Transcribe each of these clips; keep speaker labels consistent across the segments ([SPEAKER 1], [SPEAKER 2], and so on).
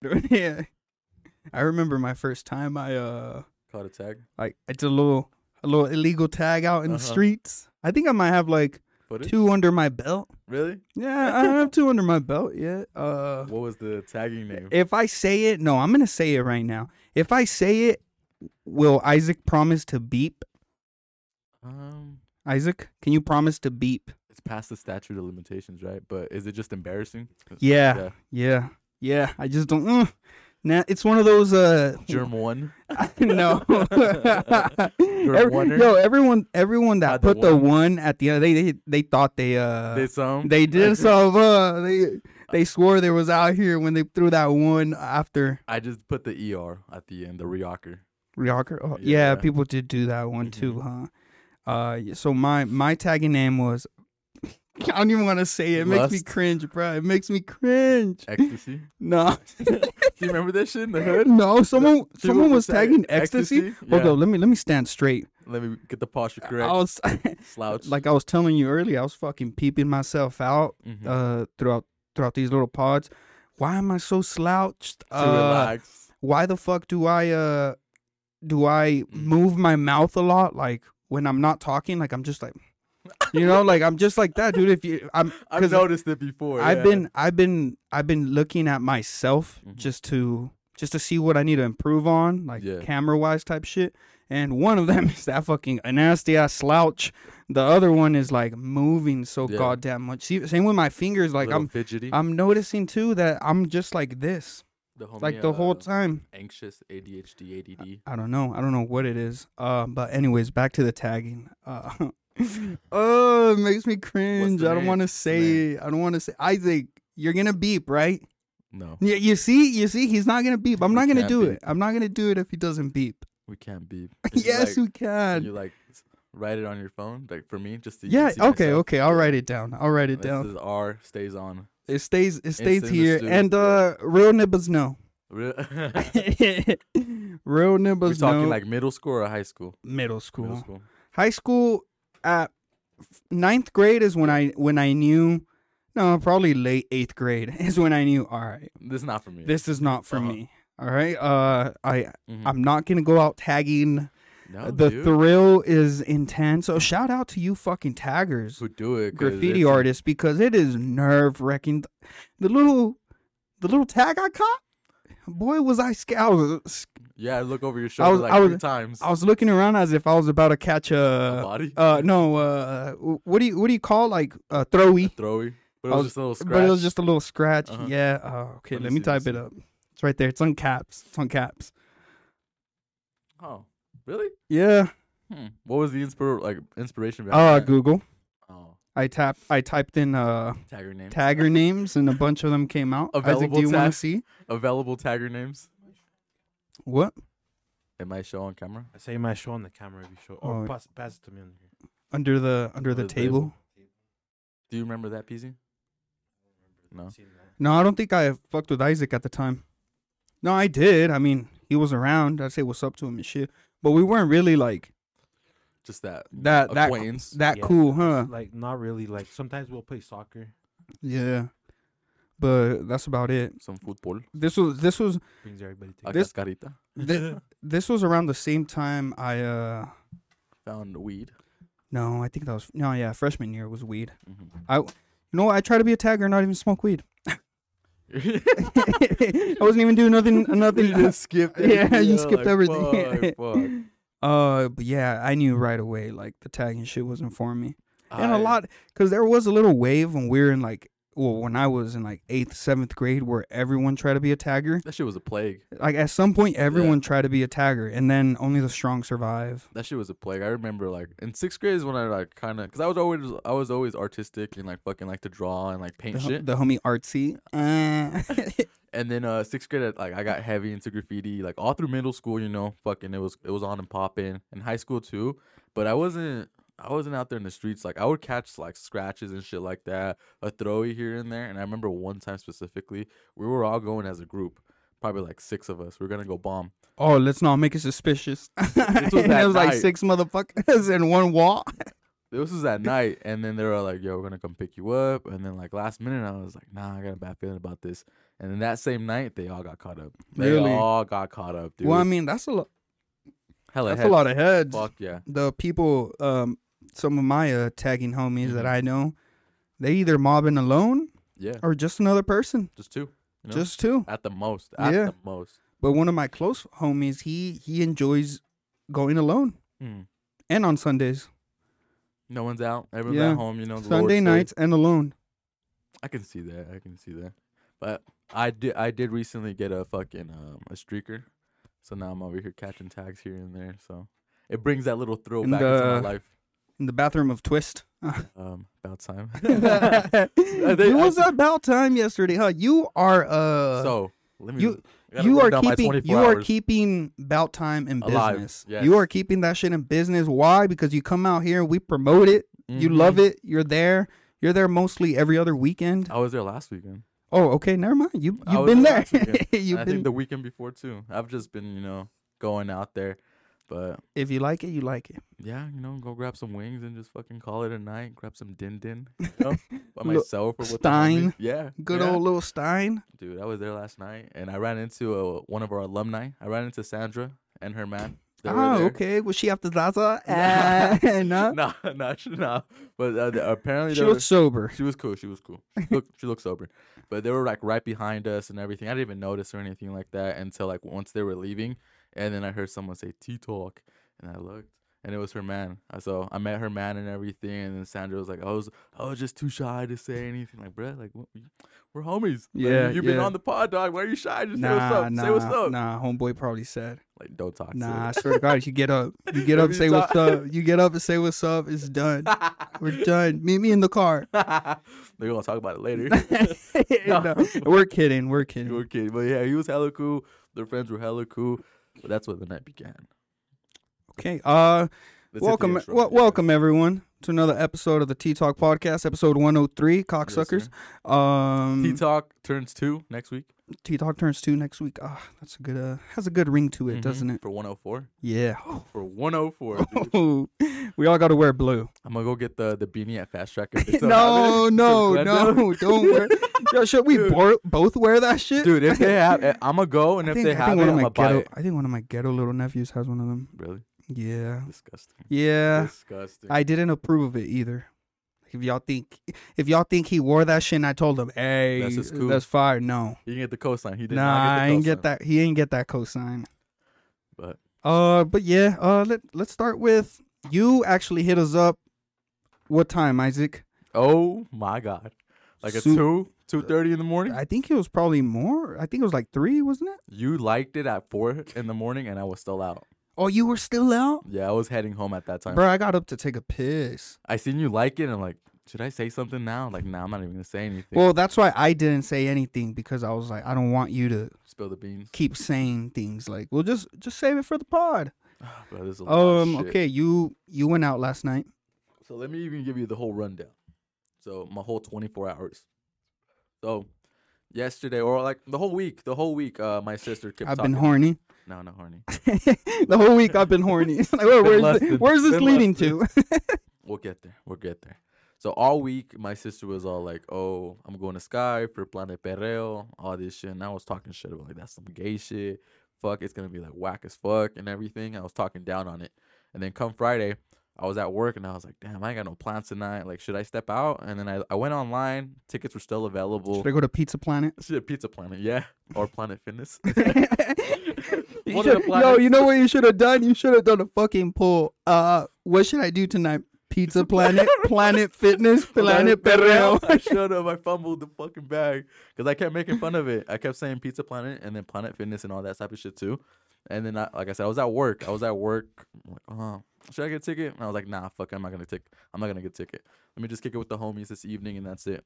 [SPEAKER 1] yeah. I remember my first time I uh
[SPEAKER 2] Caught a tag
[SPEAKER 1] like I did a little a little illegal tag out in the
[SPEAKER 2] Uh-huh.
[SPEAKER 1] streets. I think I might have like
[SPEAKER 2] footage.
[SPEAKER 1] two under my belt.
[SPEAKER 2] Really?
[SPEAKER 1] Yeah, I don't have two under my belt yet. Uh
[SPEAKER 2] What was the tagging name?
[SPEAKER 1] if I say it, no, I'm gonna say it right now. If I say it, will Isaac promise to beep?
[SPEAKER 2] um,
[SPEAKER 1] Isaac, can you promise to beep?
[SPEAKER 2] it's past the statute of limitations, right? But is it just embarrassing?
[SPEAKER 1] Yeah,
[SPEAKER 2] Yeah.
[SPEAKER 1] yeah, yeah. I just don't. Mm. Nah, it's one of those. Uh,
[SPEAKER 2] Germ one.
[SPEAKER 1] no. Every-
[SPEAKER 2] wonder?
[SPEAKER 1] yo, everyone, everyone that
[SPEAKER 2] Had the
[SPEAKER 1] put the one at the end, they they, they thought they uh
[SPEAKER 2] They some.
[SPEAKER 1] they did some. Uh, they they swore they was out here when they threw that one after
[SPEAKER 2] I just put the er at the end, the reocker.
[SPEAKER 1] Ryoker. Oh, yeah.
[SPEAKER 2] Yeah. Mm-hmm.
[SPEAKER 1] people did do that one too, huh? Uh, y- so my my tagging name was. I don't even want to say it. It makes me
[SPEAKER 2] Lust?
[SPEAKER 1] cringe, bro. It makes me cringe.
[SPEAKER 2] Ecstasy.
[SPEAKER 1] No,
[SPEAKER 2] Do you remember that shit in the hood?
[SPEAKER 1] no. Someone
[SPEAKER 2] People
[SPEAKER 1] someone was
[SPEAKER 2] tag it
[SPEAKER 1] tagging ecstasy. Hold
[SPEAKER 2] Yeah.
[SPEAKER 1] up, let me let me stand straight.
[SPEAKER 2] Let me get the posture correct.
[SPEAKER 1] I was
[SPEAKER 2] Slouch.
[SPEAKER 1] like I was telling you earlier, I was fucking peeping myself out
[SPEAKER 2] Mhm.
[SPEAKER 1] uh throughout throughout these little pods. Why am I so slouched?
[SPEAKER 2] to
[SPEAKER 1] uh,
[SPEAKER 2] relax.
[SPEAKER 1] Why the fuck do I uh do I move my mouth a lot like when I'm not talking? Like I'm just like you know, like I'm just like that, dude. If you I'm
[SPEAKER 2] I've
[SPEAKER 1] um, 'cause
[SPEAKER 2] noticed it before.
[SPEAKER 1] I've
[SPEAKER 2] yeah.
[SPEAKER 1] been I've been I've been looking at myself
[SPEAKER 2] Mhm.
[SPEAKER 1] just to just to see what I need to improve on, like
[SPEAKER 2] Yeah.
[SPEAKER 1] camera wise type shit. And one of them is that fucking nasty ass slouch. The other one is like moving so
[SPEAKER 2] Yeah.
[SPEAKER 1] goddamn much. See, same with my fingers. Like
[SPEAKER 2] Little
[SPEAKER 1] I'm
[SPEAKER 2] fidgety.
[SPEAKER 1] I'm noticing too that I'm just like this,
[SPEAKER 2] the homie,
[SPEAKER 1] like the whole
[SPEAKER 2] uh,
[SPEAKER 1] time.
[SPEAKER 2] anxious ADHD ADD.
[SPEAKER 1] I don't know. I don't know what it is. Uh, but anyways, back to the tagging. Uh, oh, it makes me cringe. I don't
[SPEAKER 2] name?
[SPEAKER 1] want to
[SPEAKER 2] What's the
[SPEAKER 1] say.
[SPEAKER 2] name?
[SPEAKER 1] it. I don't want to say. Isaac, you're gonna beep, right?
[SPEAKER 2] No,
[SPEAKER 1] Yeah, you see, you see, he's not gonna beep. I'm
[SPEAKER 2] We
[SPEAKER 1] not gonna
[SPEAKER 2] can't
[SPEAKER 1] do
[SPEAKER 2] beep.
[SPEAKER 1] it. I'm not gonna do it if he doesn't beep.
[SPEAKER 2] we can't be.
[SPEAKER 1] yes,
[SPEAKER 2] like,
[SPEAKER 1] we can.
[SPEAKER 2] You like s- write it on your phone, like for me, just to
[SPEAKER 1] yeah.
[SPEAKER 2] see
[SPEAKER 1] Okay.
[SPEAKER 2] myself.
[SPEAKER 1] Okay. I'll
[SPEAKER 2] Yeah.
[SPEAKER 1] write it down. I'll write it
[SPEAKER 2] This
[SPEAKER 1] down.
[SPEAKER 2] is R stays on.
[SPEAKER 1] It stays. It
[SPEAKER 2] in
[SPEAKER 1] stays
[SPEAKER 2] the
[SPEAKER 1] here.
[SPEAKER 2] studio,
[SPEAKER 1] And
[SPEAKER 2] yeah.
[SPEAKER 1] uh, real nibbas know.
[SPEAKER 2] Real-
[SPEAKER 1] real
[SPEAKER 2] We're
[SPEAKER 1] nibbas
[SPEAKER 2] talking
[SPEAKER 1] know.
[SPEAKER 2] like middle school or high school.
[SPEAKER 1] middle school.
[SPEAKER 2] Middle school.
[SPEAKER 1] High school. At f- ninth grade is when I when I knew. No, probably late eighth grade is when I knew. All right,
[SPEAKER 2] This is not for me.
[SPEAKER 1] this is not for
[SPEAKER 2] Uh-huh.
[SPEAKER 1] me. All right. Uh, I
[SPEAKER 2] Mhm.
[SPEAKER 1] I'm not gonna go out tagging.
[SPEAKER 2] no,
[SPEAKER 1] the
[SPEAKER 2] Oh, dude.
[SPEAKER 1] thrill is intense. So shout out to you fucking taggers,
[SPEAKER 2] who do it 'cause
[SPEAKER 1] graffiti
[SPEAKER 2] it's-
[SPEAKER 1] artists, because it is nerve wracking. The little, the little tag I caught, boy, was I scared. I was,
[SPEAKER 2] Yeah, I look over your shoulder
[SPEAKER 1] was-
[SPEAKER 2] like
[SPEAKER 1] I was-
[SPEAKER 2] three times.
[SPEAKER 1] I was looking around as if I was about to catch
[SPEAKER 2] A
[SPEAKER 1] a,
[SPEAKER 2] body.
[SPEAKER 1] uh, no, uh, what do you what do you call it? like a throwy?
[SPEAKER 2] throwy. But it
[SPEAKER 1] I was-
[SPEAKER 2] was, just a little scratch.
[SPEAKER 1] But it was just a little scratch.
[SPEAKER 2] Uh-huh.
[SPEAKER 1] Yeah. Oh, okay.
[SPEAKER 2] Let
[SPEAKER 1] Let, me
[SPEAKER 2] me see, let
[SPEAKER 1] type
[SPEAKER 2] me
[SPEAKER 1] it
[SPEAKER 2] see.
[SPEAKER 1] up. It's right there. It's on caps. It's on caps.
[SPEAKER 2] Oh, really?
[SPEAKER 1] Yeah.
[SPEAKER 2] Hmm. What was the inspir like inspiration?
[SPEAKER 1] Uh,
[SPEAKER 2] behind that?
[SPEAKER 1] Google.
[SPEAKER 2] Oh,
[SPEAKER 1] I tap. I typed in uh
[SPEAKER 2] tagger name.
[SPEAKER 1] tagger names, and a bunch of them came out. Isaac,
[SPEAKER 2] Available
[SPEAKER 1] do you want
[SPEAKER 2] tag-
[SPEAKER 1] to see
[SPEAKER 2] Available tagger names.
[SPEAKER 1] what?
[SPEAKER 2] It might show on camera.
[SPEAKER 3] I say my show on the camera if you show, or
[SPEAKER 1] Oh.
[SPEAKER 3] pass, pass it to me on here.
[SPEAKER 1] under the under the
[SPEAKER 2] Under the
[SPEAKER 1] table.
[SPEAKER 2] table. Do you remember that, PZ? No.
[SPEAKER 3] Seen that.
[SPEAKER 1] No, I don't think I fucked with Isaac at the time. No, I did. I mean, he was around. I'd say what's up to him and shit. But we weren't really like
[SPEAKER 2] Just that
[SPEAKER 1] that that
[SPEAKER 2] acquaintance.
[SPEAKER 1] that
[SPEAKER 3] Yeah,
[SPEAKER 1] cool,
[SPEAKER 3] it's
[SPEAKER 1] huh?
[SPEAKER 3] Like not really. Like sometimes we'll play soccer.
[SPEAKER 1] Yeah. But that's about it.
[SPEAKER 2] Some football.
[SPEAKER 1] This was this was
[SPEAKER 3] Brings everybody
[SPEAKER 2] A
[SPEAKER 3] together.
[SPEAKER 1] This-
[SPEAKER 2] cascarita.
[SPEAKER 1] thi- this was around the same time I uh
[SPEAKER 2] Found weed.
[SPEAKER 1] no, I think that was no, yeah, freshman year was weed.
[SPEAKER 2] Mhm.
[SPEAKER 1] I you know what? I try to be a tagger and not even smoke weed. I wasn't even doing nothing nothing
[SPEAKER 2] you just skipped.
[SPEAKER 1] Yeah, you
[SPEAKER 2] everything,
[SPEAKER 1] skipped
[SPEAKER 2] like,
[SPEAKER 1] everything.
[SPEAKER 2] fuck, fuck.
[SPEAKER 1] Uh, but yeah, I knew right away like the tagging shit wasn't for me, and a
[SPEAKER 2] I-
[SPEAKER 1] lot because there was a little wave when we were in like, well, when I was in like eighth, seventh grade, where everyone tried to be a tagger.
[SPEAKER 2] That shit was a plague.
[SPEAKER 1] Like at some point, everyone tried to be a tagger, and then only the strong survive.
[SPEAKER 2] That shit was a plague. I remember like in sixth grade is when I like kind of because I was always I was always artistic and like fucking like to draw and like paint
[SPEAKER 1] The,
[SPEAKER 2] shit.
[SPEAKER 1] the homie artsy. Uh,
[SPEAKER 2] and then uh sixth grade like I got heavy into graffiti like all through middle school. You know, fucking it was it was on and popping in high school too. But I wasn't I wasn't out there in the streets like I would catch like scratches and shit like that, a throwy here and there. And I remember one time specifically we were all going as a group. Probably like six of us. We are gonna go bomb.
[SPEAKER 1] oh, let's not make it suspicious.
[SPEAKER 2] was
[SPEAKER 1] and
[SPEAKER 2] that
[SPEAKER 1] it was like
[SPEAKER 2] night.
[SPEAKER 1] six motherfuckers in one wall.
[SPEAKER 2] This was at night, and then they were like, "Yo, we're gonna come pick you up." And then like last minute, I was like, "Nah, I got a bad feeling about this." And then that same night, they all got caught up. They
[SPEAKER 1] Really?
[SPEAKER 2] all got caught up, dude.
[SPEAKER 1] Well, I mean, that's a lot.
[SPEAKER 2] Hella
[SPEAKER 1] That's
[SPEAKER 2] head-
[SPEAKER 1] a lot of heads.
[SPEAKER 2] Fuck yeah.
[SPEAKER 1] The people, um, some of my uh, tagging homies that
[SPEAKER 2] Mm-hmm.
[SPEAKER 1] I know, they either mobbing alone
[SPEAKER 2] Yeah.
[SPEAKER 1] or just another person,
[SPEAKER 2] Just two. You know?
[SPEAKER 1] just two.
[SPEAKER 2] at the most. At
[SPEAKER 1] Yeah.
[SPEAKER 2] the most.
[SPEAKER 1] But one of my close homies, he he enjoys going alone and on Sundays,
[SPEAKER 2] Hmm. No one's out. Everyone's
[SPEAKER 1] Yeah.
[SPEAKER 2] at home. You know, the Lord's
[SPEAKER 1] Sunday
[SPEAKER 2] Day.
[SPEAKER 1] nights, and alone.
[SPEAKER 2] I can see that. I can see that. But I did. I did recently get a fucking um, a streaker, so now I'm over here catching tags here and there. So it brings that little throwback into my
[SPEAKER 1] the-
[SPEAKER 2] life.
[SPEAKER 1] in the bathroom of Twist.
[SPEAKER 2] Um, about time.
[SPEAKER 1] it was about time yesterday, huh? You are uh,
[SPEAKER 2] so let me.
[SPEAKER 1] you-
[SPEAKER 2] I gotta
[SPEAKER 1] you
[SPEAKER 2] work
[SPEAKER 1] are
[SPEAKER 2] down my
[SPEAKER 1] keeping
[SPEAKER 2] 24
[SPEAKER 1] you are
[SPEAKER 2] hours.
[SPEAKER 1] keeping about time in
[SPEAKER 2] Alive,
[SPEAKER 1] business.
[SPEAKER 2] yes.
[SPEAKER 1] You are keeping that shit in business. Why? Because you come out here, we promote it. You love
[SPEAKER 2] Mhm.
[SPEAKER 1] it. You're there. You're there mostly every other weekend.
[SPEAKER 2] I was there last weekend.
[SPEAKER 1] Oh, okay, never mind. You
[SPEAKER 2] I
[SPEAKER 1] you've
[SPEAKER 2] was
[SPEAKER 1] been
[SPEAKER 2] there
[SPEAKER 1] there.
[SPEAKER 2] last weekend,
[SPEAKER 1] you've
[SPEAKER 2] I
[SPEAKER 1] been.
[SPEAKER 2] think the weekend before too. I've just been, you know, going out there, but
[SPEAKER 1] if you like it, you like it.
[SPEAKER 2] Yeah, you know, go grab some wings and just fucking call it a night. Grab some din din you know, by
[SPEAKER 1] Lo-
[SPEAKER 2] myself or with the
[SPEAKER 1] Stein.
[SPEAKER 2] homies. Yeah,
[SPEAKER 1] Good
[SPEAKER 2] yeah.
[SPEAKER 1] old little Stein.
[SPEAKER 2] dude. I was there last night, and I ran into uh one of our alumni. I ran into Sandra and her man. They were
[SPEAKER 1] Oh,
[SPEAKER 2] there.
[SPEAKER 1] okay. Was she after Zaza? Eh, no.
[SPEAKER 2] No, no, she- no. But uh, the- apparently
[SPEAKER 1] She
[SPEAKER 2] there
[SPEAKER 1] was sober.
[SPEAKER 2] she was cool. She was cool. She looked, she looked sober. But they were like right behind us and everything. I didn't even notice or anything like that until like once they were leaving. And then I heard someone say T Talk. And I looked and it was her man. Uh, So I met her man and everything. And then Sandra was like, I was I was just too shy to say anything. Like, bruh, like, what, we're homies. Like,
[SPEAKER 1] Yeah,
[SPEAKER 2] You've been
[SPEAKER 1] yeah.
[SPEAKER 2] on the pod, dog. Why are you shy? Just say what's
[SPEAKER 1] Nah,
[SPEAKER 2] up.
[SPEAKER 1] nah,
[SPEAKER 2] say what's up.
[SPEAKER 1] nah. Homeboy probably said.
[SPEAKER 2] Like, don't talk
[SPEAKER 1] Nah, I
[SPEAKER 2] nah.
[SPEAKER 1] swear to God, you get up, you get up,
[SPEAKER 2] Every
[SPEAKER 1] say what's
[SPEAKER 2] time.
[SPEAKER 1] up, you get up and say what's up. It's done. We're done. Meet me in the car.
[SPEAKER 2] They're going to talk about it later.
[SPEAKER 1] No, we're kidding. We're kidding.
[SPEAKER 2] You were kidding. But yeah, he was hella cool. Their friends were hella cool. But that's where the night began.
[SPEAKER 1] okay. Uh,
[SPEAKER 2] That's it for the
[SPEAKER 1] welcome,
[SPEAKER 2] intro,
[SPEAKER 1] wel-
[SPEAKER 2] yeah.
[SPEAKER 1] welcome everyone to another episode of the T Talk podcast, episode one hundred three. Cocksuckers.
[SPEAKER 2] sir. T
[SPEAKER 1] um,
[SPEAKER 2] Talk turns two next week.
[SPEAKER 1] T Talk turns two next week. Ah, that's a good. Uh, has a good ring to it,
[SPEAKER 2] Mhm.
[SPEAKER 1] doesn't it?
[SPEAKER 2] For 104.
[SPEAKER 1] Yeah.
[SPEAKER 2] For 104. dude.
[SPEAKER 1] we all got to wear blue.
[SPEAKER 2] I'm going to go get the, the beanie at Fast Track. If they still
[SPEAKER 1] no,
[SPEAKER 2] have it.
[SPEAKER 1] no,
[SPEAKER 2] From Glendale.
[SPEAKER 1] no. Don't wear. Yo, should we
[SPEAKER 2] Dude.
[SPEAKER 1] bo- both wear that shit?
[SPEAKER 2] Dude, if they have it, I'm going to go. And
[SPEAKER 1] I
[SPEAKER 2] if
[SPEAKER 1] think,
[SPEAKER 2] they
[SPEAKER 1] I
[SPEAKER 2] have
[SPEAKER 1] think
[SPEAKER 2] it,
[SPEAKER 1] one
[SPEAKER 2] I'm
[SPEAKER 1] of my
[SPEAKER 2] going to buy
[SPEAKER 1] ghetto.
[SPEAKER 2] it.
[SPEAKER 1] I think one of my ghetto little nephews has one of them.
[SPEAKER 2] Really?
[SPEAKER 1] Yeah,
[SPEAKER 2] Disgusting.
[SPEAKER 1] yeah.
[SPEAKER 2] Disgusting.
[SPEAKER 1] Uh, I didn't approve of it either. If y'all think, if y'all think he wore that shit, and I told him, "Hey, that's,
[SPEAKER 2] just cool."
[SPEAKER 1] fire." No,
[SPEAKER 2] you can get the cosign. He did
[SPEAKER 1] nah,
[SPEAKER 2] not
[SPEAKER 1] I
[SPEAKER 2] get the
[SPEAKER 1] ain't get
[SPEAKER 2] cosign,
[SPEAKER 1] that. He ain't get that cosign.
[SPEAKER 2] But
[SPEAKER 1] Uh, but yeah. Uh, let let's start with you. Actually, hit us up. What time, Isaac?
[SPEAKER 2] oh my God. Like at
[SPEAKER 1] Su-
[SPEAKER 2] 2, 2.30 in the morning?
[SPEAKER 1] I think it was probably more. I think it was like three, wasn't it?
[SPEAKER 2] You liked it at 4 in the morning and I was still out.
[SPEAKER 1] Oh, you were still out,
[SPEAKER 2] Yeah, I was heading home at that time.
[SPEAKER 1] bro. I got up to take a piss.
[SPEAKER 2] I seen you like it. And I'm like, should I say something now? Like, nah, I'm not even gonna say anything.
[SPEAKER 1] Well, that's why I didn't say anything because I was like, I don't want you to
[SPEAKER 2] Spill the beans.
[SPEAKER 1] keep saying things like we'll just just save it for the pod
[SPEAKER 2] Bro, this is a lot of
[SPEAKER 1] um
[SPEAKER 2] shit.
[SPEAKER 1] okay you you went out last night
[SPEAKER 2] So let me even give you the whole rundown. So my whole 24 hours. So yesterday, or like the whole week, the whole week, uh, my sister kept.
[SPEAKER 1] i've
[SPEAKER 2] talking.
[SPEAKER 1] been horny
[SPEAKER 2] No, not horny.
[SPEAKER 1] the whole week i've been horny like, where-
[SPEAKER 2] Been
[SPEAKER 1] where's, thi-
[SPEAKER 2] lusted.
[SPEAKER 1] where's this
[SPEAKER 2] Been
[SPEAKER 1] leading to
[SPEAKER 2] We'll get there. We'll get there. So all week, my sister was all like, "Oh, I'm going to Sky for Planet Perreo, all this shit." And I was talking shit about like that's some gay shit. Fuck, it's gonna be like whack as fuck and everything. I was talking down on it. And then come Friday, I was at work and I was like, "Damn, I ain't got no plans tonight. Like, should I step out?" And then I, I went online. Tickets were still available.
[SPEAKER 1] should i go to pizza planet
[SPEAKER 2] Shit, Pizza Planet, yeah, or Planet Fitness.
[SPEAKER 1] You
[SPEAKER 2] One of
[SPEAKER 1] should- yo
[SPEAKER 2] the planets.
[SPEAKER 1] you know what you should have done you should have done a fucking poll uh what should i do tonight pizza planet planet fitness planet perreo
[SPEAKER 2] I showed up. I fumbled the fucking bag because I kept making fun of it. I kept saying Pizza Planet and then Planet Fitness and all that type of shit too. And then, I, like I said, I was at work. I was at work. I'm like, oh, should I get a ticket? And I was like, nah, fuck, I'm not gonna take. I'm not gonna get a ticket. Let me just kick it with the homies this evening, and that's it.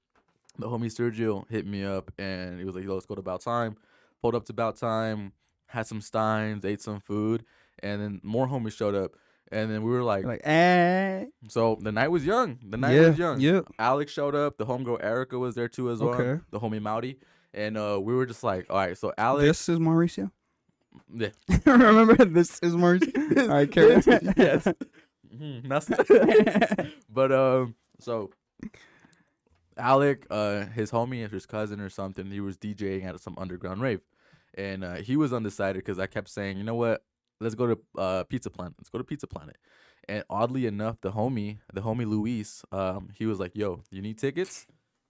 [SPEAKER 2] The homie Sergio hit me up, and he was like, yo, let's go to About Time. Pulled up to About Time, had some steins, ate some food, and then more homies showed up. And then we were like,
[SPEAKER 1] like eh.
[SPEAKER 2] so the night was young. The night
[SPEAKER 1] yeah
[SPEAKER 2] was young.
[SPEAKER 1] yeah
[SPEAKER 2] Alex showed up. The homegirl Erica was there too as well.
[SPEAKER 1] Okay.
[SPEAKER 2] The homie Mowdy. And uh, we were just like, all right, so Alex.
[SPEAKER 1] this is mauricio
[SPEAKER 2] Yeah.
[SPEAKER 1] remember this is mauricio i
[SPEAKER 2] This-
[SPEAKER 1] care
[SPEAKER 2] yes. Mhm, that's- but um, so Alec, uh, his homie, or his cousin or something, he was DJing at some underground rave, and uh, he was undecided because I kept saying, you know what, let's go to uh, Pizza Planet. Let's go to Pizza Planet. And oddly enough, the homie, the homie Luis, um, he was like, "Yo, you need tickets?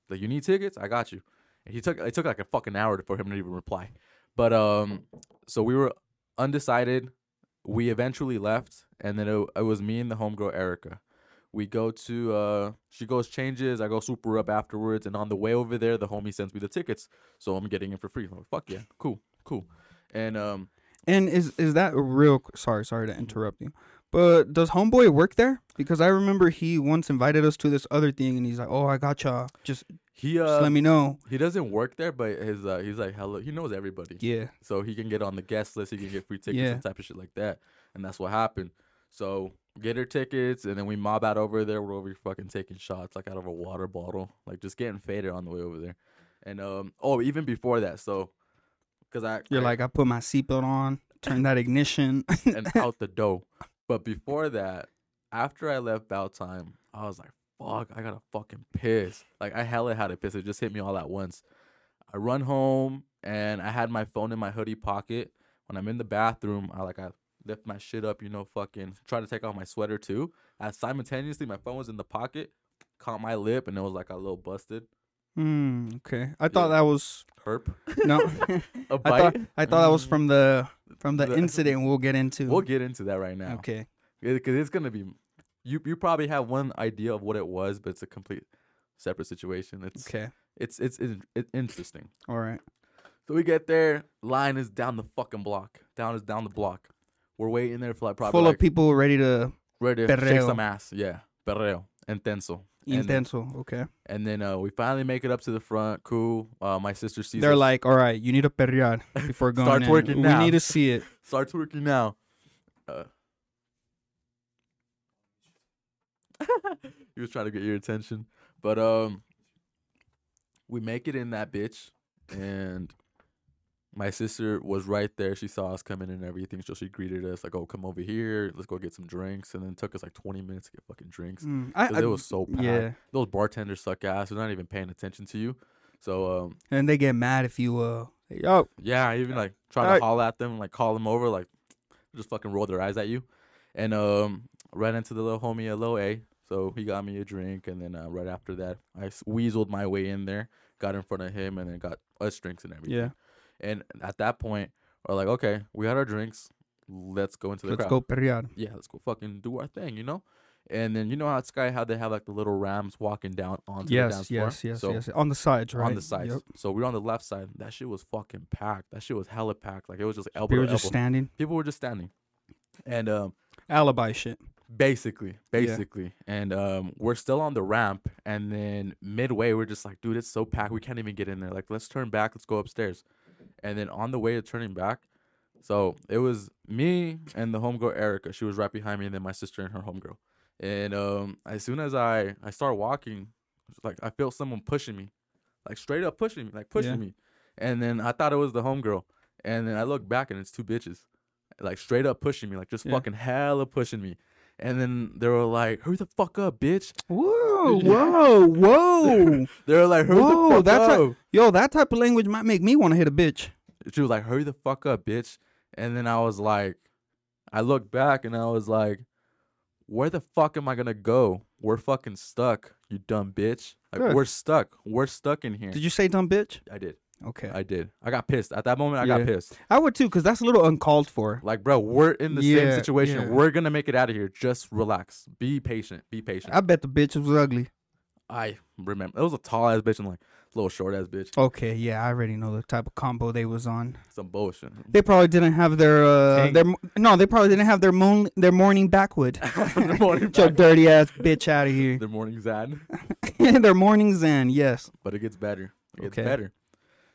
[SPEAKER 2] Like, you need tickets? I got you." And he took it took like a fucking hour for him to even reply. But um, so we were undecided. We eventually left, and then it, it was me and the homegirl Erica. We go to uh, she goes changes. I go super up afterwards, and on the way over there, the homie sends me the tickets, so I'm getting it for free. I'm like, fuck yeah, cool, cool. And um,
[SPEAKER 1] And is is that real? Sorry, sorry to interrupt you. But does homeboy work there? Because I remember he once invited us to this other thing, and he's like, "Oh, I gotcha. Just,
[SPEAKER 2] he uh,
[SPEAKER 1] just let me know."
[SPEAKER 2] He doesn't work there, but his uh, he's like hello. He knows everybody,
[SPEAKER 1] Yeah.
[SPEAKER 2] so he can get on the guest list. He can get free tickets
[SPEAKER 1] Yeah.
[SPEAKER 2] and type of shit like that. And that's what happened. So get her tickets, and then we mob out over there. We're over here fucking taking shots like out of a water bottle, like just getting faded on the way over there. And um, oh, even before that, so because I
[SPEAKER 1] You're
[SPEAKER 2] I-
[SPEAKER 1] like, I put my seatbelt on, turn that ignition.
[SPEAKER 2] and out the door. But before that, after I left bow time, I was like, fuck, I gotta fucking piss. Like I hella had to piss. It just hit me all at once. I run home and I had my phone in my hoodie pocket. When I'm in the bathroom, I like I lift my shit up, you know, fucking try to take off my sweater too. As simultaneously my phone was in the pocket, caught my lip, and it was like a little busted
[SPEAKER 1] Hmm. okay. I thought
[SPEAKER 2] Yeah.
[SPEAKER 1] that was
[SPEAKER 2] herp.
[SPEAKER 1] no. I
[SPEAKER 2] A
[SPEAKER 1] thought
[SPEAKER 2] bite.
[SPEAKER 1] I thought that was from the from the
[SPEAKER 2] The-
[SPEAKER 1] incident we'll get into.
[SPEAKER 2] We'll get into that
[SPEAKER 1] Oh,
[SPEAKER 2] right now.
[SPEAKER 1] okay.
[SPEAKER 2] because it's gonna be you you probably have one idea of what it was but it's a complete separate situation it's
[SPEAKER 1] Okay.
[SPEAKER 2] it's it's, in it's interesting
[SPEAKER 1] All right.
[SPEAKER 2] so we get there line is down the fucking block down is down the block we're waiting there for like probably
[SPEAKER 1] Full
[SPEAKER 2] like,
[SPEAKER 1] of people ready to
[SPEAKER 2] ready to shake
[SPEAKER 1] perreo.
[SPEAKER 2] some ass yeah perreo intenso and then,
[SPEAKER 1] intenso. Okay.
[SPEAKER 2] and then uh, we finally make it up to the front cool uh, my sister sees
[SPEAKER 1] They're
[SPEAKER 2] us-
[SPEAKER 1] like, all right, you need to perrear before going
[SPEAKER 2] Start
[SPEAKER 1] in.
[SPEAKER 2] twerking
[SPEAKER 1] we
[SPEAKER 2] now."
[SPEAKER 1] need to see it.
[SPEAKER 2] starts working now. Uh, he was trying to get your attention, but um, we make it in that bitch, and my sister was right there. She saw us coming and everything, so she greeted us like, "Oh, come over here. Let's go get some drinks." And then it took us like twenty minutes to get fucking drinks.
[SPEAKER 1] Mm, I,
[SPEAKER 2] 'cause
[SPEAKER 1] I-
[SPEAKER 2] it was so packed.
[SPEAKER 1] yeah.
[SPEAKER 2] Those bartenders suck ass. They're not even paying attention to you. So um,
[SPEAKER 1] And they get mad if you uh say, yo,
[SPEAKER 2] yeah, I even like try
[SPEAKER 1] Alright.
[SPEAKER 2] to holler at them, like call them over, like just fucking roll their eyes at you. And um, ran into the little homie at low A, so he got me a drink, and then uh, right after that, I s- weaseled my way in there, got in front of him, and then got us drinks and everything.
[SPEAKER 1] yeah,
[SPEAKER 2] And at that point, we're like, okay, we had our drinks, let's go into the
[SPEAKER 1] let's
[SPEAKER 2] crowd
[SPEAKER 1] go perrear.
[SPEAKER 2] yeah, let's go fucking do our thing, you know? And then you know how Sky how they have like the little rams walking down onto the dance
[SPEAKER 1] Yes,
[SPEAKER 2] floor?
[SPEAKER 1] yes, yes,
[SPEAKER 2] So
[SPEAKER 1] yes. On the sides, right?
[SPEAKER 2] on the sides.
[SPEAKER 1] Yep.
[SPEAKER 2] So we were on the left side. That shit was fucking packed. That shit was hella packed. Like it was just elbow.
[SPEAKER 1] We
[SPEAKER 2] to
[SPEAKER 1] were just
[SPEAKER 2] elbow.
[SPEAKER 1] standing.
[SPEAKER 2] People were just standing, and um,
[SPEAKER 1] Alibi shit.
[SPEAKER 2] basically, basically, and um, we're still on the ramp. And then midway, we're just like, dude, it's so packed. We can't even get in there. Like, let's turn back. Let's go upstairs. And then on the way to turning back, so it was me and the homegirl Erica. She was right behind me, and then my sister and her homegirl. And um, as soon as I I start walking, like I feel someone pushing me, like straight up pushing me, like pushing
[SPEAKER 1] Yeah.
[SPEAKER 2] me. And then I thought it was the homegirl. And then I look back and it's two bitches, like straight up pushing me, like just
[SPEAKER 1] Yeah.
[SPEAKER 2] fucking hella pushing me. And then they were like, "Hurry the fuck up, bitch!"
[SPEAKER 1] Whoa, whoa, whoa.
[SPEAKER 2] They were like, "Hurry
[SPEAKER 1] Whoa,
[SPEAKER 2] the fuck
[SPEAKER 1] that's
[SPEAKER 2] up!"
[SPEAKER 1] a- Yo, that type of language might make me want to hit a bitch.
[SPEAKER 2] she was like, "Hurry the fuck up, bitch!" And then I was like, I looked back and I was like, "Where the fuck am I gonna go? We're fucking stuck, you dumb bitch! Like
[SPEAKER 1] Good.
[SPEAKER 2] we're stuck. We're stuck in here."
[SPEAKER 1] Did you say dumb bitch?
[SPEAKER 2] I did.
[SPEAKER 1] Okay.
[SPEAKER 2] I did. I got pissed. At that moment, I
[SPEAKER 1] Yeah.
[SPEAKER 2] got pissed.
[SPEAKER 1] I would too, because that's a little uncalled for.
[SPEAKER 2] Like, bro, we're in the
[SPEAKER 1] Yeah,
[SPEAKER 2] same situation.
[SPEAKER 1] yeah.
[SPEAKER 2] We're gonna make it out of here. Just relax. Be patient. Be patient.
[SPEAKER 1] I bet the bitch was ugly.
[SPEAKER 2] I remember it was a tall ass bitch and like little short ass bitch.
[SPEAKER 1] Okay, yeah, I already know the type of combo they was on.
[SPEAKER 2] Some bullshit.
[SPEAKER 1] They probably didn't have their uh,
[SPEAKER 3] Tank.
[SPEAKER 1] their mo- no, they probably didn't have their moon their morning backwood.
[SPEAKER 2] Their morning
[SPEAKER 1] Get your
[SPEAKER 2] back-
[SPEAKER 1] dirty ass bitch out of here.
[SPEAKER 2] Their morning zad.
[SPEAKER 1] their morning zen, yes.
[SPEAKER 2] But it gets better. It gets
[SPEAKER 1] Okay.
[SPEAKER 2] better.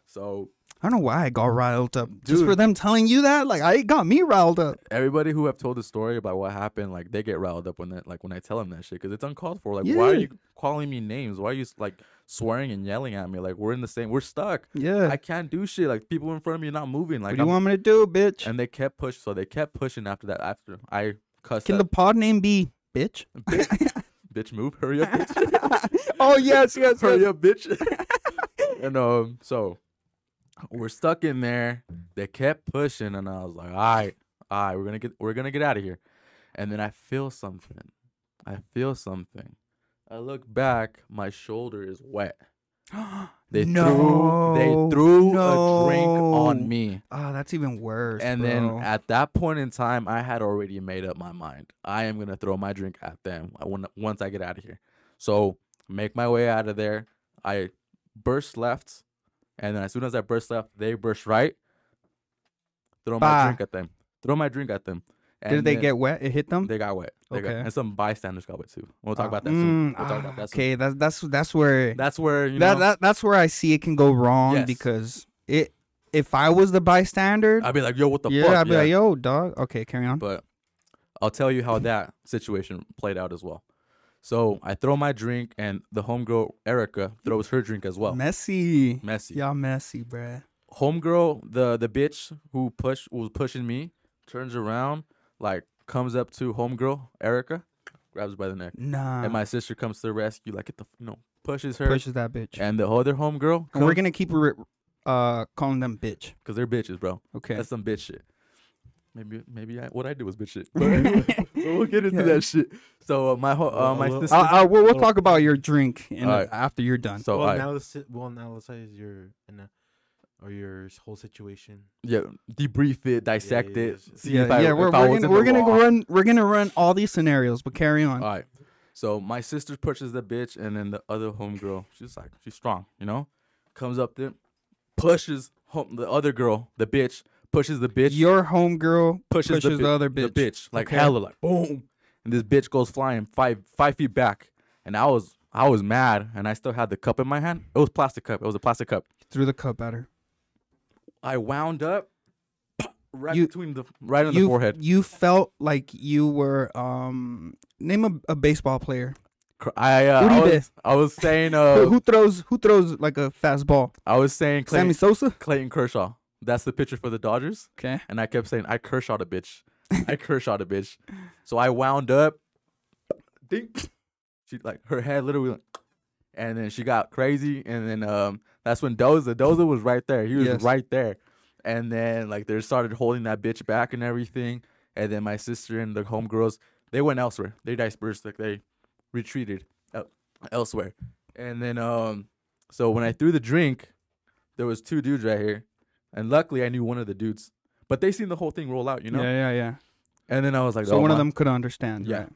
[SPEAKER 2] So
[SPEAKER 1] I don't know why I got riled up just for
[SPEAKER 2] Dude.
[SPEAKER 1] them telling you that. Like, I it got me riled up.
[SPEAKER 2] everybody who have told the story about what happened, like they get riled up when that, like when I tell them that shit, because it's uncalled for. Like, why are
[SPEAKER 1] Yeah.
[SPEAKER 2] you calling me names? Why are you like swearing and yelling at me? Like we're in the same, we're stuck.
[SPEAKER 1] Yeah.
[SPEAKER 2] I can't do shit. Like people in front of me not moving. Like
[SPEAKER 1] what do you
[SPEAKER 2] I'm-
[SPEAKER 1] want me to do, bitch?
[SPEAKER 2] and they kept pushing. So they kept pushing after that. After I cussed.
[SPEAKER 1] Can
[SPEAKER 2] at-
[SPEAKER 1] the pod name be bitch.
[SPEAKER 2] bitch, move, hurry up, bitch.
[SPEAKER 1] oh yes, yes,
[SPEAKER 2] Hurry
[SPEAKER 1] yes.
[SPEAKER 2] up, bitch. and um, so we're stuck in there. They kept pushing, and I was like, all right, all right, we're gonna get we're gonna get out of here. And then I feel something. I feel something. I look back, my shoulder is wet. They threw
[SPEAKER 1] No,
[SPEAKER 2] they threw a drink
[SPEAKER 1] no.
[SPEAKER 2] on me.
[SPEAKER 1] Oh, that's even worse.
[SPEAKER 2] And
[SPEAKER 1] bro.
[SPEAKER 2] then uh, at that point in time, I had already made up my mind. I am gonna throw my drink at them when, once I get out of here. So make my way out of there. I burst left, and then as soon as I burst left, they burst right. Throw my
[SPEAKER 1] Bah.
[SPEAKER 2] drink at them. Throw my drink at them.
[SPEAKER 1] did
[SPEAKER 2] And
[SPEAKER 1] they
[SPEAKER 2] then
[SPEAKER 1] get wet? It hit them.
[SPEAKER 2] They got wet. They got-
[SPEAKER 1] Okay.
[SPEAKER 2] and some bystanders got wet too. We'll talk
[SPEAKER 1] Ah.
[SPEAKER 2] about that soon.
[SPEAKER 1] Mm,
[SPEAKER 2] We'll talk
[SPEAKER 1] ah,
[SPEAKER 2] about that soon.
[SPEAKER 1] okay, that's that's that's where
[SPEAKER 2] That's where you know.
[SPEAKER 1] that, that that's where I see it can go wrong
[SPEAKER 2] Yes.
[SPEAKER 1] because it if I was the bystander,
[SPEAKER 2] I'd be like, "Yo, what the
[SPEAKER 1] yeah,
[SPEAKER 2] fuck?"
[SPEAKER 1] I'd be like, yo, dog. Okay, carry on.
[SPEAKER 2] but I'll tell you how that situation played out as well. So I throw my drink, and the homegirl Erica throws her drink as well.
[SPEAKER 1] messy,
[SPEAKER 2] Messy.
[SPEAKER 1] y'all messy, bruh.
[SPEAKER 2] Homegirl, the the bitch who pushed who was pushing me, turns around, like comes up to homegirl Erica, grabs her by the neck,
[SPEAKER 1] Nah,
[SPEAKER 2] and my sister comes to the rescue, like get the f- you know pushes her,
[SPEAKER 1] pushes that bitch.
[SPEAKER 2] and the other homegirl,
[SPEAKER 1] and we're gonna keep re- uh calling them bitch.
[SPEAKER 2] because they're bitches, bro.
[SPEAKER 1] Okay.
[SPEAKER 2] That's some bitch shit. Maybe maybe I, what I did was bitch shit. But anyway, we'll get into that shit. So uh, my ho- uh, my
[SPEAKER 3] Well,
[SPEAKER 2] sister.
[SPEAKER 1] I, I, we'll,
[SPEAKER 2] Oh.
[SPEAKER 1] we'll talk about your drink in,
[SPEAKER 2] Alright.
[SPEAKER 1] after you're done.
[SPEAKER 2] So
[SPEAKER 3] we'll
[SPEAKER 2] I-
[SPEAKER 3] analyze we'll analyze your ana- or your s- whole situation.
[SPEAKER 2] yeah, debrief it, dissect it,
[SPEAKER 3] yes, yes.
[SPEAKER 2] see
[SPEAKER 1] yeah,
[SPEAKER 2] if I,
[SPEAKER 1] yeah,
[SPEAKER 2] if
[SPEAKER 1] we're,
[SPEAKER 2] I
[SPEAKER 1] we're gonna
[SPEAKER 2] was in the Uh,
[SPEAKER 1] we're gonna
[SPEAKER 2] wrong.
[SPEAKER 1] run we're gonna run all these scenarios, but carry on.
[SPEAKER 2] All right. So my sister pushes the bitch, and then the other homegirl, she's like, she's strong, you know, comes up there, pushes home the other girl, the bitch, pushes the bitch,
[SPEAKER 1] Your homegirl
[SPEAKER 2] pushes,
[SPEAKER 1] pushes
[SPEAKER 2] bi-
[SPEAKER 1] the other
[SPEAKER 2] the
[SPEAKER 1] bitch.
[SPEAKER 2] bitch, like
[SPEAKER 1] Okay.
[SPEAKER 2] hella, like boom, and this bitch goes flying five five feet back, and I was I was mad, and I still had the cup in my hand. It was plastic cup. It was a plastic cup.
[SPEAKER 1] threw the cup at her.
[SPEAKER 2] I wound up right
[SPEAKER 1] You-
[SPEAKER 2] between the right on
[SPEAKER 1] you
[SPEAKER 2] the forehead.
[SPEAKER 1] you felt like you were um name a, a baseball player
[SPEAKER 2] Cr- I uh, I,
[SPEAKER 1] Uribe.
[SPEAKER 2] was, I was saying
[SPEAKER 1] who,
[SPEAKER 2] uh
[SPEAKER 1] who throws who throws like a fastball.
[SPEAKER 2] I was saying
[SPEAKER 1] Sammy
[SPEAKER 2] Clayton,
[SPEAKER 1] Sosa.
[SPEAKER 2] Clayton Kershaw. That's the pitcher for the Dodgers,
[SPEAKER 1] Okay.
[SPEAKER 2] and I kept saying I Kershaw the bitch, I Kershaw the bitch. So I wound up, ding. She like her head literally, went, and then she got crazy, and then um that's when Doza Doza was right there. He was
[SPEAKER 1] Yes.
[SPEAKER 2] right there, and then like they started holding that bitch back and everything, and then my sister and the homegirls they went elsewhere. They dispersed like they retreated el- elsewhere, and then um so when I threw the drink, there was two dudes right here, and luckily I knew one of the dudes, but they seen the whole thing roll out, you know.
[SPEAKER 1] Yeah, yeah, yeah.
[SPEAKER 2] And then I was like,
[SPEAKER 1] So
[SPEAKER 2] oh,
[SPEAKER 1] one
[SPEAKER 2] my-
[SPEAKER 1] of them could understand.
[SPEAKER 2] Yeah.
[SPEAKER 1] right?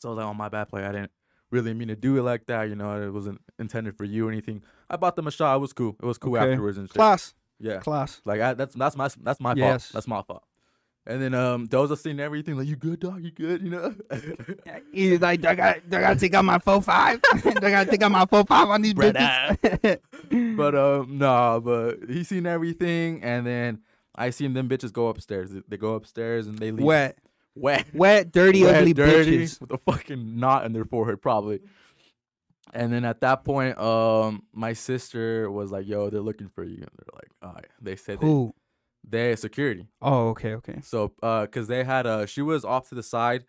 [SPEAKER 2] so I was like, oh, my bad play. I didn't really mean to do it like that. You know, it wasn't intended for you or anything. I bought them a shot. It was cool. It was cool
[SPEAKER 1] Okay.
[SPEAKER 2] afterwards and shit.
[SPEAKER 1] Class,
[SPEAKER 2] Yeah.
[SPEAKER 1] class.
[SPEAKER 2] Like I, that's that's my that's my
[SPEAKER 1] Yes.
[SPEAKER 2] fault. That's my fault. And then um, those are seeing everything like you good dog, you good, you know.
[SPEAKER 1] He's like, I got, I got to take out my four five. I got to take out my four five on these bitches.
[SPEAKER 2] but um, nah, but he seen everything, and then I seen them bitches go upstairs. They- They go upstairs and they leave
[SPEAKER 1] wet,
[SPEAKER 2] wet,
[SPEAKER 1] wet, dirty,
[SPEAKER 2] wet,
[SPEAKER 1] ugly
[SPEAKER 2] dirty,
[SPEAKER 1] bitches.
[SPEAKER 2] with a fucking knot in their forehead, probably. And then at that point, um, my sister was like, "Yo, they're looking for you." And they're like, "All right." They said they,
[SPEAKER 1] Who?
[SPEAKER 2] they security.
[SPEAKER 1] Oh, okay, okay.
[SPEAKER 2] So, uh, cause they had uh, she was off to the side,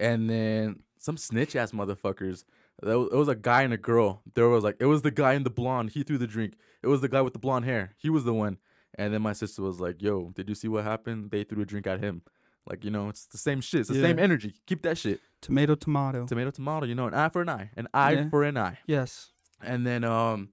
[SPEAKER 2] and then some snitch ass motherfuckers. There was, it was a guy and a girl. There was like, it was the guy in the blonde. He threw the drink. It was the guy with the blonde hair. He was the one. And then my sister was like, "Yo, did you see what happened? They threw a drink at him. Like, you know, it's the same shit. It's the same
[SPEAKER 1] Yeah.
[SPEAKER 2] energy. Keep that shit.
[SPEAKER 1] Tomato, tomato.
[SPEAKER 2] Tomato, tomato. You know, an eye for an eye, an eye
[SPEAKER 1] Yeah.
[SPEAKER 2] for an eye.
[SPEAKER 1] yes.
[SPEAKER 2] And then um,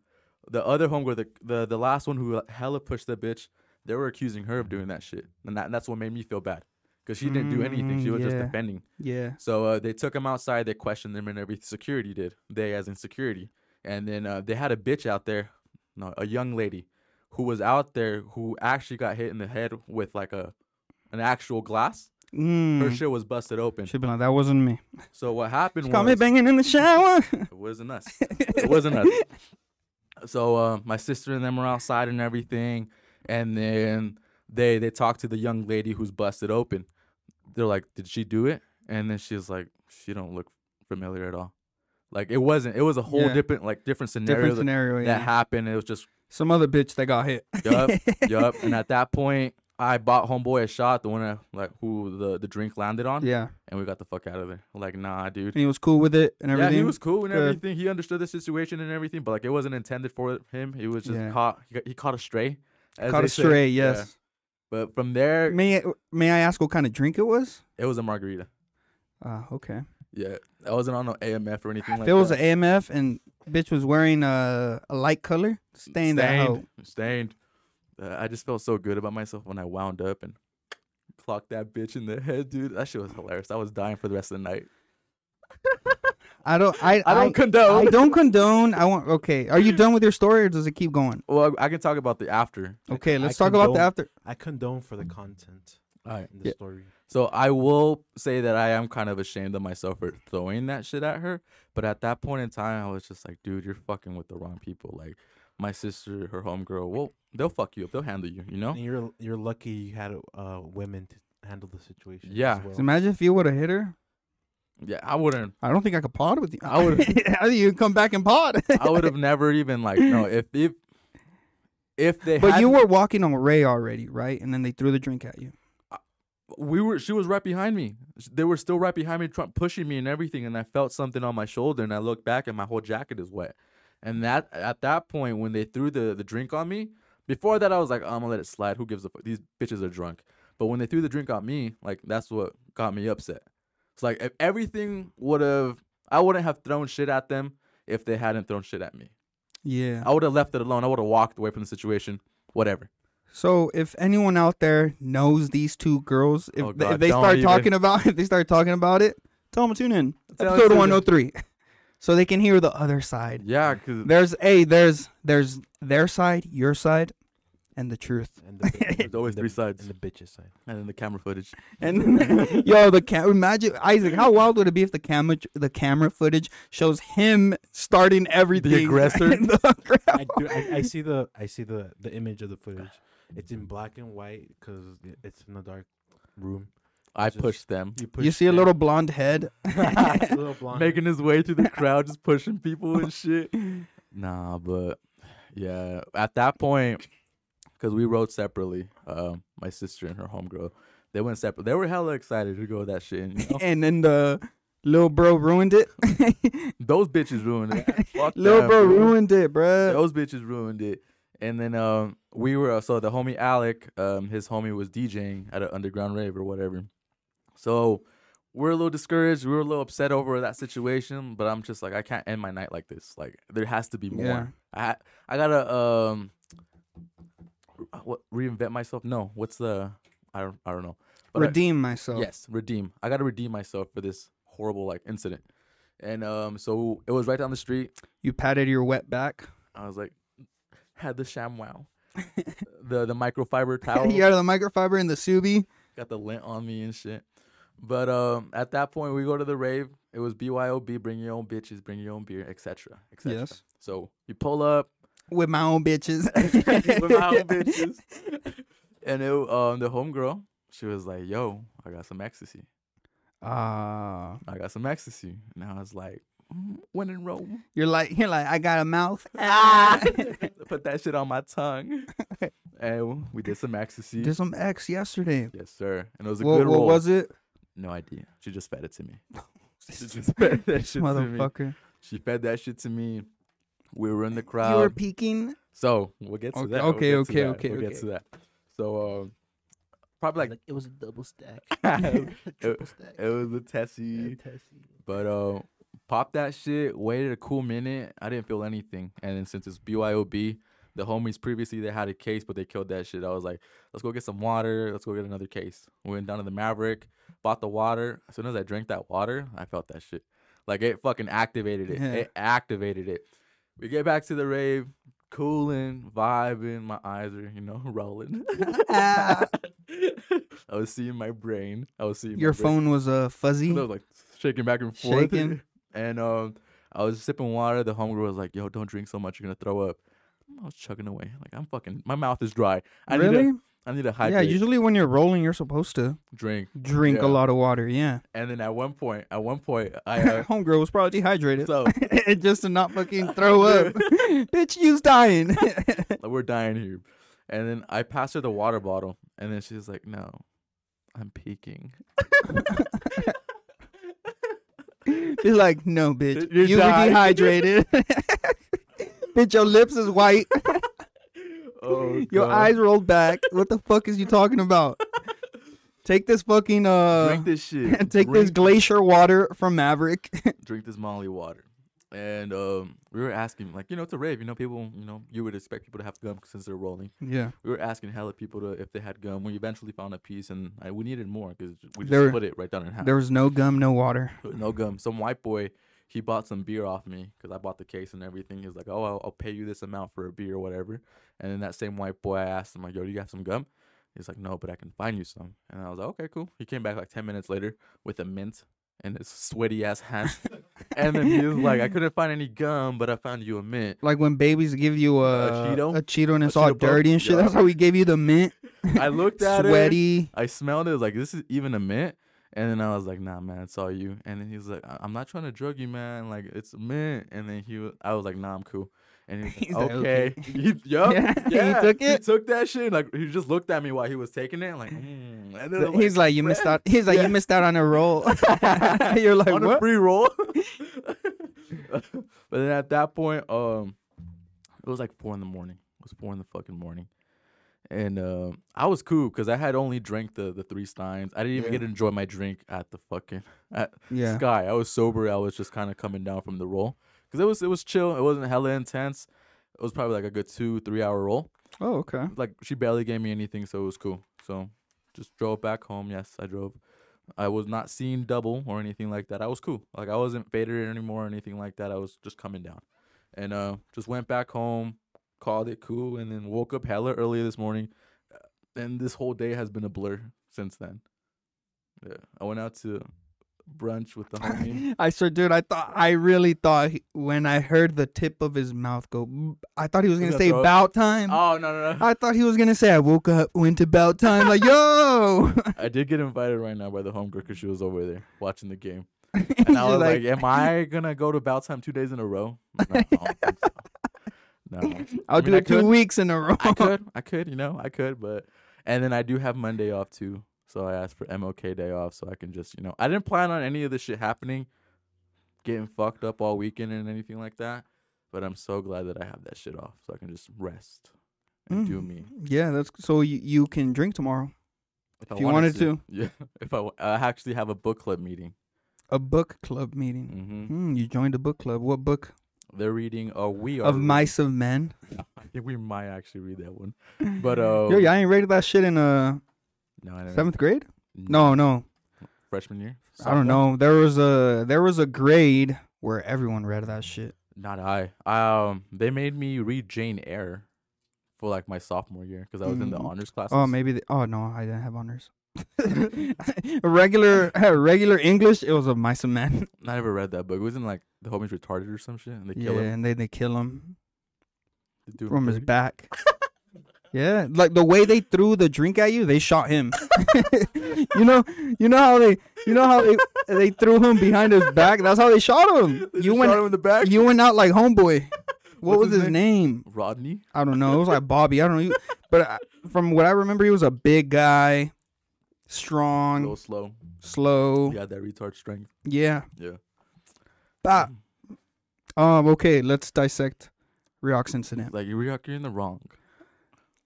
[SPEAKER 2] the other homegirl, the, the the last one who hella pushed the bitch, they were accusing her of doing that shit, and, that, that's what made me feel bad, cause she didn't do anything. She
[SPEAKER 1] Mm,
[SPEAKER 2] was just
[SPEAKER 1] yeah.
[SPEAKER 2] defending.
[SPEAKER 1] Yeah.
[SPEAKER 2] So uh, they took him outside. They questioned him, and every security did. They, as in security, and then uh, they had a bitch out there, no, a young lady, who was out there who actually got hit in the head with like a an actual glass. Her
[SPEAKER 1] Mm.
[SPEAKER 2] shit was busted open.
[SPEAKER 1] She'd be like, that wasn't me.
[SPEAKER 2] So what happened
[SPEAKER 1] She
[SPEAKER 2] was
[SPEAKER 1] caught me banging in the shower.
[SPEAKER 2] it wasn't us. It wasn't us. So uh, my sister and them were outside and everything, and then they they talked to the young lady who's busted open. They're like, "Did she do it?" And then she's like, "She don't look familiar at all. Like it wasn't. It was a whole
[SPEAKER 1] Yeah.
[SPEAKER 2] different like different scenario,
[SPEAKER 1] Different
[SPEAKER 2] that-
[SPEAKER 1] scenario. Yeah.
[SPEAKER 2] that happened. It was just
[SPEAKER 1] Some other bitch that got hit.
[SPEAKER 2] yup, yup. And at that point, I bought homeboy a shot, the one I, like who the the drink landed on,
[SPEAKER 1] Yeah,
[SPEAKER 2] and we got the fuck out of there. Like, nah,
[SPEAKER 1] and
[SPEAKER 2] dude.
[SPEAKER 1] he was cool with it and everything. Uh,
[SPEAKER 2] Yeah, he was cool and
[SPEAKER 1] Good.
[SPEAKER 2] everything. He understood the situation and everything, but like it wasn't intended for him. He was just
[SPEAKER 1] Yeah.
[SPEAKER 2] caught. He got, he caught a stray. as
[SPEAKER 1] caught
[SPEAKER 2] they
[SPEAKER 1] a
[SPEAKER 2] say.
[SPEAKER 1] stray.
[SPEAKER 2] Yeah.
[SPEAKER 1] Yes.
[SPEAKER 2] But from there,
[SPEAKER 1] May I- may I ask what kind of drink it was?
[SPEAKER 2] it was a margarita.
[SPEAKER 1] Uh, okay.
[SPEAKER 2] Yeah, I wasn't on no AMF or anything like
[SPEAKER 1] If
[SPEAKER 2] that.
[SPEAKER 1] it was an AMF and bitch was wearing a, a light color, stain that hoe.
[SPEAKER 2] stained. Stained. Uh, I just felt so good about myself when I wound up and clocked that bitch in the head, dude. That shit was hilarious. I was dying for the rest of the night.
[SPEAKER 1] I don't. I,
[SPEAKER 2] I don't
[SPEAKER 1] I
[SPEAKER 2] condone.
[SPEAKER 1] don't condone. I want. Okay. Are you done with your story, or does it keep going?
[SPEAKER 2] well, I can talk about the after.
[SPEAKER 1] Okay.
[SPEAKER 3] I
[SPEAKER 1] Let's talk about the
[SPEAKER 3] condone-
[SPEAKER 1] after.
[SPEAKER 3] I condone for the content
[SPEAKER 2] All right.
[SPEAKER 3] in the
[SPEAKER 1] Yeah.
[SPEAKER 3] story.
[SPEAKER 2] So I will say that I am kind of ashamed of myself for throwing that shit at her. But at that point in time, I was just like, dude, you're fucking with the wrong people. Like my sister, her homegirl, well, they'll fuck you up. They'll handle you, you know?
[SPEAKER 3] And you're you're lucky you had uh women to handle the situation. as
[SPEAKER 2] Yeah.
[SPEAKER 3] well.
[SPEAKER 1] Imagine if you would have hit her.
[SPEAKER 2] Yeah, I wouldn't.
[SPEAKER 1] I don't think I could pod with you.
[SPEAKER 2] I would-
[SPEAKER 1] How do you come back and pod?
[SPEAKER 2] I would have never even like no. If if if they
[SPEAKER 1] But you
[SPEAKER 2] hadn't-
[SPEAKER 1] were walking on Ray already, right? And then they threw the drink at you.
[SPEAKER 2] we were she was right behind me S- they were still right behind me tr- pushing me and everything and i felt something on my shoulder and i looked back and my whole jacket is wet and that at that point when they threw the, the drink on me before that i was like "Oh, i'm gonna let it slide who gives a fuck these bitches are drunk but when they threw the drink on me like that's what got me upset it's like if everything would have i wouldn't have thrown shit at them if they hadn't thrown shit at me
[SPEAKER 1] Yeah.
[SPEAKER 2] i would have left it alone i would have walked away from the situation whatever
[SPEAKER 1] So if anyone out there knows these two girls, if,
[SPEAKER 2] Oh,
[SPEAKER 1] th- if
[SPEAKER 2] God,
[SPEAKER 1] they
[SPEAKER 2] don't
[SPEAKER 1] start
[SPEAKER 2] even.
[SPEAKER 1] talking about if they start talking about it, tell them to tune in
[SPEAKER 2] Tell 'em
[SPEAKER 1] episode
[SPEAKER 2] to-
[SPEAKER 1] one oh hundred three, so they can hear the other side.
[SPEAKER 2] yeah because
[SPEAKER 1] There's a there's there's their side, your side, and the truth.
[SPEAKER 3] And the, bi-
[SPEAKER 2] There's always
[SPEAKER 3] and the-
[SPEAKER 2] three sides.
[SPEAKER 3] And the bitches side.
[SPEAKER 2] and then the camera footage
[SPEAKER 1] And yo, the cat. Imagine Isaac. How wild would it be if the camera the camera footage shows him starting everything?
[SPEAKER 2] aggressor?
[SPEAKER 1] The
[SPEAKER 3] I,
[SPEAKER 1] crowd.
[SPEAKER 3] do, I, I see the I see the the image of the footage. It's in black and white because it's in a dark room.
[SPEAKER 2] i
[SPEAKER 3] Just-
[SPEAKER 2] pushed them
[SPEAKER 3] push
[SPEAKER 1] you see a
[SPEAKER 3] them.
[SPEAKER 1] little blonde head.
[SPEAKER 3] little blonde.
[SPEAKER 2] making his way through the crowd, just pushing people and shit. Nah, but yeah, at that point, because we rode separately, um, my sister and her homegirl, they went separate. They were hella excited to go that shit. And, you know,
[SPEAKER 1] and then the little bro ruined it.
[SPEAKER 2] those bitches ruined it. Fuck
[SPEAKER 1] little
[SPEAKER 2] them,
[SPEAKER 1] bro
[SPEAKER 2] dude.
[SPEAKER 1] ruined it, bruh.
[SPEAKER 2] Those bitches ruined it. And then um, we were so the homie Alec, um, his homie was DJing at an underground rave or whatever. So we're a little discouraged. We were a little upset over that situation. But I'm just like, I can't end my night like this. Like there has to be more.
[SPEAKER 1] Yeah.
[SPEAKER 2] I ha- I gotta um, uh, what reinvent myself? No, what's the I don't I don't know. But I-
[SPEAKER 1] Redeem myself.
[SPEAKER 2] Yes, redeem. I gotta redeem myself for this horrible like incident. And um, so it was right down the street.
[SPEAKER 1] You patted your wet back.
[SPEAKER 2] I was like, had the ShamWow, the the microfiber towel,
[SPEAKER 1] you out of the microfiber and the subi.
[SPEAKER 2] got the lint on me and shit. But um, at that point, we go to the rave. It was BYOB, bring your own bitches, bring your own beer, etc. etc.
[SPEAKER 1] Yes.
[SPEAKER 2] So you pull up
[SPEAKER 1] With my own bitches.
[SPEAKER 2] with my own bitches, and it, um, the homegirl, she was like, "Yo, I got some ecstasy.
[SPEAKER 1] Ah.
[SPEAKER 2] I got some ecstasy." And I was like, "Mm, "When in Rome."
[SPEAKER 1] You're like you're like I got a mouth. Ah.
[SPEAKER 2] Ah. Put that shit on my tongue, and we did some ecstasy.
[SPEAKER 1] Did some X yesterday.
[SPEAKER 2] Yes, sir. And it was a
[SPEAKER 1] What,
[SPEAKER 2] good
[SPEAKER 1] what
[SPEAKER 2] roll.
[SPEAKER 1] was it?
[SPEAKER 2] No idea. She just fed it to me. She
[SPEAKER 1] This
[SPEAKER 2] just fed that shit to me.
[SPEAKER 1] motherfucker.
[SPEAKER 2] She fed that shit to me. We were in the
[SPEAKER 1] You were
[SPEAKER 2] crowd.
[SPEAKER 1] peeking.
[SPEAKER 2] so we'll get to
[SPEAKER 1] Okay,
[SPEAKER 2] that.
[SPEAKER 1] okay,
[SPEAKER 2] we'll get to
[SPEAKER 1] okay,
[SPEAKER 2] that.
[SPEAKER 1] okay,
[SPEAKER 2] We'll get
[SPEAKER 1] okay.
[SPEAKER 2] to that. So um, probably like
[SPEAKER 4] it was a double stack.
[SPEAKER 2] it,
[SPEAKER 4] Triple stack.
[SPEAKER 2] it was a tessie. But uh, popped that shit. Waited a cool minute. I didn't feel anything. And then since it's BYOB, the homies previously they had a case, but they killed that shit. I was like, let's go get some water. Let's go get another case. We went down to the Maverick, bought the water. As soon as I drank that water, I felt that shit. Like it fucking activated it.
[SPEAKER 1] Yeah.
[SPEAKER 2] It activated it. We get back to the rave, cooling, vibing. My eyes are, you know, rolling.
[SPEAKER 1] Ah,
[SPEAKER 2] I was seeing my brain. I was seeing my
[SPEAKER 1] Your
[SPEAKER 2] brain.
[SPEAKER 1] phone was uh fuzzy.
[SPEAKER 2] I was like shaking back and forth.
[SPEAKER 1] Shaking.
[SPEAKER 2] And um, I was sipping water. The homegirl was like, "Yo, don't drink so much. You're gonna throw up." I was chugging away. Like I'm fucking. My mouth is dry. I Need
[SPEAKER 1] really?
[SPEAKER 2] a, I need a
[SPEAKER 1] Yeah.
[SPEAKER 2] hydrate.
[SPEAKER 1] Usually when you're rolling, you're supposed to
[SPEAKER 2] drink.
[SPEAKER 1] drink
[SPEAKER 2] Yeah.
[SPEAKER 1] a lot of water. Yeah.
[SPEAKER 2] And then at one point, at one point, I uh,
[SPEAKER 1] Homegirl was probably dehydrated.
[SPEAKER 2] so
[SPEAKER 1] just to not fucking throw up. Bitch, you's dying.
[SPEAKER 2] we're dying here. And then I passed her the water bottle, and then she's like, "No, I'm peeking."
[SPEAKER 1] Be like, no, bitch,
[SPEAKER 2] You're
[SPEAKER 1] you were
[SPEAKER 2] dying."
[SPEAKER 1] dehydrated. bitch, your lips is white.
[SPEAKER 2] Oh,
[SPEAKER 1] Your
[SPEAKER 2] God.
[SPEAKER 1] eyes rolled back. What the fuck is you talking about? Take this fucking uh
[SPEAKER 2] Drink this shit.
[SPEAKER 1] and take this
[SPEAKER 2] Drink-
[SPEAKER 1] glacier water from Maverick.
[SPEAKER 2] drink this Molly water. And um, we were asking, like, you know, it's a rave. You know, people, you know, you would expect people to have gum since they're rolling.
[SPEAKER 1] yeah.
[SPEAKER 2] We were asking hella people to, if they had gum. We eventually found a piece, and I, we needed more because we just
[SPEAKER 1] There-
[SPEAKER 2] put it right down in half.
[SPEAKER 1] There was no gum, no water.
[SPEAKER 2] But no gum. Some white boy, he bought some beer off me because I bought the case and everything. He was like, "Oh, I'll, I'll pay you this amount for a beer or whatever." And then that same white boy, I asked him like, "Yo, do you have some gum?" He's like, "No, but I can find you some." And I was like, "Okay, cool." He came back like ten minutes later with a mint in his sweaty ass hand, and then he was like, "I couldn't find any gum, but I found you a mint."
[SPEAKER 1] Like when babies give you a,
[SPEAKER 2] Cheeto?
[SPEAKER 1] a Cheeto and it's
[SPEAKER 2] A
[SPEAKER 1] all
[SPEAKER 2] Cheeto puff?
[SPEAKER 1] dirty and shit.
[SPEAKER 2] Yeah.
[SPEAKER 1] That's how we gave you the mint.
[SPEAKER 2] I looked at it.
[SPEAKER 1] Sweaty.
[SPEAKER 2] I smelled it. I was like, this is even a mint. And then I was like, nah, man, it's all you. And then he was like, I- I'm not trying to drug you, man. Like, it's a mint. And then he, was, I was like, nah, I'm cool. And he
[SPEAKER 1] He's
[SPEAKER 2] was like,
[SPEAKER 1] like,
[SPEAKER 2] okay.
[SPEAKER 1] "Okay."
[SPEAKER 2] He, yup,
[SPEAKER 1] Yeah, he
[SPEAKER 2] yeah.
[SPEAKER 1] took
[SPEAKER 2] He
[SPEAKER 1] it?
[SPEAKER 2] took that shit. Like, he just looked at me while he was taking it. Like, mm. and then I'm
[SPEAKER 1] He's like, you missed
[SPEAKER 2] "Man,
[SPEAKER 1] out. He's like,
[SPEAKER 2] Yeah.
[SPEAKER 1] you missed out on a roll. You're like,
[SPEAKER 2] on a
[SPEAKER 1] what?
[SPEAKER 2] free roll. but then at that point, um, it was like four in the morning. It was four in the fucking morning, and uh, I was cool because I had only drank the the three steins. I didn't even
[SPEAKER 1] Yeah.
[SPEAKER 2] get to enjoy my drink at the fucking at
[SPEAKER 1] yeah.
[SPEAKER 2] Sky. I was sober. I was just kind of coming down from the roll because it was it was chill. It wasn't hella intense. It was probably like a good two three hour roll.
[SPEAKER 1] Oh, okay.
[SPEAKER 2] Like she barely gave me anything, so it was cool. So just drove back home. Yes, I drove. I was not seeing double or anything like that. I was cool. Like I wasn't faded anymore or anything like that. I was just coming down, and uh, just went back home, called it cool, and then woke up hella early this morning. And this whole day has been a blur since then. Yeah, I went out to brunch with the homie.
[SPEAKER 1] I sure, dude. I thought I really thought he, when I heard the tip of his mouth go, "Mm," I thought he was
[SPEAKER 2] He's
[SPEAKER 1] gonna
[SPEAKER 2] gonna
[SPEAKER 1] say
[SPEAKER 2] throw up.
[SPEAKER 1] "bout time."
[SPEAKER 2] Oh no no no!
[SPEAKER 1] I thought he was gonna say, "I woke up, went to bout time." Like, yo,
[SPEAKER 2] I did get invited right now by the homegirl 'cause she was over there watching the game,
[SPEAKER 1] He's
[SPEAKER 2] and I was
[SPEAKER 1] like,
[SPEAKER 2] like, "Am I gonna go to bout time two days in a row?" No, I don't think so. no.
[SPEAKER 1] "I'll
[SPEAKER 2] I mean,
[SPEAKER 1] do
[SPEAKER 2] I
[SPEAKER 1] it two
[SPEAKER 2] could.
[SPEAKER 1] weeks in a row."
[SPEAKER 2] I could, I could, you know, I could, but and then I do have Monday off too, so I asked for MLK day off so I can just, you know, I didn't plan on any of this shit happening, getting fucked up all weekend and anything like that, but I'm so glad that I have that shit off so I can just rest and do
[SPEAKER 1] Mm.
[SPEAKER 2] me.
[SPEAKER 1] Yeah, that's so you, you can drink tomorrow.
[SPEAKER 2] If, I
[SPEAKER 1] you wanted to.
[SPEAKER 2] yeah. If I, wa- I actually have a book club meeting.
[SPEAKER 1] A book club meeting.
[SPEAKER 2] hmm
[SPEAKER 1] Hmm, you joined a book club. What book?
[SPEAKER 2] They're reading. Oh, we are
[SPEAKER 1] Of
[SPEAKER 2] reading-
[SPEAKER 1] Mice of Men.
[SPEAKER 2] I think we might actually read that one, but uh,
[SPEAKER 1] Yo, yeah, I ain't rated that shit in uh
[SPEAKER 2] no, I don't
[SPEAKER 1] seventh grade. No, no,
[SPEAKER 2] freshman year.
[SPEAKER 1] I don't
[SPEAKER 2] Mm. Sophomore?
[SPEAKER 1] know. There was a there was a grade where everyone read that shit.
[SPEAKER 2] Not I. Um, they made me read Jane Eyre for like my sophomore year because I was in the
[SPEAKER 1] Mm.
[SPEAKER 2] honors class.
[SPEAKER 1] Oh, maybe. The, oh no, I didn't have honors. regular, regular English. It was a mice and men.
[SPEAKER 2] I never read that book. It was in like the homie's retarded or some shit, and they
[SPEAKER 1] Yeah,
[SPEAKER 2] kill him.
[SPEAKER 1] and then they kill him
[SPEAKER 2] They do him
[SPEAKER 1] from his
[SPEAKER 2] dirty.
[SPEAKER 1] back. yeah, like the way they threw the drink at you, they shot him. you know, you know how they, you know how they, they threw him behind his back. That's how they shot him.
[SPEAKER 2] They
[SPEAKER 1] you
[SPEAKER 2] just
[SPEAKER 1] went,
[SPEAKER 2] shot him in the back.
[SPEAKER 1] you went out like homeboy. What
[SPEAKER 2] What's
[SPEAKER 1] was his name?
[SPEAKER 2] Rodney.
[SPEAKER 1] I don't know. It was like Bobby. I don't know. But I, from what I remember, he was a big guy,
[SPEAKER 2] A
[SPEAKER 1] strong,
[SPEAKER 2] little slow.
[SPEAKER 1] slow.
[SPEAKER 2] He had that retard strength.
[SPEAKER 1] Yeah.
[SPEAKER 2] Yeah.
[SPEAKER 1] Bah. Um. Okay. Let's dissect Riox incident.
[SPEAKER 2] Like you're, you're in the wrong.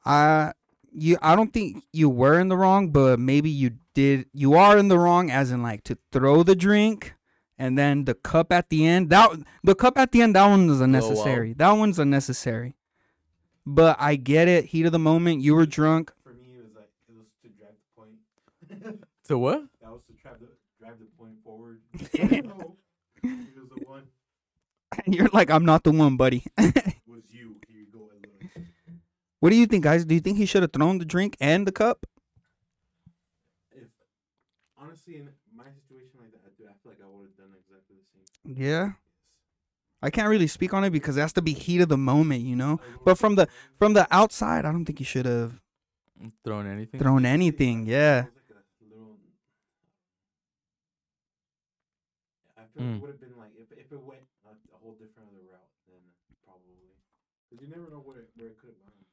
[SPEAKER 1] I you. I don't think you were in the wrong, but maybe you did. You are in the wrong, as in like to throw the drink, and then the cup at the end. That the cup at the end. That one is unnecessary. That one's unnecessary. But I get it. Heat of the moment. You were drunk.
[SPEAKER 3] For me, it was like it was to drive the point.
[SPEAKER 2] So what?
[SPEAKER 3] that was to drive the drive the point forward. No, he was the one.
[SPEAKER 1] And you're like, I'm not the one, buddy.
[SPEAKER 3] Was you? Here you go, Eloy.
[SPEAKER 1] What do you think, guys? Do you think he should have thrown the drink and the cup?
[SPEAKER 3] If honestly, in my situation like that, dude, I feel like I would have done exactly the same.
[SPEAKER 1] Yeah. I can't really speak on it because it has to be heat of the moment, you know.
[SPEAKER 3] I would've
[SPEAKER 1] But from the
[SPEAKER 3] done the
[SPEAKER 1] from the outside, I don't think you should have
[SPEAKER 2] Throwing anything?
[SPEAKER 1] thrown
[SPEAKER 3] same
[SPEAKER 1] anything.
[SPEAKER 3] thing.
[SPEAKER 1] Yeah.
[SPEAKER 3] It was like a little- I feel like
[SPEAKER 2] Mm.
[SPEAKER 3] it would have been like if if it went a, a whole different other route, then probably. 'Cause you never know where it, where it could have gone.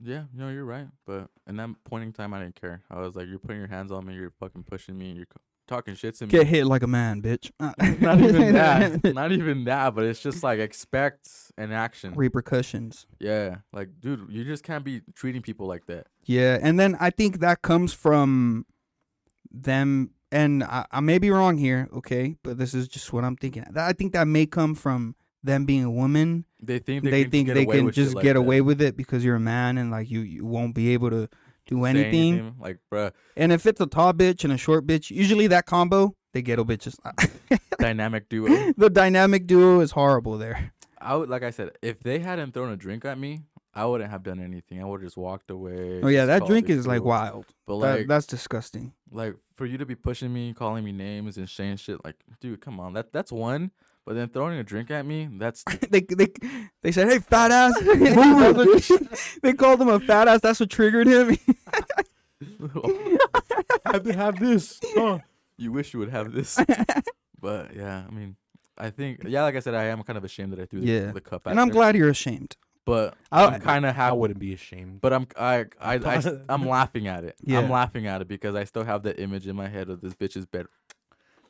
[SPEAKER 2] Yeah, no, you're right. But in that point in time, I didn't care. I was like, you're putting your hands on me, you're fucking pushing me, you're c- talking shit to me.
[SPEAKER 1] Get hit like a man, bitch.
[SPEAKER 2] Not even that. Not even that. But it's just like expect an action.
[SPEAKER 1] Repercussions.
[SPEAKER 2] Yeah, like dude, you just can't be treating people like that.
[SPEAKER 1] Yeah, and then I think that comes from them, and I, I may be wrong here, okay, but this is just what I'm thinking. That- I think that may come from them being a woman.
[SPEAKER 2] They think
[SPEAKER 1] They,
[SPEAKER 2] they, can
[SPEAKER 1] think
[SPEAKER 2] get
[SPEAKER 1] they
[SPEAKER 2] away
[SPEAKER 1] can
[SPEAKER 2] with shit
[SPEAKER 1] just
[SPEAKER 2] like
[SPEAKER 1] get
[SPEAKER 2] that.
[SPEAKER 1] away with it because you're a man and like you, you won't be able to do
[SPEAKER 2] Say
[SPEAKER 1] anything.
[SPEAKER 2] Like, bruh,
[SPEAKER 1] And if it's a tall bitch and a short bitch, usually that combo, they ghetto bitches.
[SPEAKER 2] dynamic duo.
[SPEAKER 1] the dynamic duo is horrible there.
[SPEAKER 2] I would, like I said, if they hadn't thrown a drink at me, I wouldn't have done anything. I would have just walked away.
[SPEAKER 1] Oh yeah,
[SPEAKER 2] just
[SPEAKER 1] that
[SPEAKER 2] called
[SPEAKER 1] drink
[SPEAKER 2] it
[SPEAKER 1] is like
[SPEAKER 2] cool.
[SPEAKER 1] wild.
[SPEAKER 2] But
[SPEAKER 1] That-
[SPEAKER 2] like,
[SPEAKER 1] that's disgusting.
[SPEAKER 2] like for you to be pushing me, calling me names and saying shit, like, dude, come on, that that's one. But then throwing a drink at me, that's
[SPEAKER 1] they they they said, "Hey, fat ass." That's what- they called him a fat ass. That's what triggered him.
[SPEAKER 2] have to have this. You wish you would have this. but yeah, I mean, I think yeah, like I said, I am kind of ashamed that I threw the,
[SPEAKER 1] Yeah.
[SPEAKER 2] the cup. At
[SPEAKER 1] and I'm
[SPEAKER 2] her,
[SPEAKER 1] glad you're ashamed.
[SPEAKER 2] but
[SPEAKER 1] I-
[SPEAKER 2] I'm kind of
[SPEAKER 3] I
[SPEAKER 2] happy.
[SPEAKER 3] wouldn't be ashamed.
[SPEAKER 2] But I'm I I, I am laughing at it.
[SPEAKER 1] Yeah.
[SPEAKER 2] I'm laughing at it because I still have the image in my head of this bitch's bed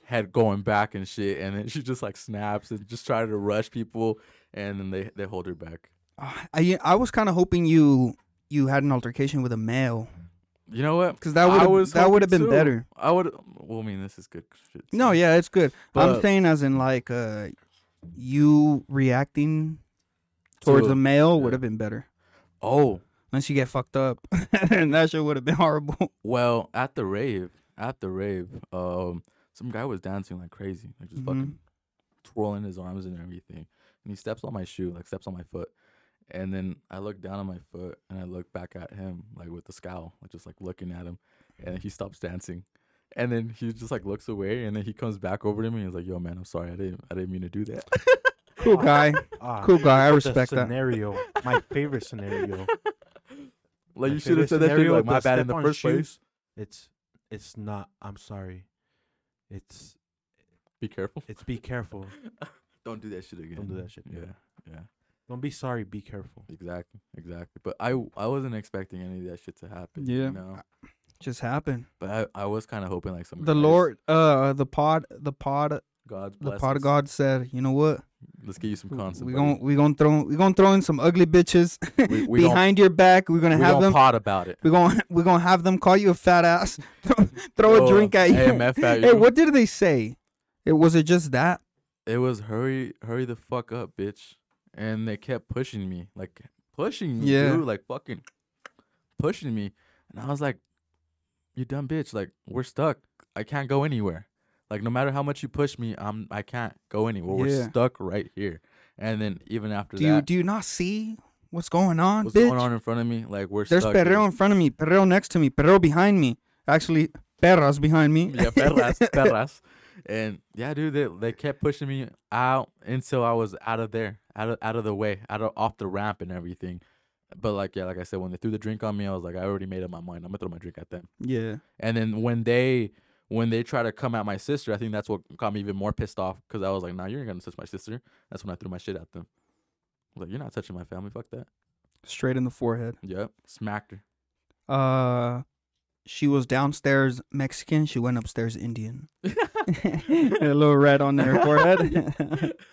[SPEAKER 2] head going back and shit, and then she just like snaps and just try to rush people, and then they they hold her back.
[SPEAKER 1] Ah, I I was kind of hoping you you had an altercation with a male
[SPEAKER 2] You know what?
[SPEAKER 1] because that
[SPEAKER 2] I
[SPEAKER 1] would
[SPEAKER 2] was
[SPEAKER 1] that would have been
[SPEAKER 2] hoping too.
[SPEAKER 1] better.
[SPEAKER 2] I would. Well, I mean, this is good. Shit,
[SPEAKER 1] No, yeah, it's good. I'm
[SPEAKER 2] But-
[SPEAKER 1] saying as in like uh, you reacting towards
[SPEAKER 2] To-
[SPEAKER 1] a male
[SPEAKER 2] yeah.
[SPEAKER 1] would have been better.
[SPEAKER 2] Oh
[SPEAKER 1] Unless you get fucked up, and that shit would have been horrible.
[SPEAKER 2] well, at the rave, at the rave, um, some guy was dancing like crazy, like just
[SPEAKER 3] Mm-hmm.
[SPEAKER 2] fucking
[SPEAKER 1] Mhm.
[SPEAKER 2] twirling his arms and everything. And he steps on my shoe, like steps on my foot. And then I look down on my foot and I look back at him, like with a scowl, like just like looking at him. And he stops dancing. And then he just like looks away and then he comes back over to me and he's like, Yo man, I'm sorry, I didn't I didn't mean to do that.
[SPEAKER 1] Cool guy,
[SPEAKER 3] Ah,
[SPEAKER 1] cool guy. I
[SPEAKER 3] the
[SPEAKER 1] respect that.
[SPEAKER 3] scenario, my favorite scenario.
[SPEAKER 2] like
[SPEAKER 3] My
[SPEAKER 2] you should have
[SPEAKER 3] favorite
[SPEAKER 2] said that to me,
[SPEAKER 3] scenario
[SPEAKER 2] like
[SPEAKER 3] with
[SPEAKER 2] my
[SPEAKER 3] the
[SPEAKER 2] bad in
[SPEAKER 3] step
[SPEAKER 2] the
[SPEAKER 3] on
[SPEAKER 2] first
[SPEAKER 3] shoe.
[SPEAKER 2] place.
[SPEAKER 3] It's it's not. I'm sorry. It's
[SPEAKER 2] Be careful.
[SPEAKER 3] it's be careful.
[SPEAKER 2] Don't do that shit again.
[SPEAKER 3] Don't do that shit.
[SPEAKER 2] Yeah.
[SPEAKER 3] Yeah.
[SPEAKER 2] Yeah.
[SPEAKER 3] Don't be sorry. Be careful.
[SPEAKER 2] Exactly. Exactly. But I I wasn't expecting any of that shit to happen.
[SPEAKER 1] Yeah.
[SPEAKER 2] You know?
[SPEAKER 1] Just happened.
[SPEAKER 2] But I, I was kinda hoping like some
[SPEAKER 1] The
[SPEAKER 2] guys-
[SPEAKER 1] Lord, uh, the pod, the pod,
[SPEAKER 2] God's
[SPEAKER 1] the
[SPEAKER 2] blessings.
[SPEAKER 1] pot of God said, "You know what?
[SPEAKER 2] Let's get you some concept.
[SPEAKER 1] We
[SPEAKER 2] buddy.
[SPEAKER 1] gon' we gon' throw we gon' throw in some ugly bitches
[SPEAKER 2] we, we don't
[SPEAKER 1] behind your back. We're gonna
[SPEAKER 2] we
[SPEAKER 1] have
[SPEAKER 2] don't
[SPEAKER 1] them.
[SPEAKER 2] pot about it.
[SPEAKER 1] We're gonna we're gonna have them call you a fat ass. throw throw a
[SPEAKER 2] Throw
[SPEAKER 1] drink at you.
[SPEAKER 2] AMF at
[SPEAKER 1] Hey,
[SPEAKER 2] you.
[SPEAKER 1] what did they say? It was it just that?
[SPEAKER 2] It was hurry, hurry the fuck up, bitch. And they kept pushing me, like pushing me,
[SPEAKER 1] Yeah.
[SPEAKER 2] dude, like fucking pushing me. And I was like, "You dumb bitch! Like we're stuck. I can't go anywhere. Like no matter how much you push me, I'm I can't go anywhere.
[SPEAKER 1] Yeah.
[SPEAKER 2] We're stuck right here." And then even after
[SPEAKER 1] Do you
[SPEAKER 2] that,
[SPEAKER 1] do you not see what's going on,
[SPEAKER 2] what's
[SPEAKER 1] bitch?
[SPEAKER 2] going on in front of me? Like we're
[SPEAKER 1] There's
[SPEAKER 2] stuck. dude.
[SPEAKER 1] perreo in front of me, perreo next to me, perreo behind me. Actually, perras behind me.
[SPEAKER 2] yeah, perras, perras. And yeah, dude, they, they kept pushing me out until I was out of there, out of out of the way, out of off the ramp and everything. But like yeah, like I said, when they threw the drink on me, I was like, I already made up my mind. I'm gonna throw my drink at them.
[SPEAKER 1] yeah.
[SPEAKER 2] And then when they when they try to come at my sister, I think that's what got me even more pissed off because I was like, Nah, you're not gonna touch my sister. That's when I threw my shit at them. I was like, you're not touching my family. Fuck that.
[SPEAKER 1] Straight in the forehead.
[SPEAKER 2] Yep, smacked her.
[SPEAKER 1] Uh, she was downstairs Mexican. She went upstairs Indian. a little red on her forehead.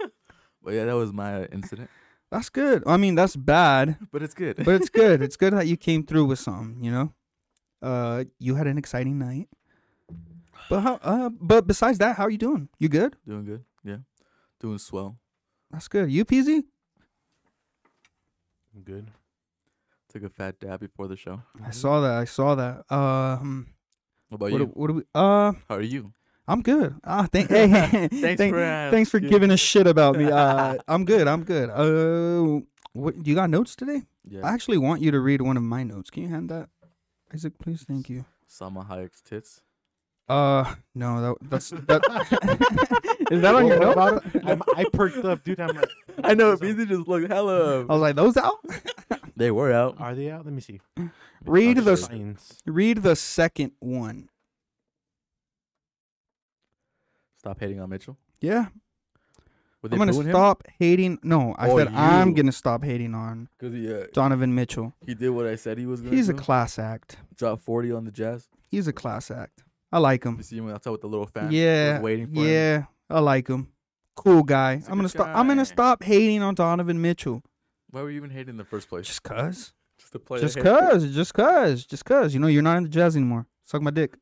[SPEAKER 2] But yeah, that was my incident.
[SPEAKER 1] that's good. I mean, that's bad,
[SPEAKER 2] But it's good.
[SPEAKER 1] but it's good. it's good that you came through with something. You know, uh, you had an exciting night. But how? Uh, but besides that, how you doing? You good?
[SPEAKER 2] Doing good. Yeah, doing swell.
[SPEAKER 1] That's good. You peasy?
[SPEAKER 3] I'm good.
[SPEAKER 2] Took a fat dab before the show.
[SPEAKER 1] I saw that. I saw that. Um,
[SPEAKER 2] What about
[SPEAKER 1] what, do-
[SPEAKER 2] you?
[SPEAKER 1] what do we? Uh,
[SPEAKER 2] How are you?
[SPEAKER 1] I'm good. Ah, thank. Hey, thanks
[SPEAKER 2] uh,
[SPEAKER 1] thanks for
[SPEAKER 2] gi-
[SPEAKER 1] giving a shit about me. Uh, I'm good. I'm good. Uh, what you got notes today?
[SPEAKER 2] Yeah.
[SPEAKER 1] I actually want you to read one of my notes. Can you hand that, Isaac? Please, thank you.
[SPEAKER 2] Sama Hayek's tits.
[SPEAKER 1] Uh, no, that that's that. Is that on your note?
[SPEAKER 3] I'm, I perked up, dude. I'm like,
[SPEAKER 2] I know.
[SPEAKER 3] Is that-
[SPEAKER 2] Busy just looked hella.
[SPEAKER 1] I was like, those out.
[SPEAKER 2] They were out.
[SPEAKER 3] are they out? Let me see.
[SPEAKER 1] Read
[SPEAKER 2] Not
[SPEAKER 1] the
[SPEAKER 2] sure.
[SPEAKER 3] Signs.
[SPEAKER 1] Read the second one.
[SPEAKER 2] Stop hating on Mitchell.
[SPEAKER 1] Yeah,
[SPEAKER 2] Were
[SPEAKER 1] I'm gonna stop hating. No, I
[SPEAKER 2] Or
[SPEAKER 1] said I'm
[SPEAKER 2] you.
[SPEAKER 1] gonna stop hating on
[SPEAKER 2] because he uh,
[SPEAKER 1] Donovan Mitchell.
[SPEAKER 2] he did what I said he was gonna.
[SPEAKER 1] He's a
[SPEAKER 2] do,
[SPEAKER 1] class act.
[SPEAKER 2] drop forty on the Jazz.
[SPEAKER 1] He's a class act. I like him.
[SPEAKER 2] You see him outside with the little fan.
[SPEAKER 1] Yeah,
[SPEAKER 2] was waiting for him.
[SPEAKER 1] yeah, I like him. Cool guy.
[SPEAKER 2] a
[SPEAKER 1] I'm gonna
[SPEAKER 2] good
[SPEAKER 1] stop. I'm
[SPEAKER 2] guy.
[SPEAKER 1] gonna stop hating on Donovan Mitchell.
[SPEAKER 2] Why were you even hating in the first place?
[SPEAKER 1] Just cause.
[SPEAKER 2] Just to play.
[SPEAKER 1] Just cause. Just cause. Just cause. You know you're not in the jazz anymore. Suck my dick.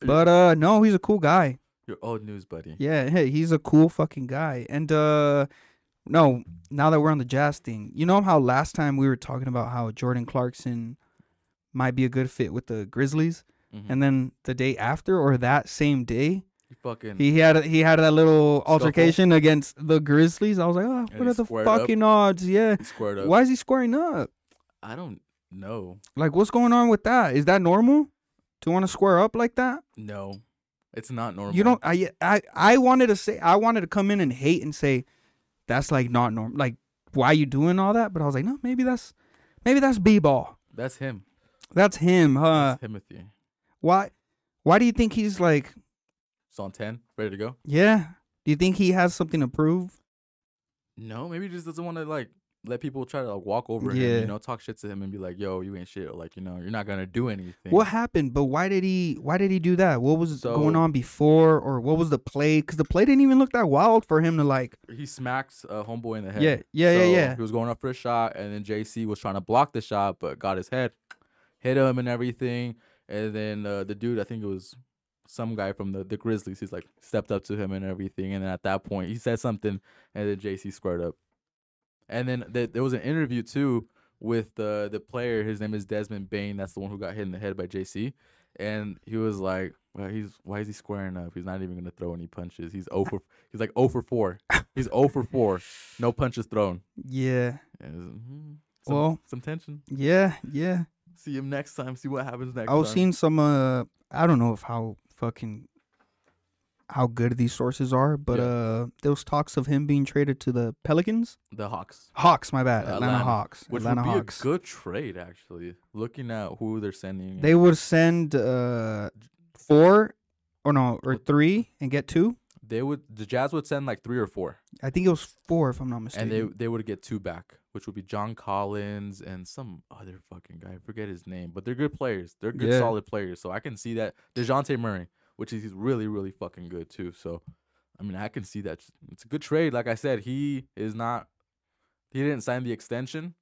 [SPEAKER 1] But uh, no, he's a cool guy.
[SPEAKER 2] Your old news, buddy.
[SPEAKER 1] Yeah, hey, he's a cool fucking guy. And uh, no, now that we're on the jazz thing, you know how last time we were talking about how Jordan Clarkson might be a good fit with the Grizzlies,
[SPEAKER 2] Mhm.
[SPEAKER 1] and then the day after or that same day,
[SPEAKER 2] He fucking.
[SPEAKER 1] He had he had that little
[SPEAKER 2] Scuffle.
[SPEAKER 1] altercation against the Grizzlies. I was like, oh, what
[SPEAKER 2] he
[SPEAKER 1] are the
[SPEAKER 2] squared up.
[SPEAKER 1] fucking odds? Yeah.
[SPEAKER 2] he squared up.
[SPEAKER 1] Why is he squaring up?
[SPEAKER 2] I don't know.
[SPEAKER 1] Like, what's going on with that? Is that normal to want to square up like that?
[SPEAKER 2] No, it's not normal.
[SPEAKER 1] You don't. I I I wanted to say I wanted to come in and hate and say that's like not normal. Like, why you doing all that? But I was like, no, maybe that's maybe that's b ball.
[SPEAKER 2] That's him.
[SPEAKER 1] That's him, huh?
[SPEAKER 2] That's Timothy.
[SPEAKER 1] Why why do you think he's like?
[SPEAKER 2] It's on ten. Ready to go?
[SPEAKER 1] Yeah. Do you think he has something to prove?
[SPEAKER 2] No, maybe he just doesn't want to like let people try to like walk over him.
[SPEAKER 1] Yeah.
[SPEAKER 2] You know, talk shit to him and be like, "Yo, you ain't shit." Or like, you know, you're not gonna do anything.
[SPEAKER 1] What happened? But why did he? Why did he do that? What was going
[SPEAKER 2] So-
[SPEAKER 1] on before, or what was the play? Because the play didn't even look that wild for him to like.
[SPEAKER 2] He smacks uh, homeboy in the head.
[SPEAKER 1] Yeah, yeah, yeah,
[SPEAKER 2] So
[SPEAKER 1] yeah.
[SPEAKER 2] He was going up for a shot, and then JC was trying to block the shot, but got his head, hit him, and everything. And then uh, the dude, I think it was some guy from the, the Grizzlies, he's like stepped up to him and everything. And then at that point, he said something, and then JC squared up. And then th- there was an interview too with the the player. His name is Desmond Bain. That's the one who got hit in the head by JC. And he was like, well, "He's why is he squaring up? He's not even gonna throw any punches. He's over. He's like 0 for four. He's 0 for four. No punches thrown.
[SPEAKER 1] Yeah,
[SPEAKER 2] And it's, mhm, some,
[SPEAKER 1] Well-
[SPEAKER 2] some tension.
[SPEAKER 1] yeah, yeah.
[SPEAKER 2] See him next time. See what happens next.
[SPEAKER 1] I was
[SPEAKER 2] time.
[SPEAKER 1] seeing some. Uh, I don't know if how fucking how good these sources are, but
[SPEAKER 2] Yeah.
[SPEAKER 1] uh, there was talks of him being traded to the Pelicans,
[SPEAKER 2] the Hawks,
[SPEAKER 1] Hawks. My bad,
[SPEAKER 2] Uh,
[SPEAKER 1] Atlanta,
[SPEAKER 2] Atlanta,
[SPEAKER 1] Hawks.
[SPEAKER 2] which
[SPEAKER 1] Atlanta
[SPEAKER 2] would be
[SPEAKER 1] Hawks.
[SPEAKER 2] a good trade actually. Looking at who they're sending,
[SPEAKER 1] they would send uh four, or no, or three, and get two.
[SPEAKER 2] they would the Jazz would send like three or four,
[SPEAKER 1] I think it was four, if I'm not mistaken.
[SPEAKER 2] and they they would get two back, which would be John Collins and some other fucking guy. I forget his name, but they're good players. They're good
[SPEAKER 1] Yeah.
[SPEAKER 2] solid players. So I can see that Dejounte Murray, which is he's really really fucking good too. So I mean I can see that it's a good trade. Like I said, he is not he didn't sign the extension,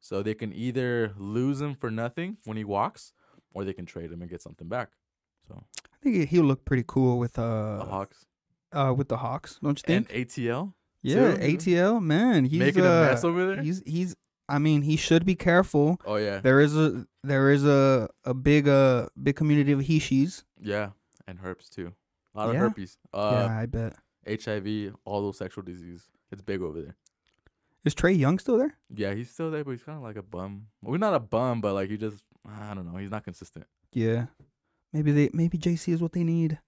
[SPEAKER 2] so they can either lose him for nothing when he walks, or they can trade him and get something back. So
[SPEAKER 1] I think he- he'll look pretty cool with
[SPEAKER 2] the
[SPEAKER 1] uh
[SPEAKER 2] Hawks
[SPEAKER 1] uh with the Hawks, don't you
[SPEAKER 2] and
[SPEAKER 1] think?
[SPEAKER 2] ATL
[SPEAKER 1] yeah,
[SPEAKER 2] too.
[SPEAKER 1] ATL man, he's
[SPEAKER 2] making
[SPEAKER 1] uh,
[SPEAKER 2] a mess over there.
[SPEAKER 1] he's he's. I mean, he should be careful.
[SPEAKER 2] Oh yeah,
[SPEAKER 1] There is a there is a a big uh big community of Hishis.
[SPEAKER 2] Yeah, and herpes too. A lot
[SPEAKER 1] Yeah?
[SPEAKER 2] of herpes. Uh,
[SPEAKER 1] yeah, I bet.
[SPEAKER 2] HIV, all those sexual disease. It's big over there.
[SPEAKER 1] Is Trey Young still there?
[SPEAKER 2] Yeah, he's still there, but he's kind of like a bum. Well, not a bum, but like he just, I don't know. He's not consistent.
[SPEAKER 1] Yeah. Maybe they maybe JC is what they need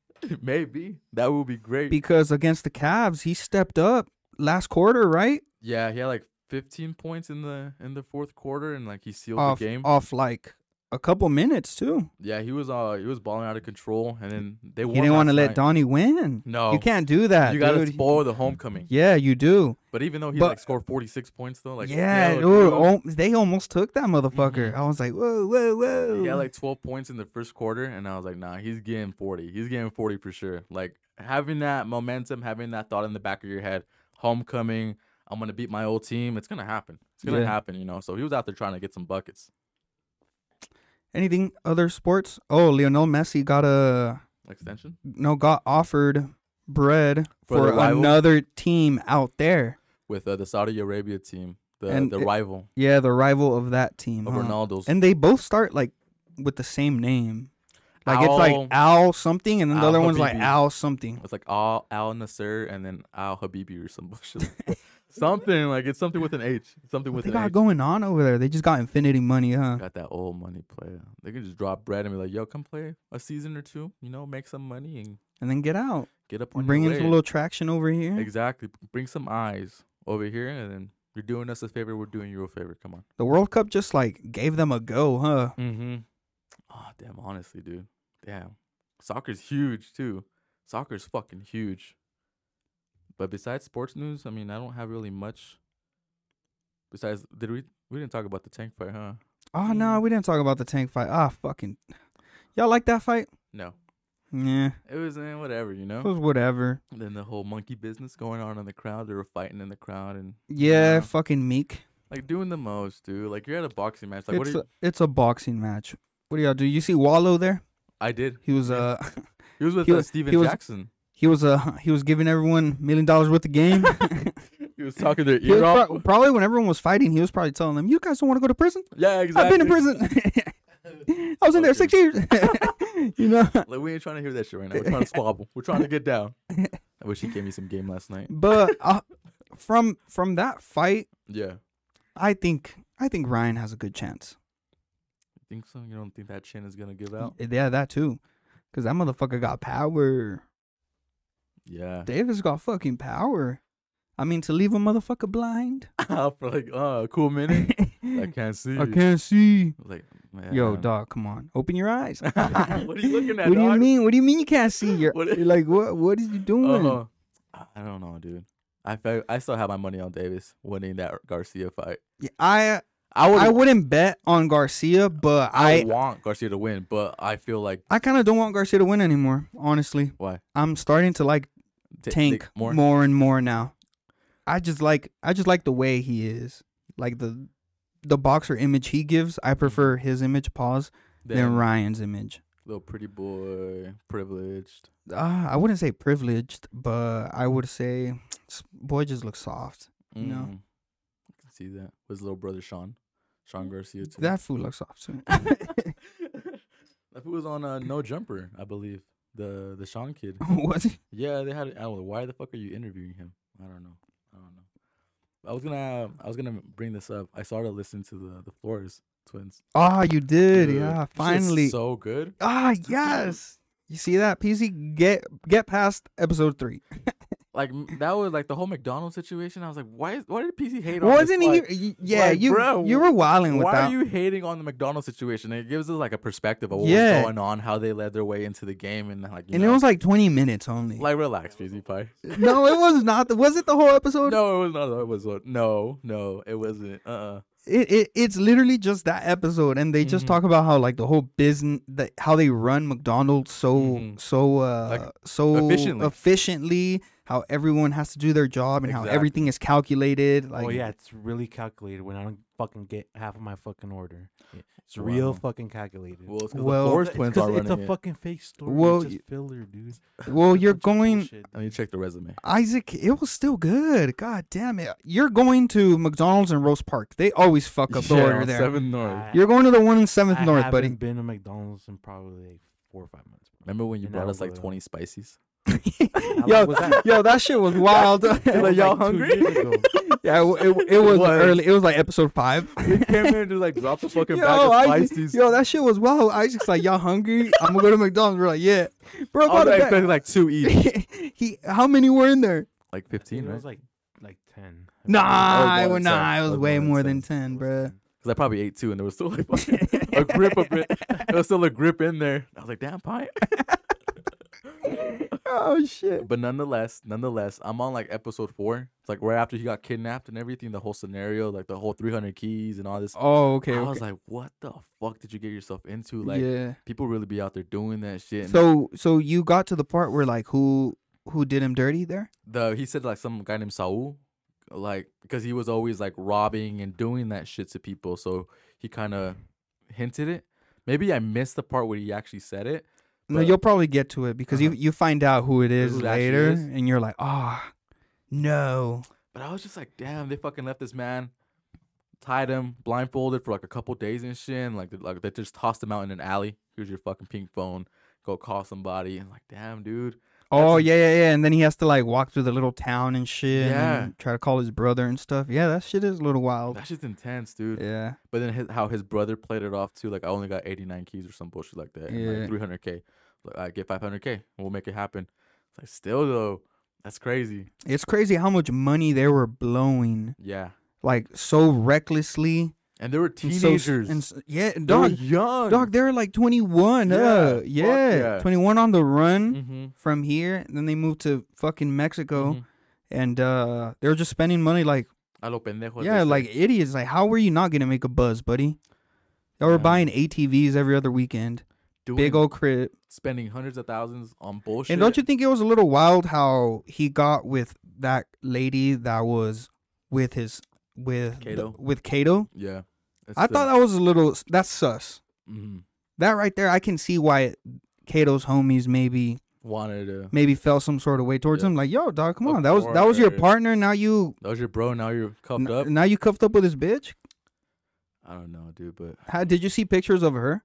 [SPEAKER 2] Maybe that would be great.
[SPEAKER 1] because against the Cavs he stepped up last quarter, right?
[SPEAKER 2] yeah, he had like 15 points in the in the fourth quarter, and like he sealed
[SPEAKER 1] off
[SPEAKER 2] the game.
[SPEAKER 1] off like a couple minutes too.
[SPEAKER 2] Yeah, he was uh he was balling out of control, and then they
[SPEAKER 1] he didn't
[SPEAKER 2] want to
[SPEAKER 1] let Donnie win.
[SPEAKER 2] No,
[SPEAKER 1] You can't do that.
[SPEAKER 2] Oh. You gotta
[SPEAKER 1] dude.
[SPEAKER 2] spoil the homecoming.
[SPEAKER 1] Yeah, you do.
[SPEAKER 2] But even though he
[SPEAKER 1] But-
[SPEAKER 2] like scored 46 points though, like
[SPEAKER 1] yeah,
[SPEAKER 2] yo,
[SPEAKER 1] dude, oh
[SPEAKER 2] dude.
[SPEAKER 1] al- they almost took that motherfucker.
[SPEAKER 2] Mhm.
[SPEAKER 1] I was like, whoa, whoa, whoa.
[SPEAKER 2] He got like 12 points in the first quarter, and I was like, nah, he's getting 40. He's getting 40 for sure. Like having that momentum, having that thought in the back of your head, homecoming, I'm gonna beat my old team. It's gonna happen. It's gonna
[SPEAKER 1] Yeah.
[SPEAKER 2] happen, you know. So he was out there trying to get some buckets.
[SPEAKER 1] Anything other sports? Oh, Lionel Messi got a
[SPEAKER 2] Extension.
[SPEAKER 1] no, got offered bread
[SPEAKER 2] For
[SPEAKER 1] for,
[SPEAKER 2] the rival?
[SPEAKER 1] another team out there.
[SPEAKER 2] With uh, the Saudi Arabia team, the
[SPEAKER 1] And
[SPEAKER 2] the
[SPEAKER 1] it-
[SPEAKER 2] rival
[SPEAKER 1] Yeah, the rival of that team.
[SPEAKER 2] of
[SPEAKER 1] huh?
[SPEAKER 2] Ronaldo's.
[SPEAKER 1] And they both start like with the same name. Like it's
[SPEAKER 2] Al-
[SPEAKER 1] like Al something, and then the
[SPEAKER 2] Al
[SPEAKER 1] other one's like
[SPEAKER 2] Habibi.
[SPEAKER 1] Al something.
[SPEAKER 2] it's like Al Al Nasser and then Al Habibi or some bullshit. something like it's something with an H. Something
[SPEAKER 1] What
[SPEAKER 2] with
[SPEAKER 1] they
[SPEAKER 2] an
[SPEAKER 1] got
[SPEAKER 2] H.
[SPEAKER 1] going on over there? They just got infinity money, huh?
[SPEAKER 2] got that old money player. They can just drop bread and be like, "Yo, come play a season or two. You know, make some money and
[SPEAKER 1] And then get out,
[SPEAKER 2] get up on
[SPEAKER 1] bring in
[SPEAKER 2] your
[SPEAKER 1] some
[SPEAKER 2] way."
[SPEAKER 1] little traction over here.
[SPEAKER 2] exactly. Bring some eyes over here, and then you're doing us a favor. We're doing you a favor. Come on.
[SPEAKER 1] The World Cup just like gave them a go, huh?
[SPEAKER 2] Mm-hmm. Oh damn! Honestly, dude, damn. Soccer's huge too. Soccer's fucking huge. But besides sports news, I mean, I don't have really much. Besides, did we we didn't talk about the tank fight, huh?
[SPEAKER 1] Oh no, we didn't talk about the tank fight. Ah, fucking. Y'all like that fight?
[SPEAKER 2] No,
[SPEAKER 1] Yeah,
[SPEAKER 2] it was eh, whatever, you
[SPEAKER 1] it
[SPEAKER 2] know.
[SPEAKER 1] was whatever.
[SPEAKER 2] And then the whole monkey business going on in the crowd. They were fighting in the crowd and
[SPEAKER 1] Yeah,
[SPEAKER 2] Yeah.
[SPEAKER 1] fucking meek.
[SPEAKER 2] like doing the most, dude. Like you're at a boxing match. Like what? Are
[SPEAKER 1] it's
[SPEAKER 2] you,
[SPEAKER 1] a, it's a boxing match. What do y'all do? You see Wallow there?
[SPEAKER 2] I did.
[SPEAKER 1] He was uh
[SPEAKER 2] He was with
[SPEAKER 1] He
[SPEAKER 2] uh,
[SPEAKER 1] was-
[SPEAKER 2] Steven
[SPEAKER 1] he was-
[SPEAKER 2] Jackson.
[SPEAKER 1] he was uh he was giving everyone million dollars worth of game.
[SPEAKER 2] He was talking their
[SPEAKER 1] He was
[SPEAKER 2] ear off.
[SPEAKER 1] prob- probably when everyone was fighting, he was probably telling them, "You guys don't want to go to prison.
[SPEAKER 2] yeah, exactly.
[SPEAKER 1] I've been in prison. I was in there six years. you know."
[SPEAKER 2] Like we ain't trying to hear that shit right now. We're trying to squabble. We're trying to get down. I wish he gave me some game last night.
[SPEAKER 1] But uh, from from that fight,
[SPEAKER 2] Yeah.
[SPEAKER 1] I think I think Ryan has a good chance.
[SPEAKER 2] Think so? You don't think that chin is gonna give out?
[SPEAKER 1] Yeah, that too, because that motherfucker got power.
[SPEAKER 2] Yeah.
[SPEAKER 1] Davis got fucking power. I mean, to leave a motherfucker blind.
[SPEAKER 2] For like uh, a cool minute. I
[SPEAKER 1] I
[SPEAKER 2] can't see. you.
[SPEAKER 1] can't see.
[SPEAKER 2] I was Like,
[SPEAKER 1] Yo,
[SPEAKER 2] man.
[SPEAKER 1] dog, come on, open your eyes.
[SPEAKER 2] What are you looking at,
[SPEAKER 1] What do you
[SPEAKER 2] dog?
[SPEAKER 1] mean? What do you mean you can't see? You're,
[SPEAKER 2] What-
[SPEAKER 1] you're like, what? What is you doing?
[SPEAKER 2] Uh-huh. I I don't know, dude. I fe- I still have my money on Davis winning that Garcia fight.
[SPEAKER 1] Yeah, I
[SPEAKER 2] I would
[SPEAKER 1] I wouldn't bet on Garcia, but
[SPEAKER 2] I
[SPEAKER 1] I
[SPEAKER 2] want Garcia to win, but I feel like
[SPEAKER 1] I kind of don't want Garcia to win anymore. Honestly,
[SPEAKER 2] why
[SPEAKER 1] I'm starting to like
[SPEAKER 2] Ta-
[SPEAKER 1] Tank
[SPEAKER 2] take
[SPEAKER 1] more. and more now. I just like I just like the way he is. Like the the boxer image he gives, I prefer his image pause than
[SPEAKER 2] than
[SPEAKER 1] Ryan's image.
[SPEAKER 2] little pretty boy privileged.
[SPEAKER 1] Uh, I wouldn't say privileged, but I would say boy just looks soft. No.
[SPEAKER 2] Mm. I can see that with his little brother Sean, Sean Garcia. Too.
[SPEAKER 1] That fool looks soft too.
[SPEAKER 2] that fool was on uh, No Jumper, I believe. The the Sean kid.
[SPEAKER 1] Was he?
[SPEAKER 2] Yeah, they had. I don't know. Why the fuck are you interviewing him? I don't know. I don't know. I was gonna. I was gonna bring this up. I started listening to the the Flores twins.
[SPEAKER 1] Ah, you did.
[SPEAKER 2] Dude,
[SPEAKER 1] yeah,
[SPEAKER 2] shit's
[SPEAKER 1] finally.
[SPEAKER 2] So good.
[SPEAKER 1] ah, yes. You see that? PC get get past episode 3.
[SPEAKER 2] Like m- that was like the whole McDonald's situation. I was like, why? Is, why did PC hate on? this?
[SPEAKER 1] Wasn't he?
[SPEAKER 2] Like,
[SPEAKER 1] y- yeah,
[SPEAKER 2] like,
[SPEAKER 1] you
[SPEAKER 2] bro,
[SPEAKER 1] you were wilding with
[SPEAKER 2] Why
[SPEAKER 1] that.
[SPEAKER 2] are you hating on the McDonald's situation? It gives us like a perspective of what
[SPEAKER 1] Yeah.
[SPEAKER 2] was going on, how they led their way into the game, and like you
[SPEAKER 1] and
[SPEAKER 2] know,
[SPEAKER 1] it was like 20 minutes only.
[SPEAKER 2] like relax, PZ Pie.
[SPEAKER 1] no, it was not. Was it the whole episode?
[SPEAKER 2] No, it was not. It was uh, no, no, it wasn't. Uh, uh
[SPEAKER 1] It, it it's literally just that episode, and they just
[SPEAKER 2] Mhm.
[SPEAKER 1] talk about how like the whole business, the, how they run McDonald's so
[SPEAKER 2] Mhm.
[SPEAKER 1] so uh
[SPEAKER 2] Like,
[SPEAKER 1] so
[SPEAKER 2] efficiently.
[SPEAKER 1] efficiently, how everyone has to do their job and how
[SPEAKER 2] Exactly.
[SPEAKER 1] everything is calculated. Like
[SPEAKER 3] oh yeah, it's really calculated when I don't fucking get half of my fucking order. Yeah, It's real
[SPEAKER 2] Wow.
[SPEAKER 3] fucking calculated.
[SPEAKER 2] well, it's 'cause
[SPEAKER 1] Well,
[SPEAKER 2] the Flores
[SPEAKER 3] It's
[SPEAKER 2] twins
[SPEAKER 3] 'cause
[SPEAKER 2] are
[SPEAKER 3] it's
[SPEAKER 2] running
[SPEAKER 3] a
[SPEAKER 2] it.
[SPEAKER 3] fucking fake story.
[SPEAKER 1] Well,
[SPEAKER 3] it's
[SPEAKER 1] y-
[SPEAKER 3] just filler, dude.
[SPEAKER 1] well,
[SPEAKER 3] It's a
[SPEAKER 1] you're
[SPEAKER 3] bunch of
[SPEAKER 1] going
[SPEAKER 3] bullshit,
[SPEAKER 2] I need to check the resume.
[SPEAKER 1] Isaac. It was still good. God damn it! You're going to McDonald's in Rose Park. They always fuck up the
[SPEAKER 2] Yeah,
[SPEAKER 1] order
[SPEAKER 2] on
[SPEAKER 1] there.
[SPEAKER 2] Seven North.
[SPEAKER 3] I-
[SPEAKER 1] You're going to the one in Seventh
[SPEAKER 3] I
[SPEAKER 1] North, buddy.
[SPEAKER 3] haven't been to McDonald's in probably like four or five months. bro.
[SPEAKER 2] Remember when you
[SPEAKER 3] And
[SPEAKER 2] brought
[SPEAKER 3] I
[SPEAKER 2] us like
[SPEAKER 3] will.
[SPEAKER 2] 20 spices?
[SPEAKER 3] How
[SPEAKER 1] yo,
[SPEAKER 3] long was that?
[SPEAKER 1] yo, that shit was wild.
[SPEAKER 3] That was,
[SPEAKER 2] y'all
[SPEAKER 3] like, two
[SPEAKER 2] hungry?
[SPEAKER 3] years ago.
[SPEAKER 1] Yeah, it, it, it was
[SPEAKER 2] What?
[SPEAKER 1] early. It was like episode five.
[SPEAKER 2] We came here and just like dropped the fucking
[SPEAKER 1] Yo, Isaac, yo, that shit was wild. Isaac's like, y'all hungry? I'm gonna go to McDonald's. We're like, yeah, bro.
[SPEAKER 2] I
[SPEAKER 1] About
[SPEAKER 2] was
[SPEAKER 1] a
[SPEAKER 2] expecting like two each.
[SPEAKER 1] bag- he, how many were in there?
[SPEAKER 2] Like
[SPEAKER 3] I think
[SPEAKER 2] 15,
[SPEAKER 3] It
[SPEAKER 2] right?
[SPEAKER 3] was like like ten.
[SPEAKER 1] Nah,
[SPEAKER 2] more
[SPEAKER 1] it was
[SPEAKER 2] than
[SPEAKER 1] nah,
[SPEAKER 2] ten.
[SPEAKER 1] it was
[SPEAKER 2] Like
[SPEAKER 1] way
[SPEAKER 2] more than
[SPEAKER 1] more than ten,
[SPEAKER 2] ten.
[SPEAKER 1] bro.
[SPEAKER 2] Because I probably ate two and there was still like fucking a grip of it. There was still a grip in there. I was like, damn, pie.
[SPEAKER 1] Oh shit.
[SPEAKER 2] But nonetheless, nonetheless, I'm on like episode four. It's like right after he got kidnapped and everything, the whole scenario, like the whole 300 keys and all this.
[SPEAKER 1] Oh okay.
[SPEAKER 2] I
[SPEAKER 1] okay.
[SPEAKER 2] was like, what the fuck did you get yourself into? Like,
[SPEAKER 1] yeah.
[SPEAKER 2] people really be out there doing that shit. And
[SPEAKER 1] So so you got to the part where like who who did him dirty there?
[SPEAKER 2] the he said like some guy named Saul, like because he was always like robbing and doing that shit to people. So he kind of hinted it. Maybe I missed the part where he actually said it.
[SPEAKER 1] No,
[SPEAKER 2] But-
[SPEAKER 1] you'll probably get to it because you
[SPEAKER 2] Uh-huh.
[SPEAKER 1] you find out who it is
[SPEAKER 2] Who it actually
[SPEAKER 1] later,
[SPEAKER 2] is?
[SPEAKER 1] and you're like, ah, no.
[SPEAKER 2] But I was just like, damn, they fucking left this man, tied him, blindfolded for like a couple days and shit. And like, they- like they just tossed him out in an alley. Here's your fucking pink phone. Go call somebody. And like, damn, dude.
[SPEAKER 1] Oh
[SPEAKER 2] That's-
[SPEAKER 1] yeah, yeah, yeah. And then he has to like walk through the little town and shit.
[SPEAKER 2] Yeah.
[SPEAKER 1] And try to call his brother and stuff. Yeah, that shit is a little wild.
[SPEAKER 2] That shit's intense, dude.
[SPEAKER 1] Yeah.
[SPEAKER 2] But then his, how his brother played it off too, like I only got 89 keys or some bullshit like that,
[SPEAKER 1] Yeah.
[SPEAKER 2] and like 300k. Like I get 500k, we'll make it happen. It's like still though, that's crazy.
[SPEAKER 1] It's crazy how much money they were blowing,
[SPEAKER 2] Yeah,
[SPEAKER 1] like so recklessly.
[SPEAKER 2] and there were
[SPEAKER 1] and so s-
[SPEAKER 2] teenagers.
[SPEAKER 1] and s- yeah,
[SPEAKER 2] They were
[SPEAKER 1] dog,
[SPEAKER 2] young.
[SPEAKER 1] dog, they were like 21. Yeah,
[SPEAKER 2] Yeah,
[SPEAKER 1] uh,
[SPEAKER 2] fuck
[SPEAKER 1] yeah,
[SPEAKER 2] yeah.
[SPEAKER 1] 21 on the run
[SPEAKER 2] Mm-hmm.
[SPEAKER 1] from here. Then they moved to fucking Mexico, and uh, they were just spending money like
[SPEAKER 2] A lo pendejo. as
[SPEAKER 1] yeah,
[SPEAKER 2] they say.
[SPEAKER 1] like idiots. Like, how were you not gonna make a buzz, buddy? They were
[SPEAKER 2] Yeah.
[SPEAKER 1] buying ATVs every other weekend,
[SPEAKER 2] Doing-
[SPEAKER 1] big old crib.
[SPEAKER 2] spending hundreds of thousands on bullshit.
[SPEAKER 1] And don't you think it was a little wild how he got with that lady that was with his with
[SPEAKER 2] Kato.
[SPEAKER 1] The, with Kato?
[SPEAKER 2] Yeah. It's
[SPEAKER 1] I
[SPEAKER 2] the-
[SPEAKER 1] thought that was a little that's sus.
[SPEAKER 2] mhm.
[SPEAKER 1] That right there, I can see why Kato's homies maybe
[SPEAKER 2] wanted to.
[SPEAKER 1] maybe felt some sort of way towards
[SPEAKER 2] Yeah.
[SPEAKER 1] him. Like, yo, dog, come
[SPEAKER 2] Of
[SPEAKER 1] on, that was that was your
[SPEAKER 2] course.
[SPEAKER 1] partner. Now you
[SPEAKER 2] That was your bro. Now you're cuffed
[SPEAKER 1] n-
[SPEAKER 2] up.
[SPEAKER 1] now you cuffed up with this bitch.
[SPEAKER 2] I don't know, dude, but
[SPEAKER 1] How, did you see pictures of her?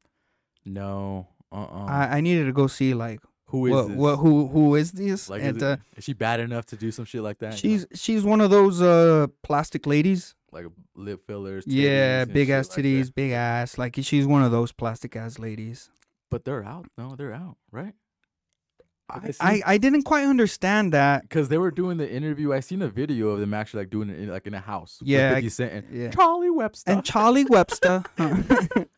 [SPEAKER 2] no. Uh uh
[SPEAKER 1] I, I needed to go see like
[SPEAKER 2] Who is
[SPEAKER 1] what,
[SPEAKER 2] this?
[SPEAKER 1] what who who is this?
[SPEAKER 2] like,
[SPEAKER 1] and
[SPEAKER 2] is, it-
[SPEAKER 1] uh,
[SPEAKER 2] is she bad enough to do some shit like that? you know?
[SPEAKER 1] she's she's one of those uh plastic ladies
[SPEAKER 2] like lip fillers. titties,
[SPEAKER 1] Yeah,
[SPEAKER 2] and
[SPEAKER 1] big
[SPEAKER 2] shit
[SPEAKER 1] ass
[SPEAKER 2] like that.
[SPEAKER 1] titties, big ass. Like she's one of those plastic ass ladies.
[SPEAKER 2] But they're out. No, they're out, right?
[SPEAKER 1] I, I, I didn't quite understand that.
[SPEAKER 2] because they were doing the interview. I seen a video of them actually like doing it in, like in a house. with
[SPEAKER 1] Yeah, I-
[SPEAKER 2] 50 Cent and
[SPEAKER 1] Yeah.
[SPEAKER 2] Charlie Webster.
[SPEAKER 1] And Charlie Webster.
[SPEAKER 2] but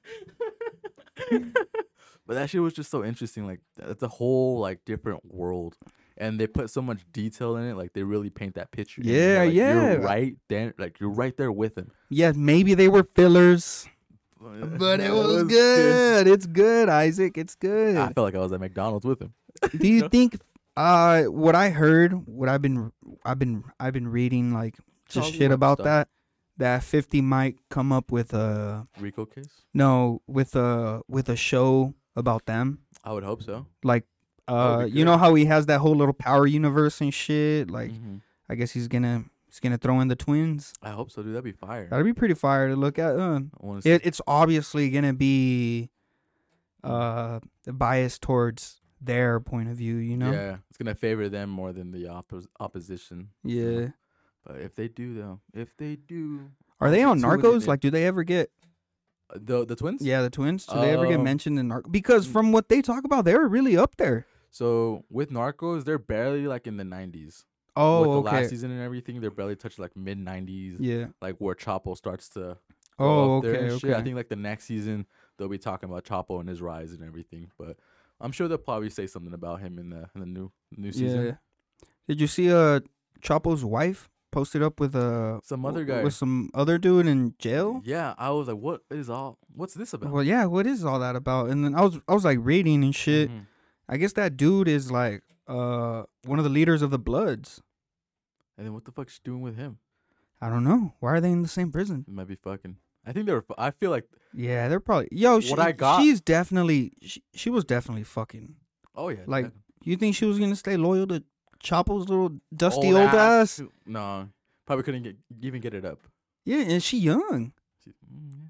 [SPEAKER 2] that shit was just so interesting. Like that's a whole like different world, and they put so much detail in it. Like they really paint that picture. and you're
[SPEAKER 1] Yeah,
[SPEAKER 2] like, you're
[SPEAKER 1] yeah.
[SPEAKER 2] right then, like you're right there with him.
[SPEAKER 1] yeah, maybe they were fillers, but it was, good. It's good, Isaac. It's good.
[SPEAKER 2] I felt like I was at McDonald's with him.
[SPEAKER 1] Do you think uh what I heard, what I've been I've been I've been reading like just
[SPEAKER 2] Charlie
[SPEAKER 1] shit about
[SPEAKER 2] Webster.
[SPEAKER 1] that that 50 might come up with a
[SPEAKER 2] Rico case.
[SPEAKER 1] no, with a with a show about them.
[SPEAKER 2] I would hope so.
[SPEAKER 1] like
[SPEAKER 2] That would
[SPEAKER 1] uh
[SPEAKER 2] be
[SPEAKER 1] you know how he has that whole little power universe and shit like
[SPEAKER 2] Mhm.
[SPEAKER 1] i guess he's gonna he's gonna throw in the twins
[SPEAKER 2] I hope so, dude. That'd be fire.
[SPEAKER 1] that'd be pretty fire to look at uh,
[SPEAKER 2] I wanna see-
[SPEAKER 1] it, it's obviously gonna be uh biased towards their point of view you know
[SPEAKER 2] Yeah, it's gonna favor them more than the oppos- opposition.
[SPEAKER 1] Yeah.
[SPEAKER 2] But if they do, though, if they do,
[SPEAKER 1] are they on
[SPEAKER 2] Two of the
[SPEAKER 1] narcos
[SPEAKER 2] big-
[SPEAKER 1] like do they ever get
[SPEAKER 2] Uh, the the twins.
[SPEAKER 1] yeah the twins do they ever get
[SPEAKER 2] Um,
[SPEAKER 1] mentioned in narcos because from what they talk about they're really up there
[SPEAKER 2] So with Narcos, they're barely like in the nineties. with
[SPEAKER 1] oh
[SPEAKER 2] the last
[SPEAKER 1] okay
[SPEAKER 2] season and everything, they're barely touched like mid nineties,
[SPEAKER 1] yeah
[SPEAKER 2] like where Chapo starts to. go
[SPEAKER 1] oh
[SPEAKER 2] up there
[SPEAKER 1] okay
[SPEAKER 2] and shit. I
[SPEAKER 1] okay
[SPEAKER 2] think like the next season they'll be talking about Chapo and his rise and everything, but I'm sure they'll probably say something about him in the in the new new season.
[SPEAKER 1] yeah did you see uh chapo's wife posted up with uh, a
[SPEAKER 2] Some other
[SPEAKER 1] w-
[SPEAKER 2] guy.
[SPEAKER 1] with some other dude in jail.
[SPEAKER 2] Yeah, I was like, what is all? What's this about?
[SPEAKER 1] Well, yeah, what is all that about? And then I was I was like reading and shit.
[SPEAKER 2] Mhm.
[SPEAKER 1] I guess that dude is like uh one of the leaders of the Bloods.
[SPEAKER 2] And then what the fuck's she doing with him?
[SPEAKER 1] I don't know why are they in the same prison.
[SPEAKER 2] It might be fucking. I think they were. fu- I feel like.
[SPEAKER 1] Yeah, they're probably yo. She,
[SPEAKER 2] What I got-
[SPEAKER 1] she's definitely she, she was definitely fucking.
[SPEAKER 2] Oh yeah.
[SPEAKER 1] Like,
[SPEAKER 2] that-
[SPEAKER 1] You think she was gonna stay loyal to Chapo's little dusty old,
[SPEAKER 2] old
[SPEAKER 1] ass?
[SPEAKER 2] who- No, probably couldn't get, even get it up.
[SPEAKER 1] Yeah, and she young.
[SPEAKER 2] She, mm, yeah.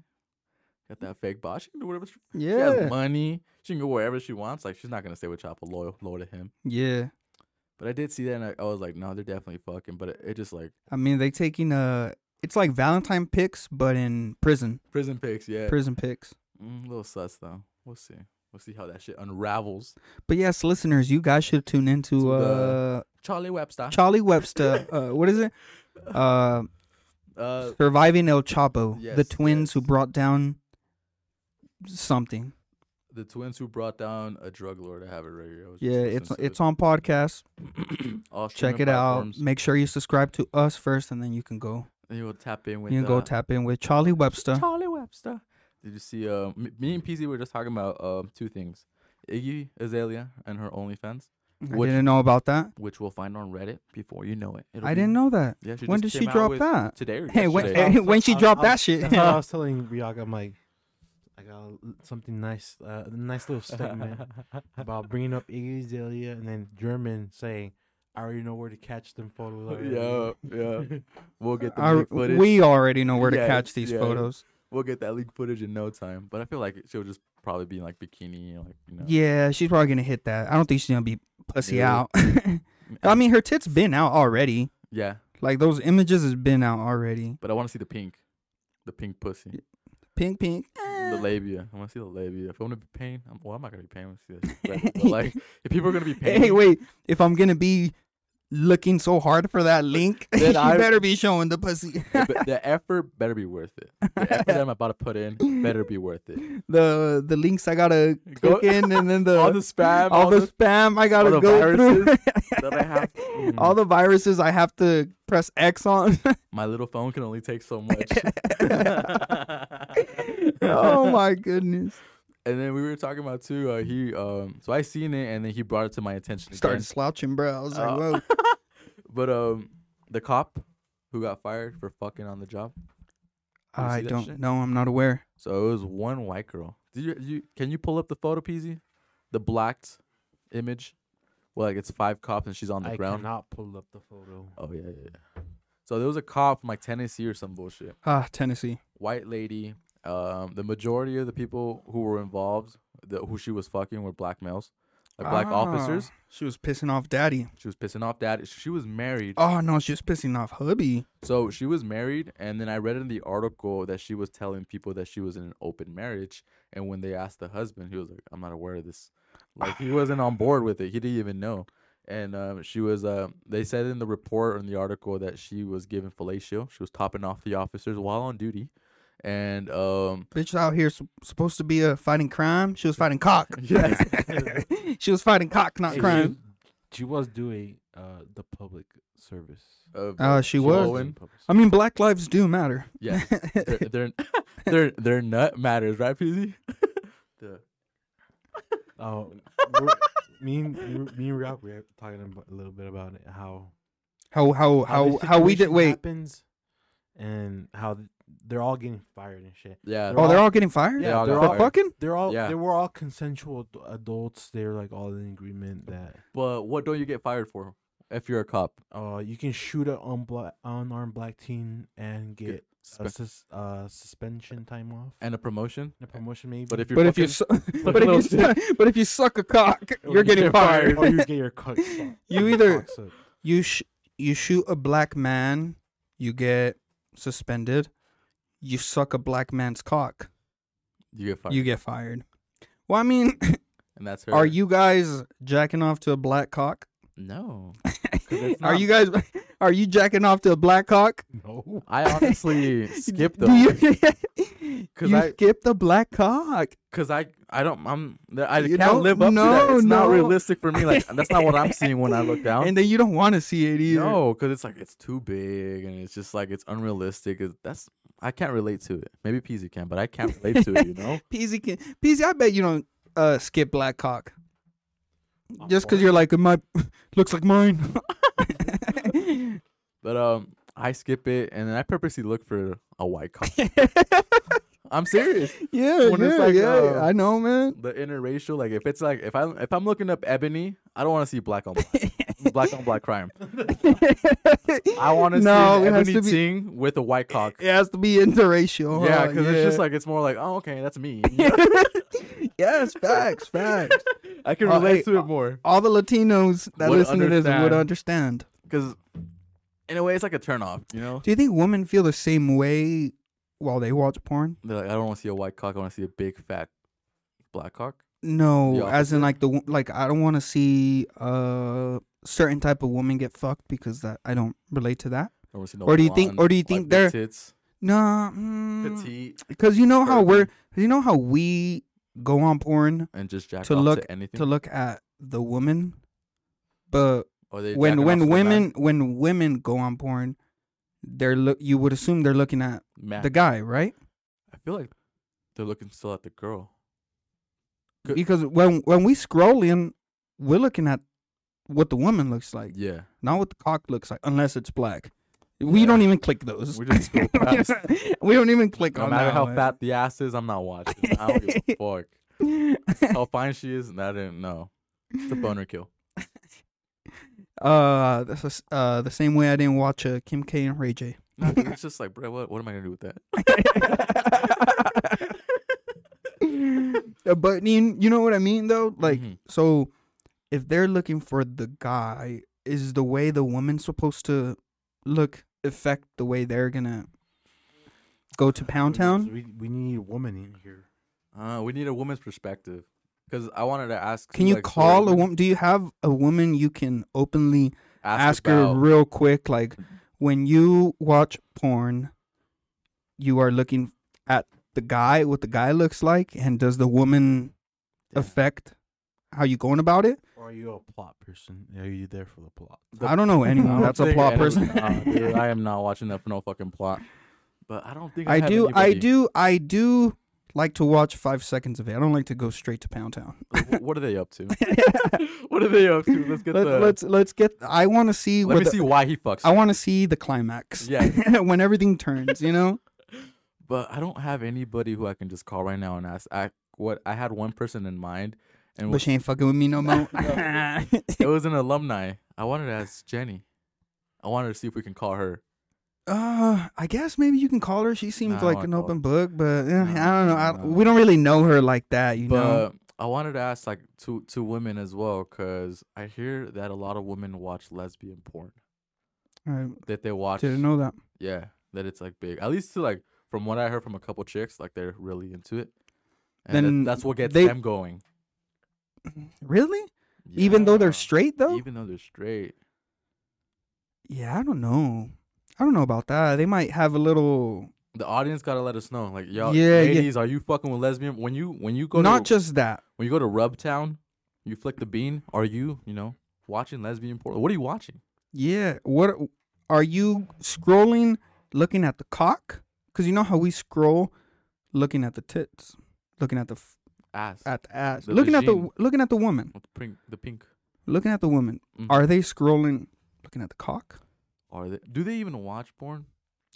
[SPEAKER 2] Got that fake boss. She can do whatever she, she
[SPEAKER 1] Yeah,
[SPEAKER 2] has money. She can go wherever she wants. Like she's not gonna stay with Chopper loyal, loyal to him.
[SPEAKER 1] yeah.
[SPEAKER 2] But I did see that, and I, I was like, no, they're definitely fucking. But it, it just like
[SPEAKER 1] I mean, they taking uh, it's like Valentine pics, but in prison.
[SPEAKER 2] prison pics, yeah.
[SPEAKER 1] Prison pics.
[SPEAKER 2] mm, little sus though. We'll see. We'll see how that shit unravels.
[SPEAKER 1] But yes, listeners, you guys should tune into
[SPEAKER 2] To
[SPEAKER 1] uh,
[SPEAKER 2] the- Charlie Webster.
[SPEAKER 1] Charlie Webster. uh, what is it? Uh,
[SPEAKER 2] uh,
[SPEAKER 1] Surviving El Chapo, the
[SPEAKER 2] yes,
[SPEAKER 1] twins who
[SPEAKER 2] yes.
[SPEAKER 1] brought down something.
[SPEAKER 2] the twins who brought down a drug lord. I have it right here. I was just
[SPEAKER 1] Yeah, it's
[SPEAKER 2] listening
[SPEAKER 1] it's
[SPEAKER 2] to
[SPEAKER 1] on podcast.
[SPEAKER 2] it. all
[SPEAKER 1] Check
[SPEAKER 2] streaming
[SPEAKER 1] it out.
[SPEAKER 2] platforms.
[SPEAKER 1] Make sure you subscribe to us first, and then you can go.
[SPEAKER 2] And you will tap in with.
[SPEAKER 1] You can go
[SPEAKER 2] uh,
[SPEAKER 1] tap in with Charlie Webster.
[SPEAKER 2] Charlie Webster. Did you see? Uh, m- me and PZ were just talking about uh, two things: Iggy Azalea and her OnlyFans,
[SPEAKER 1] I
[SPEAKER 2] Which-
[SPEAKER 1] didn't know about that.
[SPEAKER 2] which we'll find on Reddit before you know it. It'll
[SPEAKER 1] I
[SPEAKER 2] be-
[SPEAKER 1] didn't know that.
[SPEAKER 2] Yeah, she
[SPEAKER 1] When
[SPEAKER 2] just
[SPEAKER 1] did she
[SPEAKER 2] came out
[SPEAKER 1] drop
[SPEAKER 2] with
[SPEAKER 1] that?
[SPEAKER 2] Today. Or
[SPEAKER 1] Hey, when,
[SPEAKER 2] yesterday.
[SPEAKER 3] Hey,
[SPEAKER 1] when she
[SPEAKER 3] I-
[SPEAKER 1] dropped
[SPEAKER 3] I-
[SPEAKER 1] that shit.
[SPEAKER 3] That's what I was telling Riyak. I'm like, I got a l- something nice, uh, a nice little segment about bringing up Iggy Azalea and then German saying, "I already know where to catch them photos." already."
[SPEAKER 2] yeah, yeah. We'll get the
[SPEAKER 1] Our-
[SPEAKER 2] leak footage.
[SPEAKER 1] we already know where to
[SPEAKER 2] Yeah,
[SPEAKER 1] catch these
[SPEAKER 2] yeah.
[SPEAKER 1] photos.
[SPEAKER 2] we'll get that leak footage in no time. But I feel like she'll just probably be in, like bikini, and, like you know.
[SPEAKER 1] Yeah, she's probably gonna hit that. I don't think she's gonna be pussy
[SPEAKER 2] Yeah.
[SPEAKER 1] out. I mean, her tits been out already.
[SPEAKER 2] Yeah,
[SPEAKER 1] Like those images has been out already.
[SPEAKER 2] but I want to see the pink, the pink pussy,
[SPEAKER 1] Pink, pink. eh.
[SPEAKER 2] the labia. I want to see the labia. If I'm gonna be paying, I'm, well, I'm not gonna be paying. when I see this, but, but, like, if people are gonna be paying,
[SPEAKER 1] Hey, wait. If I'm gonna be looking so hard for that link, you
[SPEAKER 2] Then I-
[SPEAKER 1] better be showing the pussy.
[SPEAKER 2] the, be- the effort better be worth it. The effort that I'm about to put in better be worth it.
[SPEAKER 1] the the links I gotta
[SPEAKER 2] Go-
[SPEAKER 1] click in, and then the
[SPEAKER 2] all the spam,
[SPEAKER 1] all the spam I gotta
[SPEAKER 2] the
[SPEAKER 1] go through.
[SPEAKER 2] that I have. Mm.
[SPEAKER 1] All the viruses I have to press X on.
[SPEAKER 2] My little phone can only take so much.
[SPEAKER 1] oh my goodness.
[SPEAKER 2] And then we were talking about too. Uh, he um, so I seen it, and then he brought it to my attention.
[SPEAKER 1] Started
[SPEAKER 2] again.
[SPEAKER 1] slouching, bro. I was like,
[SPEAKER 2] Oh.
[SPEAKER 1] whoa.
[SPEAKER 2] But um, the cop who got fired for fucking on the job. You
[SPEAKER 1] I
[SPEAKER 2] see that
[SPEAKER 1] don't
[SPEAKER 2] shit?
[SPEAKER 1] know. I'm not aware.
[SPEAKER 2] So it was one white girl. Did you, you can you pull up the photo, Peasy? The blacked image. Well, like it's five cops and she's on the
[SPEAKER 3] I
[SPEAKER 2] ground.
[SPEAKER 3] cannot pull up the photo.
[SPEAKER 2] Oh yeah, yeah, yeah. So there was a cop from like Tennessee or some bullshit.
[SPEAKER 1] Ah, Tennessee.
[SPEAKER 2] White lady. Um, the majority of the people who were involved, the, who she was fucking, were black males, like black
[SPEAKER 1] Ah.
[SPEAKER 2] officers.
[SPEAKER 1] She was pissing off daddy.
[SPEAKER 2] She was pissing off dad. She was married.
[SPEAKER 1] Oh no, she was pissing off hubby.
[SPEAKER 2] So she was married, and then I read in the article that she was telling people that she was in an open marriage. And when they asked the husband, he was like, "I'm not aware of this." Like he wasn't on board with it. He didn't even know. And um, she was. Uh, they said in the report or in the article that she was given fellatio. She was topping off the officers while on duty, and um,
[SPEAKER 1] Bitch out here sup- supposed to be uh, fighting crime. She was fighting cock.
[SPEAKER 2] yes,
[SPEAKER 1] she was fighting cock, not
[SPEAKER 3] Hey,
[SPEAKER 1] crime.
[SPEAKER 3] She, she was doing uh, the public service.
[SPEAKER 2] uh,
[SPEAKER 1] Uh, she was.
[SPEAKER 2] Owen,
[SPEAKER 3] Public
[SPEAKER 1] I mean, black lives do matter.
[SPEAKER 2] yeah, their their their their nut matters, right, PZ? The-
[SPEAKER 3] service. Oh, we're- me and me and Rock were talking about- a little bit about it, how
[SPEAKER 1] How how how
[SPEAKER 3] this
[SPEAKER 1] how we did
[SPEAKER 3] situation
[SPEAKER 1] wait.
[SPEAKER 3] happens, and how th- they're all getting fired and shit.
[SPEAKER 2] yeah,
[SPEAKER 1] Oh, they're all getting fired.
[SPEAKER 3] Yeah,
[SPEAKER 2] they all
[SPEAKER 3] they're
[SPEAKER 2] got
[SPEAKER 1] For
[SPEAKER 3] all-
[SPEAKER 2] fired.
[SPEAKER 1] fucking.
[SPEAKER 3] They're all
[SPEAKER 2] Yeah.
[SPEAKER 3] they were all consensual ad- adults. They were like all in agreement that
[SPEAKER 2] But what don't you get fired for if you're a cop?
[SPEAKER 3] uh you can shoot an unbla- unarmed black teen and
[SPEAKER 2] Get
[SPEAKER 3] get a
[SPEAKER 2] suspe-
[SPEAKER 3] sus- uh, suspension time off
[SPEAKER 2] and a promotion.
[SPEAKER 3] and a promotion maybe.
[SPEAKER 2] But if you're
[SPEAKER 1] But if you
[SPEAKER 2] fucking-
[SPEAKER 1] su- but if you su- but if you suck a cock, you're getting fired.
[SPEAKER 3] or you Oh, get your cut. sucked.
[SPEAKER 1] You
[SPEAKER 3] Your
[SPEAKER 1] either-
[SPEAKER 3] cock sucked.
[SPEAKER 1] You sh- you shoot a black man, you get suspended. You suck a black man's cock,
[SPEAKER 2] you get fired,
[SPEAKER 1] you get fired. Well, I mean,
[SPEAKER 2] and that's her.
[SPEAKER 1] are you guys jacking off to a black cock?
[SPEAKER 2] No. 'Cause it's
[SPEAKER 1] Are
[SPEAKER 2] not-
[SPEAKER 1] you guys? Are you jacking off to a black cock?
[SPEAKER 3] no.
[SPEAKER 2] I honestly skip
[SPEAKER 1] Do
[SPEAKER 2] them
[SPEAKER 1] you,
[SPEAKER 2] 'Cause
[SPEAKER 1] you
[SPEAKER 2] I-
[SPEAKER 1] skip the black cock.
[SPEAKER 2] because I I don't I'm I
[SPEAKER 1] You
[SPEAKER 2] can't
[SPEAKER 1] don't-
[SPEAKER 2] live up to that.
[SPEAKER 1] no,
[SPEAKER 2] It's not
[SPEAKER 1] no.
[SPEAKER 2] realistic for me. Like that's not what I'm seeing when I look down.
[SPEAKER 1] And then you don't want to see it either.
[SPEAKER 2] no, because it's like it's too big and it's just like it's unrealistic. It's, that's I can't relate to it. Maybe Peasy can, but I can't relate to it. You know?
[SPEAKER 1] Peasy can Peasy, I bet you don't uh skip black cock.
[SPEAKER 3] Of
[SPEAKER 1] Just because
[SPEAKER 3] course.
[SPEAKER 1] you're like my looks like mine.
[SPEAKER 2] But um, I skip it and then I purposely look for a white cop. I'm serious.
[SPEAKER 1] yeah,
[SPEAKER 2] When it's
[SPEAKER 1] yeah,
[SPEAKER 2] like,
[SPEAKER 1] yeah.
[SPEAKER 2] uh,
[SPEAKER 1] I know, man.
[SPEAKER 2] the interracial like if it's like if i if i'm looking up ebony i don't want to see black on black black on black crime i want to
[SPEAKER 1] No,
[SPEAKER 2] see
[SPEAKER 1] it
[SPEAKER 2] an
[SPEAKER 1] has
[SPEAKER 2] ebony
[SPEAKER 1] to be-
[SPEAKER 2] ting with a white cock
[SPEAKER 1] It has to be interracial.
[SPEAKER 2] yeah
[SPEAKER 1] huh?
[SPEAKER 2] because it's just like it's more like oh okay that's me you know?
[SPEAKER 1] yes, facts, facts.
[SPEAKER 2] i can
[SPEAKER 1] Uh,
[SPEAKER 2] relate
[SPEAKER 1] hey,
[SPEAKER 2] to it more
[SPEAKER 1] All the Latinos that
[SPEAKER 2] Would
[SPEAKER 1] listen to this would
[SPEAKER 2] understand.
[SPEAKER 1] understand.
[SPEAKER 2] because in a way it's like a turnoff you know
[SPEAKER 1] Do you think women feel the same way while they watch porn?
[SPEAKER 2] they're like i don't want to see a white cock i want to see a big fat black cock
[SPEAKER 1] No,
[SPEAKER 2] The
[SPEAKER 1] as in
[SPEAKER 2] opposite?
[SPEAKER 1] like the wo- like I don't want to see a certain type of woman get fucked because that I don't relate to that.
[SPEAKER 2] I don't wanna see no
[SPEAKER 1] Or do you think-
[SPEAKER 2] blonde,
[SPEAKER 1] or do you
[SPEAKER 2] white
[SPEAKER 1] think
[SPEAKER 2] big
[SPEAKER 1] they're-
[SPEAKER 2] tits,
[SPEAKER 1] Nah, mm,
[SPEAKER 2] petite
[SPEAKER 1] because you know how
[SPEAKER 2] curvy,
[SPEAKER 1] we're 'cause you know how we go on porn
[SPEAKER 2] and just jack
[SPEAKER 1] to
[SPEAKER 2] off
[SPEAKER 1] look-
[SPEAKER 2] to anything
[SPEAKER 1] to look at the woman, but
[SPEAKER 2] or they jacking
[SPEAKER 1] when
[SPEAKER 2] off to the
[SPEAKER 1] when
[SPEAKER 2] man-
[SPEAKER 1] women when women go on porn, they're look you would assume they're looking at
[SPEAKER 2] man.
[SPEAKER 1] the guy, right?
[SPEAKER 2] I feel like they're looking still at the girl. Good.
[SPEAKER 1] Because when when we scrolling, we're looking at what the woman looks like.
[SPEAKER 2] Yeah.
[SPEAKER 1] not what the cock looks like, unless it's black. We
[SPEAKER 2] Yeah.
[SPEAKER 1] don't even click those.
[SPEAKER 2] We just scroll past.
[SPEAKER 1] we don't even click
[SPEAKER 2] No
[SPEAKER 1] on
[SPEAKER 2] matter
[SPEAKER 1] that
[SPEAKER 2] how
[SPEAKER 1] one.
[SPEAKER 2] fat the ass is, I'm not watching. I don't give a fuck. How fine she is, and I didn't know. It's a boner kill.
[SPEAKER 1] uh, this is, uh, the same way I didn't watch uh, Kim K and Ray J.
[SPEAKER 2] No, dude, it's just like, bro, what, what am I gonna do with that?
[SPEAKER 1] Uh, but you, you know what I mean though. Like,
[SPEAKER 2] Mhm.
[SPEAKER 1] so if they're looking for the guy, is the way the woman's supposed to look affect the way they're gonna go to Pound Town?
[SPEAKER 3] We, we need a woman in here.
[SPEAKER 2] Uh, we need a woman's perspective, because I wanted to ask.
[SPEAKER 1] Can you
[SPEAKER 2] like, the
[SPEAKER 1] call a woman? Do you have a woman you can openly ask, her
[SPEAKER 2] about-
[SPEAKER 1] real quick like when you watch porn you are looking at the guy what the guy looks like and does the woman
[SPEAKER 2] Yeah.
[SPEAKER 1] affect how you going about it.
[SPEAKER 3] Or are you a plot person? Are you there for the plot?
[SPEAKER 2] The-
[SPEAKER 1] I don't know
[SPEAKER 2] I
[SPEAKER 1] anyone
[SPEAKER 2] don't
[SPEAKER 1] that's a
[SPEAKER 2] think
[SPEAKER 1] plot
[SPEAKER 2] any-
[SPEAKER 1] person.
[SPEAKER 2] Nah, dude, I am not watching that for no fucking plot. But I don't think I,
[SPEAKER 1] I
[SPEAKER 2] have
[SPEAKER 1] do, I
[SPEAKER 2] anybody.
[SPEAKER 1] do, I do like to watch five seconds of it. I don't like to go straight to Pound Town.
[SPEAKER 2] Wh- What are they up to? what are they up to? Let's get
[SPEAKER 1] Let,
[SPEAKER 2] the.
[SPEAKER 1] us let's get. I want to see.
[SPEAKER 2] let
[SPEAKER 1] what
[SPEAKER 2] me
[SPEAKER 1] the-
[SPEAKER 2] see why he fucks.
[SPEAKER 1] I
[SPEAKER 2] her.
[SPEAKER 1] want to see the climax.
[SPEAKER 2] yeah,
[SPEAKER 1] when everything turns, you know.
[SPEAKER 2] but I don't have anybody who I can just call right now and ask. I what I had one person in mind, and
[SPEAKER 1] But she ain't fucking with me no more.
[SPEAKER 2] it was an alumni. I wanted to ask Jenny. I wanted to see if we can call her.
[SPEAKER 1] Uh, I guess maybe you can call her. She seems
[SPEAKER 2] Nah, I
[SPEAKER 1] like
[SPEAKER 2] wanna
[SPEAKER 1] an
[SPEAKER 2] call
[SPEAKER 1] open
[SPEAKER 2] her.
[SPEAKER 1] book, but eh,
[SPEAKER 2] Nah,
[SPEAKER 1] I don't know. I,
[SPEAKER 2] nah.
[SPEAKER 1] We don't really know her like that, you
[SPEAKER 2] but
[SPEAKER 1] know.
[SPEAKER 2] I wanted to ask like two two women as well, cause I hear that a lot of women watch lesbian porn.
[SPEAKER 1] I
[SPEAKER 2] That they watch.
[SPEAKER 1] didn't know that.
[SPEAKER 2] Yeah, that it's like big. At least to like from what I heard from a couple chicks, like they're really into it. And
[SPEAKER 1] Then
[SPEAKER 2] then that's what gets
[SPEAKER 1] they-
[SPEAKER 2] them going.
[SPEAKER 1] Really? Even though
[SPEAKER 2] Yeah,
[SPEAKER 1] they're straight, though.
[SPEAKER 2] Even though they're straight.
[SPEAKER 1] yeah, I don't know. I don't know about that. They might have a little.
[SPEAKER 2] The audience gotta let us know, like y'all,
[SPEAKER 1] Yeah, yeah.
[SPEAKER 2] ladies, are you fucking with lesbian? When you when you go
[SPEAKER 1] Not
[SPEAKER 2] to,
[SPEAKER 1] just that.
[SPEAKER 2] when you go to Rubtown, you flick the bean. Are you you know watching lesbian porn? What are you watching?
[SPEAKER 1] Yeah. What are you scrolling, looking at the cock? Because you know how we scroll, looking at the tits, looking at the f-
[SPEAKER 2] Ass.
[SPEAKER 1] at the ass,
[SPEAKER 2] The
[SPEAKER 1] looking
[SPEAKER 2] vagine.
[SPEAKER 1] at the looking at the woman,
[SPEAKER 2] With the pink. The pink.
[SPEAKER 1] looking at the woman.
[SPEAKER 2] Mhm.
[SPEAKER 1] Are they scrolling, looking at the cock?
[SPEAKER 2] Are they? Do they even watch porn?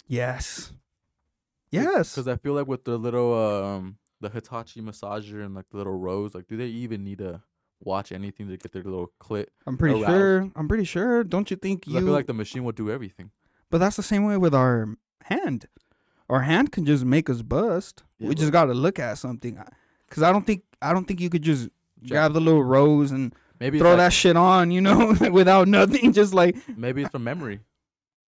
[SPEAKER 1] Yes. Yes.
[SPEAKER 2] Because I feel like with the little um the Hitachi massager and like the little rose, like do they even need to watch anything to get their little clit?
[SPEAKER 1] I'm pretty
[SPEAKER 2] aroused.
[SPEAKER 1] sure. I'm pretty sure. Don't you think
[SPEAKER 2] 'Cause
[SPEAKER 1] you?
[SPEAKER 2] I feel like the machine will do everything.
[SPEAKER 1] but that's the same way with our hand. Our hand can just make us bust.
[SPEAKER 2] Yeah,
[SPEAKER 1] we
[SPEAKER 2] but-
[SPEAKER 1] just got to look at something. Cause I don't think I don't think you could just grab the little rose and
[SPEAKER 2] Maybe it's
[SPEAKER 1] throw
[SPEAKER 2] like-
[SPEAKER 1] that shit on, you know, without nothing, just like
[SPEAKER 2] Maybe it's from memory.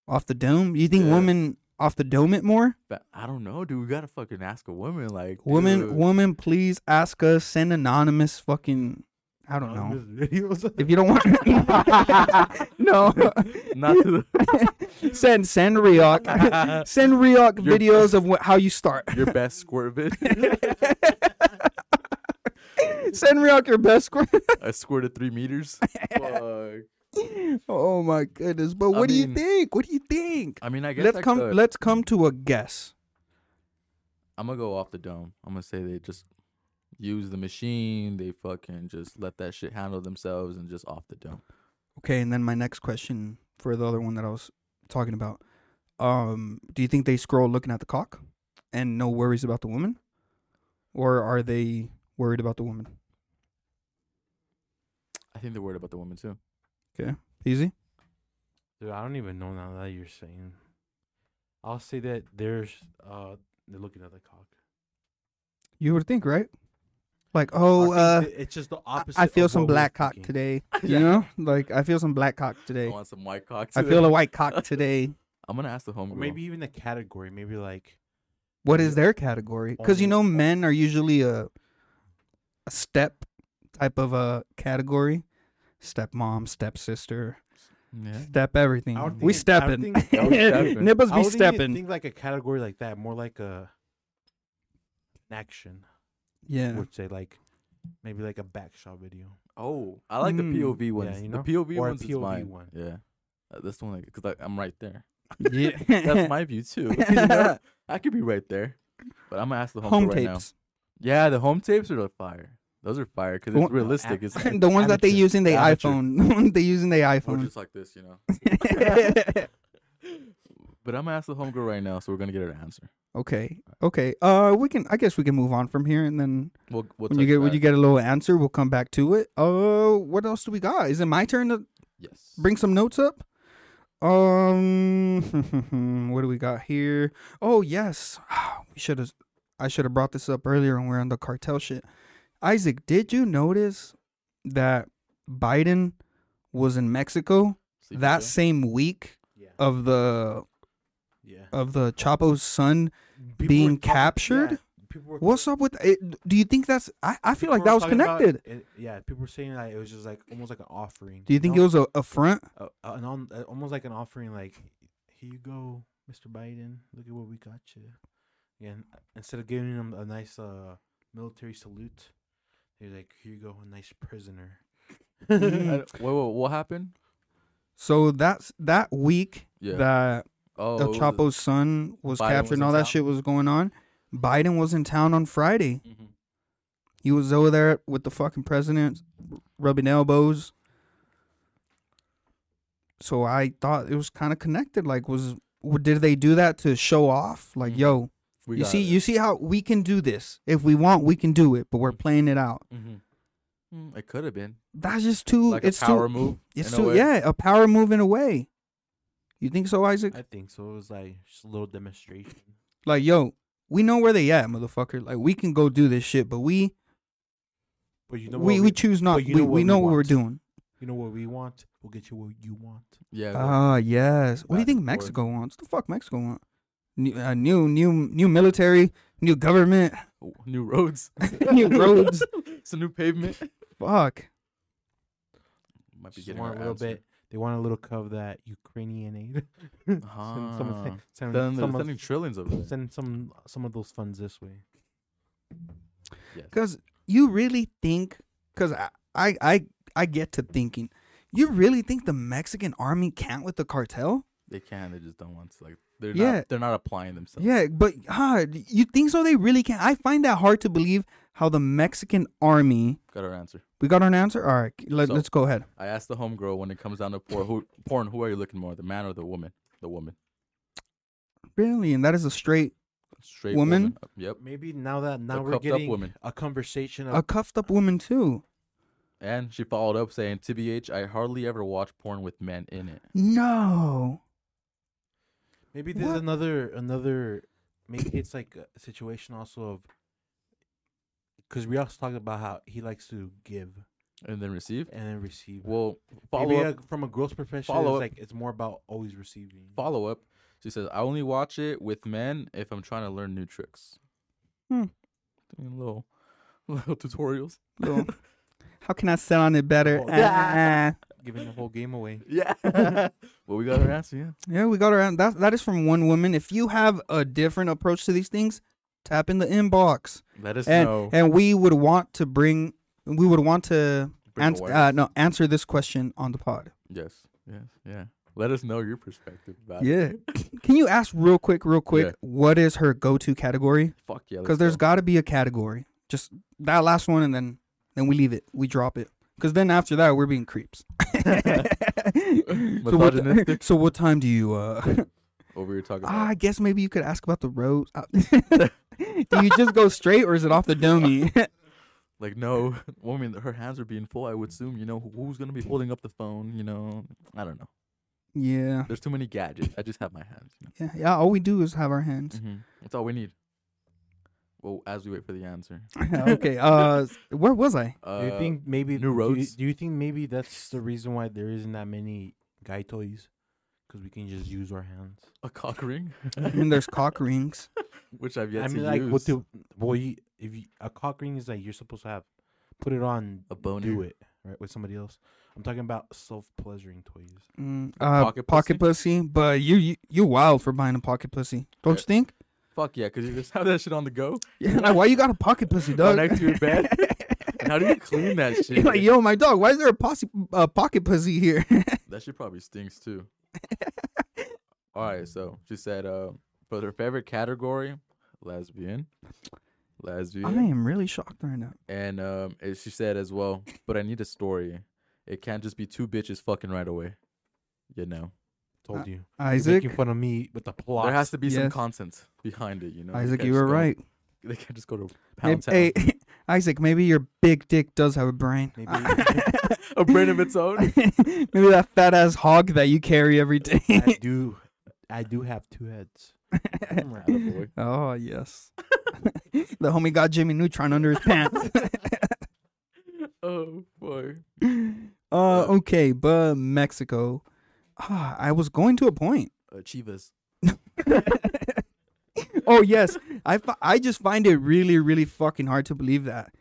[SPEAKER 1] off the dome. You think
[SPEAKER 2] Yeah.
[SPEAKER 1] women off the dome it more?
[SPEAKER 2] But I don't know, dude. We gotta fucking ask a woman, like
[SPEAKER 1] Woman,
[SPEAKER 2] dude,
[SPEAKER 1] woman, please ask us. Send anonymous fucking. I don't
[SPEAKER 3] All
[SPEAKER 1] know.
[SPEAKER 3] these videos.
[SPEAKER 1] If you don't want, no,
[SPEAKER 2] Not to the,
[SPEAKER 1] send send Reok, send Reok
[SPEAKER 2] Your-
[SPEAKER 1] videos of wh- how you start.
[SPEAKER 2] your best squirt vid.
[SPEAKER 1] Send Reok your best. score.
[SPEAKER 2] I squirted three meters. Fuck.
[SPEAKER 1] oh my goodness! But
[SPEAKER 2] I
[SPEAKER 1] what do you
[SPEAKER 2] mean-
[SPEAKER 1] think? What do you think?
[SPEAKER 2] I mean, I guess
[SPEAKER 1] Let's
[SPEAKER 2] like
[SPEAKER 1] come.
[SPEAKER 2] the-
[SPEAKER 1] Let's come to a guess.
[SPEAKER 2] I'm gonna go off the dome. I'm gonna say they just use the machine. They fucking just let that shit handle themselves and just off the dome.
[SPEAKER 1] Okay, and then my next question for the other one that I was talking about. Um, do you think they scroll looking at the cock and no worries about the woman? Or are they worried about the woman?
[SPEAKER 2] I think they're worried about the woman too.
[SPEAKER 1] Easy?
[SPEAKER 3] Dude, I don't even know now that you're saying. I'll say that there's uh they're looking at the cock.
[SPEAKER 1] You would think, right? Like,
[SPEAKER 3] I
[SPEAKER 1] oh,
[SPEAKER 3] think
[SPEAKER 1] uh,
[SPEAKER 3] th- it's just the
[SPEAKER 1] I-
[SPEAKER 3] opposite.
[SPEAKER 1] I feel
[SPEAKER 3] of
[SPEAKER 1] some
[SPEAKER 3] what we're
[SPEAKER 1] black cock
[SPEAKER 3] thinking.
[SPEAKER 1] today.
[SPEAKER 2] Yeah.
[SPEAKER 1] You know? Like, I feel some black cock
[SPEAKER 2] I
[SPEAKER 1] today.
[SPEAKER 2] want some white cock.
[SPEAKER 1] I
[SPEAKER 2] today.
[SPEAKER 1] feel a white cock today.
[SPEAKER 2] I'm gonna ask the homegirl.
[SPEAKER 3] Or maybe even the category. Maybe like
[SPEAKER 1] What is their category? Because, you
[SPEAKER 3] Only-
[SPEAKER 1] know, men are usually a, a step type of a category stepmom, stepsister.
[SPEAKER 2] Yeah.
[SPEAKER 1] Step everything.
[SPEAKER 3] I would
[SPEAKER 1] We
[SPEAKER 3] think it- I
[SPEAKER 1] stepping.
[SPEAKER 3] would think- I would
[SPEAKER 2] stepping.
[SPEAKER 1] Nippers
[SPEAKER 3] I
[SPEAKER 1] be
[SPEAKER 3] would even
[SPEAKER 1] stepping.
[SPEAKER 3] Think like a category like that, more like a an action. I
[SPEAKER 1] Yeah.
[SPEAKER 3] Would say like maybe like a backshot video.
[SPEAKER 2] Oh, I like
[SPEAKER 1] Mm.
[SPEAKER 2] the POV ones.
[SPEAKER 3] you know?
[SPEAKER 2] The POV
[SPEAKER 3] Or a
[SPEAKER 2] ones is
[SPEAKER 3] POV
[SPEAKER 2] mine.
[SPEAKER 3] one.
[SPEAKER 2] Yeah. Uh, This one, like, cause like, I'm right there.
[SPEAKER 1] yeah.
[SPEAKER 2] That's my view too. you know? I could be right there, but I'm gonna ask the homegirl
[SPEAKER 1] home
[SPEAKER 2] right now.
[SPEAKER 1] tapes.
[SPEAKER 2] Yeah, the home tapes are the fire. Those are fire because
[SPEAKER 1] Well,
[SPEAKER 2] it's realistic. It's like,
[SPEAKER 1] the ones that they
[SPEAKER 3] Amateur.
[SPEAKER 1] use in the
[SPEAKER 2] Amateur.
[SPEAKER 1] iPhone. The ones they use in the
[SPEAKER 2] we're
[SPEAKER 1] iPhone.
[SPEAKER 2] just like this, you know. But I'm gonna ask the homegirl right now, so we're gonna get her to answer.
[SPEAKER 1] okay. Okay. Uh, we can. I guess we can move on from here, and then
[SPEAKER 2] We'll, we'll
[SPEAKER 1] when you
[SPEAKER 2] touch
[SPEAKER 1] get when you
[SPEAKER 2] back.
[SPEAKER 1] get a little answer, we'll come back to it. Uh, what else do we got? Is it my turn to
[SPEAKER 2] yes.
[SPEAKER 1] bring some notes up? Um, what do we got here? Oh yes, we should have. I should have brought this up earlier when we were on the cartel shit. Isaac, did you notice that Biden was in Mexico
[SPEAKER 2] Sleepy
[SPEAKER 1] that
[SPEAKER 2] Joe?
[SPEAKER 1] same week
[SPEAKER 3] Yeah.
[SPEAKER 1] of the
[SPEAKER 3] yeah.
[SPEAKER 1] of the Chapo's son?
[SPEAKER 3] People
[SPEAKER 1] uh, being
[SPEAKER 3] were talking- yeah,
[SPEAKER 1] captured?
[SPEAKER 3] people were
[SPEAKER 1] What's
[SPEAKER 3] talking-
[SPEAKER 1] up with it? Do you think that's? I, I feel like
[SPEAKER 3] people
[SPEAKER 1] that was
[SPEAKER 3] were talking about
[SPEAKER 1] connected.
[SPEAKER 3] it- yeah, people were saying that it was just like almost like an offering.
[SPEAKER 1] Do you think
[SPEAKER 3] know?
[SPEAKER 1] it was a, a front?
[SPEAKER 3] uh, uh, an on, uh, almost like an offering, like here you go, Mr. Biden. Look at what we got you. And uh, instead of giving him a nice uh, military salute, He's like, here you go, a nice prisoner.
[SPEAKER 2] I don't- wait, wait, what happened?
[SPEAKER 1] So that's that week
[SPEAKER 2] Yeah.
[SPEAKER 1] that
[SPEAKER 2] oh,
[SPEAKER 1] El
[SPEAKER 2] it was-
[SPEAKER 1] Chapo's son was
[SPEAKER 2] Biden
[SPEAKER 1] captured
[SPEAKER 2] was
[SPEAKER 1] and
[SPEAKER 2] in
[SPEAKER 1] all that
[SPEAKER 2] town?
[SPEAKER 1] shit was going on. Biden was in town on Friday.
[SPEAKER 2] Mhm.
[SPEAKER 1] He was over there with the fucking president, r- rubbing elbows. So I thought it was kind of connected. Like, was w- did they do that to show off? Like,
[SPEAKER 2] Mhm.
[SPEAKER 1] yo,
[SPEAKER 2] We
[SPEAKER 1] you
[SPEAKER 2] got
[SPEAKER 1] see,
[SPEAKER 2] it.
[SPEAKER 1] you see how we can do this. If we want, we can do it. But we're
[SPEAKER 2] Mm-hmm.
[SPEAKER 1] playing it out.
[SPEAKER 2] Mhm. Mm, It could have been
[SPEAKER 1] That's just too.
[SPEAKER 2] like
[SPEAKER 1] it's
[SPEAKER 2] a power
[SPEAKER 1] too.
[SPEAKER 2] move.
[SPEAKER 1] It's
[SPEAKER 2] in a
[SPEAKER 1] too.
[SPEAKER 2] way.
[SPEAKER 1] yeah, a power move in a way. You think so, Isaac?
[SPEAKER 3] I think so. It was like just a little demonstration.
[SPEAKER 1] Like, yo, we know where they at, motherfucker. Like, we can go do this shit, but we
[SPEAKER 3] But you know
[SPEAKER 1] we,
[SPEAKER 3] what
[SPEAKER 1] we choose not.
[SPEAKER 3] but you
[SPEAKER 1] we
[SPEAKER 3] know
[SPEAKER 1] we
[SPEAKER 3] what
[SPEAKER 1] know
[SPEAKER 3] we
[SPEAKER 1] what we're
[SPEAKER 3] want.
[SPEAKER 1] doing.
[SPEAKER 3] you know what we want? We'll get you what you want.
[SPEAKER 2] Yeah. well,
[SPEAKER 1] Ah, yes. What do you
[SPEAKER 2] Back
[SPEAKER 1] think
[SPEAKER 2] and forth.
[SPEAKER 1] Mexico wants? the fuck Mexico want? New, uh, new, new, new military, new government,
[SPEAKER 2] w- New roads.
[SPEAKER 1] new roads.
[SPEAKER 2] it's a new pavement.
[SPEAKER 1] Fuck.
[SPEAKER 2] Might be
[SPEAKER 3] Just
[SPEAKER 2] getting our
[SPEAKER 3] want a little
[SPEAKER 2] answer.
[SPEAKER 3] bit. They want a little cover that Ukrainian aid. Send someone-
[SPEAKER 2] Ah.
[SPEAKER 3] send
[SPEAKER 2] Then they're
[SPEAKER 3] someone-
[SPEAKER 2] sending trillions of it.
[SPEAKER 3] send some some of those funds this way.
[SPEAKER 1] Cause you really think? Cause I, I, I, I get to thinking. You really think the Mexican army can't with the cartel?
[SPEAKER 2] They can. They just don't want to. Like they're
[SPEAKER 1] Yeah.
[SPEAKER 2] not. They're not applying themselves.
[SPEAKER 1] Yeah, but ah, you think so? They really can't. I find that hard to believe. How the Mexican army?
[SPEAKER 2] Got our answer.
[SPEAKER 1] We got an answer. All right, let,
[SPEAKER 2] So-
[SPEAKER 1] let's go ahead.
[SPEAKER 2] I asked the homegirl when it comes down to porn who, porn, who are you looking more, the man or the woman? The woman.
[SPEAKER 1] Really, and that is a straight,
[SPEAKER 2] Straight
[SPEAKER 1] Woman?
[SPEAKER 2] Uh, Yep.
[SPEAKER 3] Maybe now that now
[SPEAKER 2] The
[SPEAKER 3] we're
[SPEAKER 2] cuffed up
[SPEAKER 3] getting
[SPEAKER 2] woman.
[SPEAKER 3] a conversation
[SPEAKER 1] a
[SPEAKER 3] of
[SPEAKER 1] cuffed up woman too.
[SPEAKER 2] And she followed up saying, TBH, I hardly ever watch porn with men in it.
[SPEAKER 1] No.
[SPEAKER 3] maybe there's
[SPEAKER 1] What?
[SPEAKER 3] another another maybe it's like a situation also of because we also talked about how he likes to give
[SPEAKER 2] And then receive?
[SPEAKER 3] and then receive.
[SPEAKER 2] Well,
[SPEAKER 3] maybe
[SPEAKER 2] follow up.
[SPEAKER 3] uh, from a girl's perspective,
[SPEAKER 2] follow
[SPEAKER 3] it's
[SPEAKER 2] up.
[SPEAKER 3] like it's more about always receiving.
[SPEAKER 2] Follow up. She says, I only watch it with men if I'm trying to learn new tricks.
[SPEAKER 1] Hmm.
[SPEAKER 2] Doing little, little tutorials.
[SPEAKER 1] Little, how can I sit on it better?
[SPEAKER 3] Oh,
[SPEAKER 1] Ah,
[SPEAKER 3] yeah.
[SPEAKER 1] ah, ah.
[SPEAKER 3] giving the whole game away.
[SPEAKER 2] Yeah. well, we got our answer, yeah.
[SPEAKER 1] yeah, we got around. That that is from one woman. If you have a different approach to these things, tap in the inbox,
[SPEAKER 2] Let us
[SPEAKER 1] and
[SPEAKER 2] know.
[SPEAKER 1] and we would want to bring, we would want to
[SPEAKER 2] Bring
[SPEAKER 1] ans-
[SPEAKER 2] awareness.
[SPEAKER 1] uh, no answer this question on the pod.
[SPEAKER 2] Yes, yes, yeah. Let us know your perspective about it.
[SPEAKER 1] Yeah. Can you ask real quick, real quick,
[SPEAKER 2] Uh, Yeah.
[SPEAKER 1] what is her go-to category?
[SPEAKER 2] Fuck yeah. let's
[SPEAKER 1] Because there's
[SPEAKER 2] go.
[SPEAKER 1] got to be a category. Just that last one, and then then we leave it. We drop it. Because then after that, we're being creeps. so, what,
[SPEAKER 2] Misogynistic.
[SPEAKER 1] so what time do you? uh
[SPEAKER 2] over here talking
[SPEAKER 1] ah,
[SPEAKER 2] about
[SPEAKER 1] I guess maybe you could ask about the roads. Uh, do you just go straight, or is it off the dummy?
[SPEAKER 2] like no well, I mean her hands are being full, I would assume, you know, who- who's gonna
[SPEAKER 3] Mm-hmm.
[SPEAKER 2] be holding up the phone, you know. I don't know.
[SPEAKER 1] yeah.
[SPEAKER 2] There's too many gadgets. I just have my hands. You
[SPEAKER 1] yeah, yeah. All we do is have our hands.
[SPEAKER 2] know?
[SPEAKER 3] Mm-hmm.
[SPEAKER 2] That's all we need. Well, as we wait for the answer.
[SPEAKER 1] okay. Uh, where was I?
[SPEAKER 2] Uh,
[SPEAKER 3] do you think maybe
[SPEAKER 2] new
[SPEAKER 3] do you-
[SPEAKER 2] roads?
[SPEAKER 3] Do you, think maybe that's the reason why there isn't that many guy toys? Because we can just use our hands.
[SPEAKER 2] a cock ring?
[SPEAKER 1] And there's cock rings.
[SPEAKER 2] Which I've yet
[SPEAKER 3] I
[SPEAKER 2] to
[SPEAKER 3] mean, like,
[SPEAKER 2] use.
[SPEAKER 3] what do? Well, you, if you, a cock ring is like you're supposed to have, put it on,
[SPEAKER 2] a boner.
[SPEAKER 3] do it right with somebody else. I'm talking about self pleasuring toys.
[SPEAKER 1] Mm, uh, pocket,
[SPEAKER 2] pocket
[SPEAKER 1] pussy? but you, you you wild for buying a pocket pussy, don't you
[SPEAKER 2] Yeah.
[SPEAKER 1] think?
[SPEAKER 2] Fuck yeah, because you just have that shit on the go.
[SPEAKER 1] Yeah, like why you got a pocket pussy, dog?
[SPEAKER 2] next to your bed? And how do you clean that shit?
[SPEAKER 1] like, yo, my dog, why is there a posse, uh, pocket pussy here?
[SPEAKER 2] That shit probably stinks too. All right, so she said, uh, but her favorite category, lesbian, lesbian,
[SPEAKER 1] I am really shocked right now.
[SPEAKER 2] and um, and she said as well, but I need a story. It can't just be two bitches fucking right away, you know.
[SPEAKER 3] Told you, You're
[SPEAKER 1] Uh, Isaac,
[SPEAKER 3] making fun of me with the plot.
[SPEAKER 2] There has to be some
[SPEAKER 1] yes.
[SPEAKER 2] content behind it, you know. They
[SPEAKER 1] Isaac,
[SPEAKER 2] can't
[SPEAKER 1] you
[SPEAKER 2] just
[SPEAKER 1] were
[SPEAKER 2] go-
[SPEAKER 1] right.
[SPEAKER 2] They can't just go to
[SPEAKER 1] Maybe,
[SPEAKER 2] pound
[SPEAKER 1] hey,
[SPEAKER 2] town.
[SPEAKER 1] Isaac, maybe your big dick does have a brain.
[SPEAKER 3] Maybe-
[SPEAKER 2] a brain of its own.
[SPEAKER 1] maybe that fat ass hog that you carry every day.
[SPEAKER 3] I do, I do have two heads.
[SPEAKER 2] Attaboy.
[SPEAKER 1] oh yes, the homie got Jimmy Neutron under his pants.
[SPEAKER 2] Oh boy.
[SPEAKER 1] Uh, okay, but Mexico. Ah, I was going to a point.
[SPEAKER 2] Uh, Chivas.
[SPEAKER 1] oh yes, I fi- I just find it really really fucking hard to believe that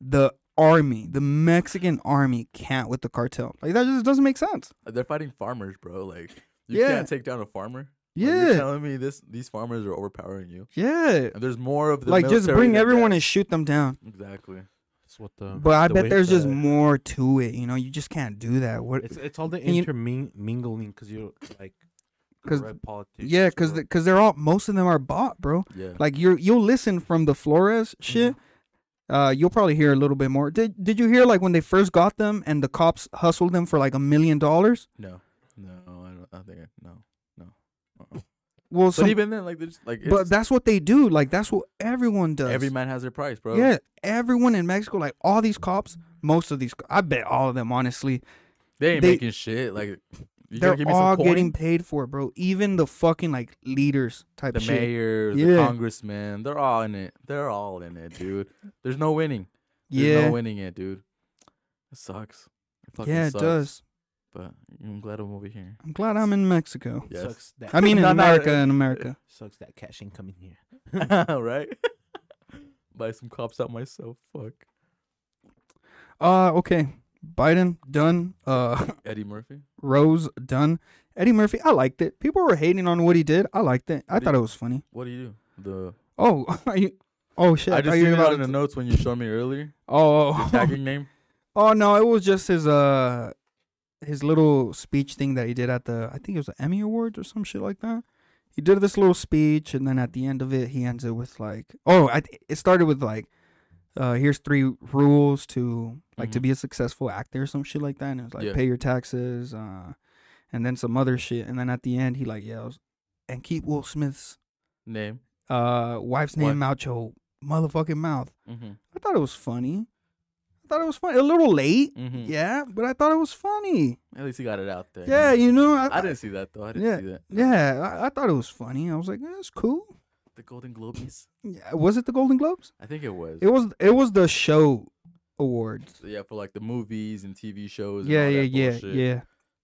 [SPEAKER 1] the army, the Mexican army, can't with the cartel. Like that just doesn't make sense.
[SPEAKER 2] Uh, They're fighting farmers, bro. Like you
[SPEAKER 1] Yeah.
[SPEAKER 2] can't take down a farmer. Like,
[SPEAKER 1] Yeah.
[SPEAKER 2] you're telling me this these farmers are overpowering you.
[SPEAKER 1] Yeah,
[SPEAKER 2] And there's more of the
[SPEAKER 1] like just
[SPEAKER 2] military
[SPEAKER 1] bring
[SPEAKER 2] than
[SPEAKER 1] everyone
[SPEAKER 2] that. Uh,
[SPEAKER 1] and shoot them down.
[SPEAKER 2] exactly.
[SPEAKER 3] That's what the.
[SPEAKER 1] But I
[SPEAKER 3] the
[SPEAKER 1] bet
[SPEAKER 3] way
[SPEAKER 1] there's just
[SPEAKER 3] the-
[SPEAKER 1] more to it. You know, you just can't do that. What?
[SPEAKER 3] It's it's all the
[SPEAKER 1] and you-
[SPEAKER 3] intermingling because you're like.
[SPEAKER 1] 'Cause-
[SPEAKER 3] corrupt politics.
[SPEAKER 1] Yeah, because
[SPEAKER 3] corrupt-
[SPEAKER 1] because they're all most of them are bought, bro.
[SPEAKER 2] Yeah.
[SPEAKER 1] Like you you'll listen from the Flores shit.
[SPEAKER 2] Mm-hmm.
[SPEAKER 1] Uh, you'll probably hear a little bit more. Did Did you hear like when they first got them and the cops hustled them for like a million dollars?
[SPEAKER 2] no. No, I don't. I think I, no.
[SPEAKER 1] Well,
[SPEAKER 2] But
[SPEAKER 1] some-
[SPEAKER 2] even then, like, they're just, like,
[SPEAKER 1] but
[SPEAKER 2] it's-
[SPEAKER 1] that's what they do. Like that's what everyone does.
[SPEAKER 2] every man has their price, bro.
[SPEAKER 1] Yeah, everyone in Mexico, like all these cops, most of these, co- I bet all of them, honestly,
[SPEAKER 2] they ain't
[SPEAKER 1] they-
[SPEAKER 2] making shit. Like, you
[SPEAKER 1] they're
[SPEAKER 2] gonna give me some
[SPEAKER 1] all
[SPEAKER 2] coin?
[SPEAKER 1] getting paid for it, bro. Even the fucking like leaders type
[SPEAKER 2] the
[SPEAKER 1] shit.
[SPEAKER 2] mayor,
[SPEAKER 1] Yeah.
[SPEAKER 2] the congressman, they're all in it. They're all in it, dude. There's no winning. There's
[SPEAKER 1] yeah,
[SPEAKER 2] no winning it, dude. It sucks. It fucking
[SPEAKER 1] yeah, it
[SPEAKER 2] sucks,
[SPEAKER 1] does.
[SPEAKER 2] But I'm glad I'm over here.
[SPEAKER 1] I'm glad I'm in Mexico.
[SPEAKER 2] Yes.
[SPEAKER 3] Sucks that.
[SPEAKER 1] I mean, in
[SPEAKER 2] No, no,
[SPEAKER 1] America,
[SPEAKER 2] uh,
[SPEAKER 1] in America.
[SPEAKER 3] sucks that cash ain't coming here.
[SPEAKER 2] right? Buy some cops out myself. Fuck.
[SPEAKER 1] Uh, okay. Biden done. Uh,
[SPEAKER 2] Eddie Murphy.
[SPEAKER 1] Rose done. Eddie Murphy, I liked it. People were hating on what he did. I liked it. I
[SPEAKER 2] What do
[SPEAKER 1] thought
[SPEAKER 2] you-
[SPEAKER 1] it was funny.
[SPEAKER 2] What do you do? The
[SPEAKER 1] Oh, are you? Oh shit!
[SPEAKER 2] I
[SPEAKER 1] thought
[SPEAKER 2] just
[SPEAKER 1] you were
[SPEAKER 2] seen it
[SPEAKER 1] about
[SPEAKER 2] out in
[SPEAKER 1] to-
[SPEAKER 2] the notes when you showed me earlier.
[SPEAKER 1] Oh, oh,
[SPEAKER 2] Tagging name.
[SPEAKER 1] Oh no, it was just his uh his little speech thing that he did at the I think it was the Emmy Awards or some shit like that. He did this little speech and then at the end of it he ends it with like oh I th- it started with like uh here's three rules to like to
[SPEAKER 2] Mhm.
[SPEAKER 1] be a successful actor or some shit like that and it was like
[SPEAKER 2] Yeah.
[SPEAKER 1] pay your taxes uh and then some other shit and then at the end he like yells and keep Will Smith's
[SPEAKER 2] Name.
[SPEAKER 1] uh wife's name out your motherfucking mouth.
[SPEAKER 2] Mm-hmm.
[SPEAKER 1] I thought it was funny. I thought it was funny. A little late.
[SPEAKER 2] Mm-hmm.
[SPEAKER 1] Yeah, but I thought it was funny.
[SPEAKER 2] At least he got it out there.
[SPEAKER 1] Yeah, you know, I,
[SPEAKER 2] I didn't see that though. I didn't
[SPEAKER 1] Yeah.
[SPEAKER 2] see that.
[SPEAKER 1] Yeah, I, I thought it was funny. I was like, "Yeah, that's cool.
[SPEAKER 2] The Golden Globes.
[SPEAKER 1] Yeah, was it the Golden Globes?
[SPEAKER 2] I think it was.
[SPEAKER 1] It was. It was the show awards.
[SPEAKER 2] yeah, for like the movies and TV shows. and
[SPEAKER 1] Yeah,
[SPEAKER 2] all
[SPEAKER 1] yeah,
[SPEAKER 2] that
[SPEAKER 1] yeah,
[SPEAKER 2] bullshit.
[SPEAKER 1] yeah.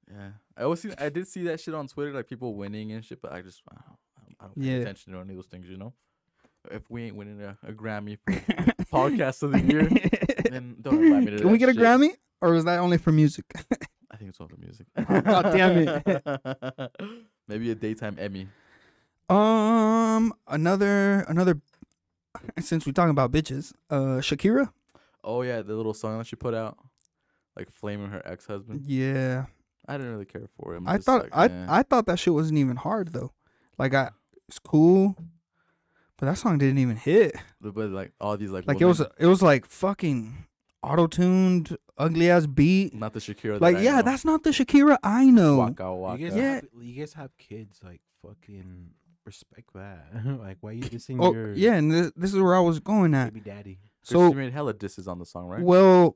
[SPEAKER 2] Yeah, I always see. I did see that shit on Twitter, like people winning and shit. But I just, I don't, I don't pay
[SPEAKER 1] Yeah.
[SPEAKER 2] attention to any of those things, you know. If we ain't winning a, a Grammy for podcast of the year, then don't invite me to
[SPEAKER 1] Can we
[SPEAKER 2] that
[SPEAKER 1] get a
[SPEAKER 2] shit.
[SPEAKER 1] Grammy, or is that only for music?
[SPEAKER 2] I think it's all the music.
[SPEAKER 1] God damn
[SPEAKER 2] it! Maybe a daytime Emmy.
[SPEAKER 1] um, another, another. Since we're talking about bitches, uh, Shakira.
[SPEAKER 2] Oh yeah, the little song that she put out, like flaming her ex husband.
[SPEAKER 1] Yeah,
[SPEAKER 2] I didn't really care for it. I'm
[SPEAKER 1] I
[SPEAKER 2] just
[SPEAKER 1] thought
[SPEAKER 2] like,
[SPEAKER 1] I
[SPEAKER 2] eh.
[SPEAKER 1] I thought that shit wasn't even hard though. Like I, it's cool, but that song didn't even hit.
[SPEAKER 2] but but, like all these like
[SPEAKER 1] Like it
[SPEAKER 2] women-
[SPEAKER 1] was it was like fucking auto tuned, ugly ass beat.
[SPEAKER 2] not the Shakira. that
[SPEAKER 1] Like
[SPEAKER 2] I
[SPEAKER 1] yeah,
[SPEAKER 2] know.
[SPEAKER 1] that's not the Shakira I know.
[SPEAKER 2] waka waka.
[SPEAKER 3] You guys,
[SPEAKER 1] Yeah.
[SPEAKER 3] have, you guys have kids, like fucking respect that. like, why you dissing
[SPEAKER 1] Oh
[SPEAKER 3] your
[SPEAKER 1] yeah, and this, this is where I was going at.
[SPEAKER 3] baby daddy?
[SPEAKER 2] So she
[SPEAKER 1] So
[SPEAKER 2] made hella disses on the song, right?
[SPEAKER 1] well,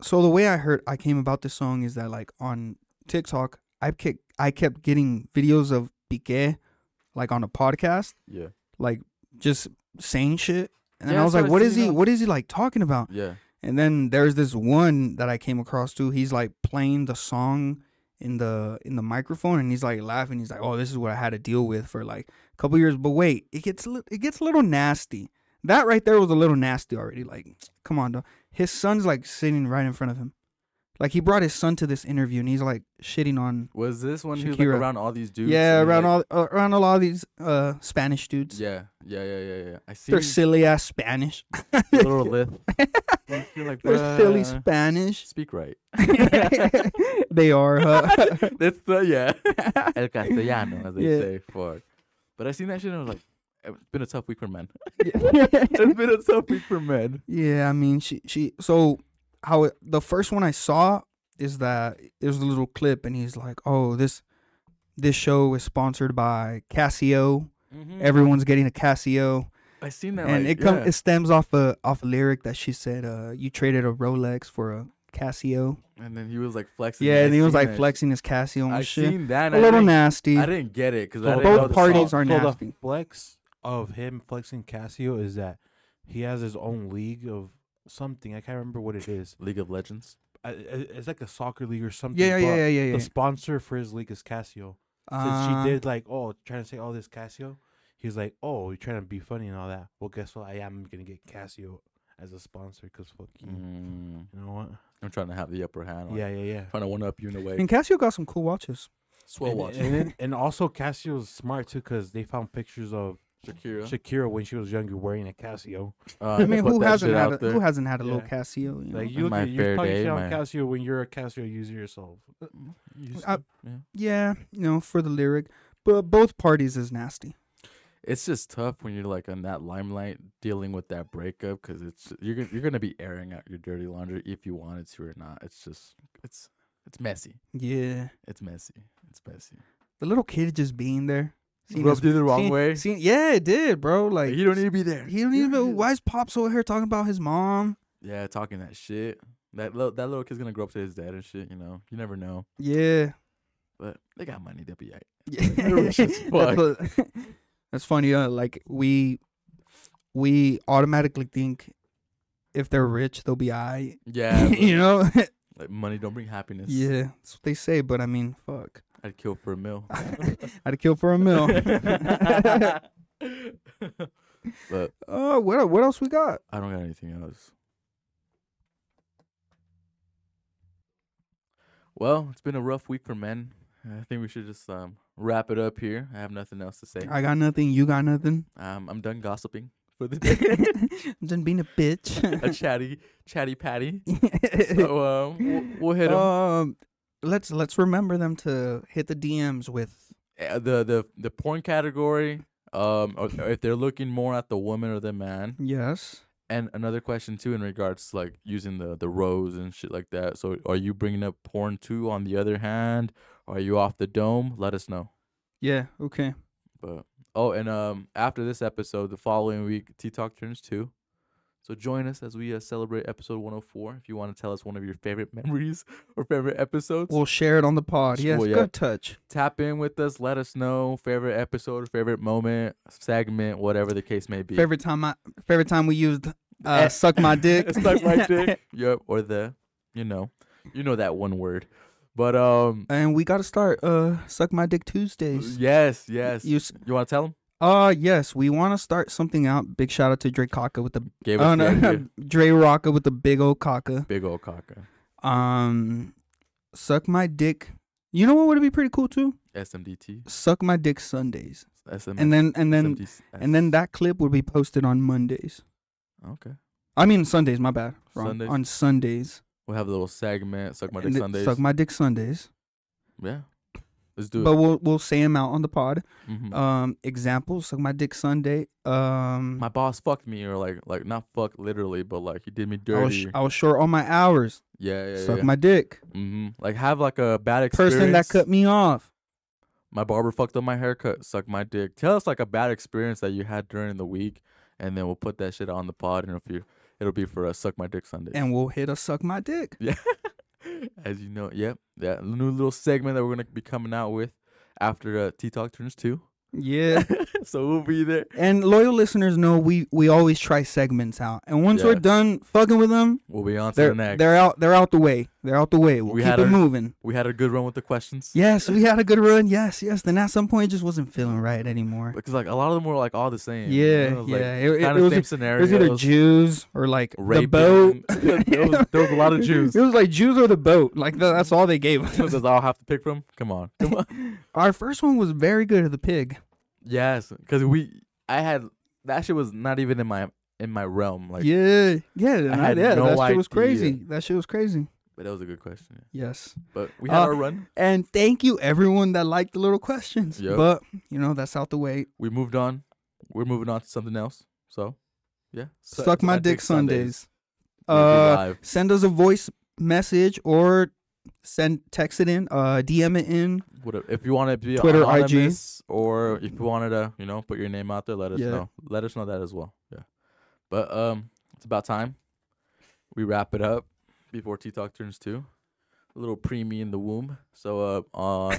[SPEAKER 1] so the way I heard I came about this song is that like on TikTok, I kept I kept getting videos of Piqué, like on a podcast,
[SPEAKER 2] Yeah.
[SPEAKER 1] like just saying shit. And
[SPEAKER 2] Yeah,
[SPEAKER 1] I
[SPEAKER 2] I
[SPEAKER 1] was like,
[SPEAKER 2] started
[SPEAKER 1] what is
[SPEAKER 2] seeing
[SPEAKER 1] he?
[SPEAKER 2] that.
[SPEAKER 1] What is he like talking about?
[SPEAKER 2] Yeah.
[SPEAKER 1] And then there's this one that I came across too. He's like playing the song in the in the microphone, and he's like laughing. He's like, "Oh, this is what I had to deal with for like a couple years." But wait, it gets li- it gets a little nasty. That right there was a little nasty already. Like, come on, dog. His son's like sitting right in front of him. Like he brought his son to this interview, and he's like shitting on
[SPEAKER 2] Was this when he was like
[SPEAKER 1] Shakira.
[SPEAKER 2] around all these dudes?
[SPEAKER 1] yeah
[SPEAKER 2] and,
[SPEAKER 1] around
[SPEAKER 2] like-
[SPEAKER 1] all around a lot of these uh Spanish dudes.
[SPEAKER 2] Yeah, yeah, yeah, yeah, yeah. I see
[SPEAKER 1] They're silly ass Spanish.
[SPEAKER 2] little lith. I feel like
[SPEAKER 1] They're silly
[SPEAKER 2] "Bruh,
[SPEAKER 1] Spanish.
[SPEAKER 2] Speak right.
[SPEAKER 1] they are, huh?
[SPEAKER 2] That's the yeah. El castellano, as they
[SPEAKER 1] Yeah.
[SPEAKER 2] say. Fuck. But I seen that shit and I was like, it's been a tough week for men.
[SPEAKER 1] yeah.
[SPEAKER 2] it's been a tough week for men.
[SPEAKER 1] I mean, she she. So how it, the first one I saw is that it was a little clip, and he's like, "Oh, this this show is sponsored by Casio. Everyone's getting a Casio,
[SPEAKER 2] I seen that.
[SPEAKER 1] Mm-hmm. and
[SPEAKER 2] like,
[SPEAKER 1] it comes
[SPEAKER 2] Mm-hmm. yeah.
[SPEAKER 1] it stems off a off a lyric that she said, uh, you traded a Rolex for a Casio.'
[SPEAKER 2] and then he was like flexing.
[SPEAKER 1] Yeah,
[SPEAKER 2] I
[SPEAKER 1] and he was
[SPEAKER 2] seen
[SPEAKER 1] like
[SPEAKER 2] that.
[SPEAKER 1] flexing his Casio and
[SPEAKER 2] I
[SPEAKER 1] shit.
[SPEAKER 2] seen that. And
[SPEAKER 1] A little
[SPEAKER 2] I
[SPEAKER 1] nasty.
[SPEAKER 2] didn't, I didn't get it because
[SPEAKER 1] So
[SPEAKER 2] both
[SPEAKER 1] both parties are
[SPEAKER 3] so
[SPEAKER 1] nasty.
[SPEAKER 3] The flex of him flexing Casio is that he has his own league of something. I can't remember what it is.
[SPEAKER 2] League of Legends.
[SPEAKER 3] I- I- It's like a soccer league or something.
[SPEAKER 1] Yeah, yeah,
[SPEAKER 3] but
[SPEAKER 1] yeah, yeah, yeah.
[SPEAKER 3] The sponsor for his league is Casio. Since
[SPEAKER 1] Uh,
[SPEAKER 3] she did like, oh, trying to say all this Casio. He was like, oh, you're trying to be funny and all that. Well, guess what? I am gonna get Casio as a sponsor because fuck you.
[SPEAKER 2] Mm.
[SPEAKER 3] You know what?
[SPEAKER 2] I'm trying to have the upper hand. Like,
[SPEAKER 3] Yeah, yeah, yeah.
[SPEAKER 2] Trying to one up you in a way.
[SPEAKER 1] And Casio got some cool watches.
[SPEAKER 2] Swell
[SPEAKER 3] and,
[SPEAKER 2] watch.
[SPEAKER 3] and, then- and also Casio's smart too because they found pictures of
[SPEAKER 2] Shakira.
[SPEAKER 3] Shakira when she was younger wearing a Casio.
[SPEAKER 2] Uh,
[SPEAKER 1] I mean,
[SPEAKER 2] put
[SPEAKER 1] who
[SPEAKER 2] that
[SPEAKER 1] hasn't
[SPEAKER 2] shit
[SPEAKER 1] had
[SPEAKER 2] out
[SPEAKER 1] a,
[SPEAKER 2] there.
[SPEAKER 1] who hasn't had a little
[SPEAKER 3] Yeah.
[SPEAKER 1] Casio? You know?
[SPEAKER 3] Like you, look
[SPEAKER 2] My
[SPEAKER 3] at-
[SPEAKER 2] fair
[SPEAKER 3] you're probably
[SPEAKER 2] day,
[SPEAKER 3] shit on
[SPEAKER 2] my-
[SPEAKER 3] Casio when you're a Casio user yourself.
[SPEAKER 2] You
[SPEAKER 1] I-
[SPEAKER 2] see? Yeah.
[SPEAKER 1] yeah, you know, for the lyric, but both parties is nasty.
[SPEAKER 2] It's just tough when you're like on that limelight dealing with that breakup because it's you're gonna you're gonna be airing out your dirty laundry if you wanted to or not. It's just it's it's messy.
[SPEAKER 1] Yeah,
[SPEAKER 2] It's messy. It's messy.
[SPEAKER 1] the little kid just being there. seeing
[SPEAKER 2] Rubbed
[SPEAKER 1] his-
[SPEAKER 2] you the wrong
[SPEAKER 1] seeing-
[SPEAKER 2] way.
[SPEAKER 1] seeing- yeah, it did, bro. Like
[SPEAKER 2] you don't need to be there.
[SPEAKER 1] He don't
[SPEAKER 2] You
[SPEAKER 1] even.
[SPEAKER 2] need to-
[SPEAKER 1] Why is pops over here talking about his mom?
[SPEAKER 2] Yeah, talking that shit. That little that little kid's gonna grow up to his dad and shit. You know, you never know.
[SPEAKER 1] Yeah.
[SPEAKER 2] But they got money. They'll be right.
[SPEAKER 1] Yeah.
[SPEAKER 2] rich as fuck.
[SPEAKER 1] That's, what- that's funny. Uh, like we, we automatically think if they're rich, they'll be alright.
[SPEAKER 2] Yeah, but,
[SPEAKER 1] you know.
[SPEAKER 2] like money don't bring happiness.
[SPEAKER 1] yeah, that's what they say. But I mean, fuck.
[SPEAKER 2] I'd kill for a meal.
[SPEAKER 1] I'd kill for a mill.
[SPEAKER 2] but
[SPEAKER 1] Oh, what what else we got?
[SPEAKER 2] I don't got anything else. Well, it's been a rough week for men. I think we should just um, wrap it up here. I have nothing else to say.
[SPEAKER 1] I got nothing. You got nothing.
[SPEAKER 2] Um, I'm done gossiping for the day.
[SPEAKER 1] I'm just being a
[SPEAKER 2] a
[SPEAKER 1] bitch.
[SPEAKER 2] chatty, chatty patty. So um, we'll, we'll hit 'em.
[SPEAKER 1] um, let's let's remember them to hit the DMs with
[SPEAKER 2] uh, the the the porn category. Um, or if they're looking more at the woman or the man,
[SPEAKER 1] yes.
[SPEAKER 2] and another question too in regards to like using the the rose and shit like that. So, are you bringing up porn too? On the other hand, are you off the dome? Let us know.
[SPEAKER 1] Yeah. Okay.
[SPEAKER 2] But oh, and um, after this episode, the following week, T Talk turns two. So join us as we uh, celebrate episode 104. If you want to tell us one of your favorite memories or favorite episodes,
[SPEAKER 1] We'll share it on the pod. Yes.
[SPEAKER 2] Well, yeah.
[SPEAKER 1] Good touch.
[SPEAKER 2] tap in with us. Let us know favorite episode, favorite moment, segment, whatever the case may be.
[SPEAKER 1] Favorite time I favorite time we used
[SPEAKER 2] Eh.
[SPEAKER 1] uh, suck my dick.
[SPEAKER 2] Suck my dick. Yep. Or the, you know, you know that one word. But um,
[SPEAKER 1] and we gotta start uh suck my dick Tuesdays.
[SPEAKER 2] yes, Uh, yes.
[SPEAKER 1] You
[SPEAKER 2] You,
[SPEAKER 1] s-
[SPEAKER 2] want to tell him?
[SPEAKER 1] uh yes, we wanna start something out. Big shout out to Dre Kaka with the
[SPEAKER 2] Gave us
[SPEAKER 1] oh,
[SPEAKER 2] the idea.
[SPEAKER 1] no, Dre Rocka with the big old Kaka.
[SPEAKER 2] big old uh, caca.
[SPEAKER 1] Um suck my dick. You know what would be pretty cool too?
[SPEAKER 2] SMDT.
[SPEAKER 1] Suck my dick Sundays.
[SPEAKER 2] SM,
[SPEAKER 1] And then and then and then that clip would be posted on Mondays.
[SPEAKER 2] Okay.
[SPEAKER 1] I mean Sundays, my bad. Wrong.
[SPEAKER 2] Sundays.
[SPEAKER 1] On Sundays.
[SPEAKER 2] We'll have a little segment. Suck my dick
[SPEAKER 1] And it-
[SPEAKER 2] Sundays.
[SPEAKER 1] Suck my dick Sundays.
[SPEAKER 2] yeah. Let's do
[SPEAKER 1] but
[SPEAKER 2] it.
[SPEAKER 1] we'll we'll say them out on the pod.
[SPEAKER 2] Mhm.
[SPEAKER 1] Um, examples like my dick Sunday. Um,
[SPEAKER 2] my boss fucked me, or like, like not fuck literally, but like he did me
[SPEAKER 1] I was,
[SPEAKER 2] dirty.
[SPEAKER 1] I was short on my hours.
[SPEAKER 2] yeah, yeah,
[SPEAKER 1] Oh, Suck
[SPEAKER 2] yeah.
[SPEAKER 1] my dick.
[SPEAKER 2] hmm Like have like a bad experience.
[SPEAKER 1] Person that cut me off.
[SPEAKER 2] my barber fucked up my haircut, suck my dick. Tell us like a bad experience that you had during the week, and then we'll put that shit on the pod, and if you, it'll be for a suck my dick Sunday.
[SPEAKER 1] And we'll hit a suck my dick.
[SPEAKER 2] yeah, as you know, yep, that new little segment that we're gonna be coming out with after uh, T Talk turns two.
[SPEAKER 1] Yeah.
[SPEAKER 2] so we'll be there.
[SPEAKER 1] and loyal listeners know we we always try segments out. And once we're
[SPEAKER 2] Yeah.
[SPEAKER 1] done fucking with them,
[SPEAKER 2] We'll be on to
[SPEAKER 1] they're
[SPEAKER 2] the next.
[SPEAKER 1] they're out they're out the way. They're out the way. We'll
[SPEAKER 2] We
[SPEAKER 1] keep
[SPEAKER 2] had
[SPEAKER 1] it
[SPEAKER 2] our-
[SPEAKER 1] moving.
[SPEAKER 2] We had a good run with the questions.
[SPEAKER 1] Yes, we had a good run. Yes, yes. Then at some point, it just wasn't feeling right anymore.
[SPEAKER 2] because like a lot of them were like all the same. you
[SPEAKER 1] yeah,
[SPEAKER 2] know, like,
[SPEAKER 1] yeah. It, it-
[SPEAKER 2] kind
[SPEAKER 1] it
[SPEAKER 2] of
[SPEAKER 1] was, e,
[SPEAKER 2] same
[SPEAKER 1] it was
[SPEAKER 2] scenario.
[SPEAKER 1] either Jews or like the
[SPEAKER 2] raping.
[SPEAKER 1] boat.
[SPEAKER 2] there, was, there was a lot of Jews.
[SPEAKER 1] It was like Jews or the boat. Like tha- that's all they gave us.
[SPEAKER 2] Does all have to pick from? Come on, come on.
[SPEAKER 1] Our first one was very good at the pig.
[SPEAKER 2] Yes, because we, I had that shit was not even in my in my realm. Like,
[SPEAKER 1] yeah, yeah, and I-
[SPEAKER 2] had
[SPEAKER 1] yeah.
[SPEAKER 2] no
[SPEAKER 1] that shit was
[SPEAKER 2] idea.
[SPEAKER 1] crazy. That shit was crazy.
[SPEAKER 2] but that was a good question. Yeah.
[SPEAKER 1] Yes.
[SPEAKER 2] But we had
[SPEAKER 1] Uh,
[SPEAKER 2] our run.
[SPEAKER 1] And thank you everyone that liked the little questions.
[SPEAKER 2] Yep.
[SPEAKER 1] But you know that's out the way.
[SPEAKER 2] We moved on. We're moving on to something else. So, yeah, Su-
[SPEAKER 1] Suck my dick Sundays.
[SPEAKER 2] We'll be
[SPEAKER 1] Uh,
[SPEAKER 2] live.
[SPEAKER 1] send us a voice message or send text it in. Uh, DM it in.
[SPEAKER 2] Whatever. If you want to be
[SPEAKER 1] Twitter, IG.
[SPEAKER 2] anonymous, or if you wanted to, you know, put your name out there, let us
[SPEAKER 1] Yeah.
[SPEAKER 2] know. Let us know that as well. Yeah. But um, it's about time we wrap it up before T Talk turns two. A little preemie in the womb. So uh, on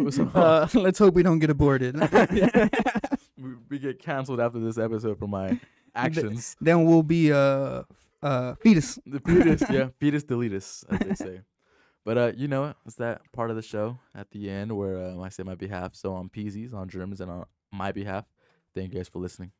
[SPEAKER 2] was a-
[SPEAKER 1] Uh, let's hope we don't get aborted.
[SPEAKER 2] we, we get canceled after this episode for my actions.
[SPEAKER 1] then we'll be uh uh fetus.
[SPEAKER 2] the fetus, yeah, fetus deletus, as they say. But uh, you know, it's that part of the show at the end where um, I say my behalf. So on Peasy's, on Germans, and on my behalf. Thank you guys for listening.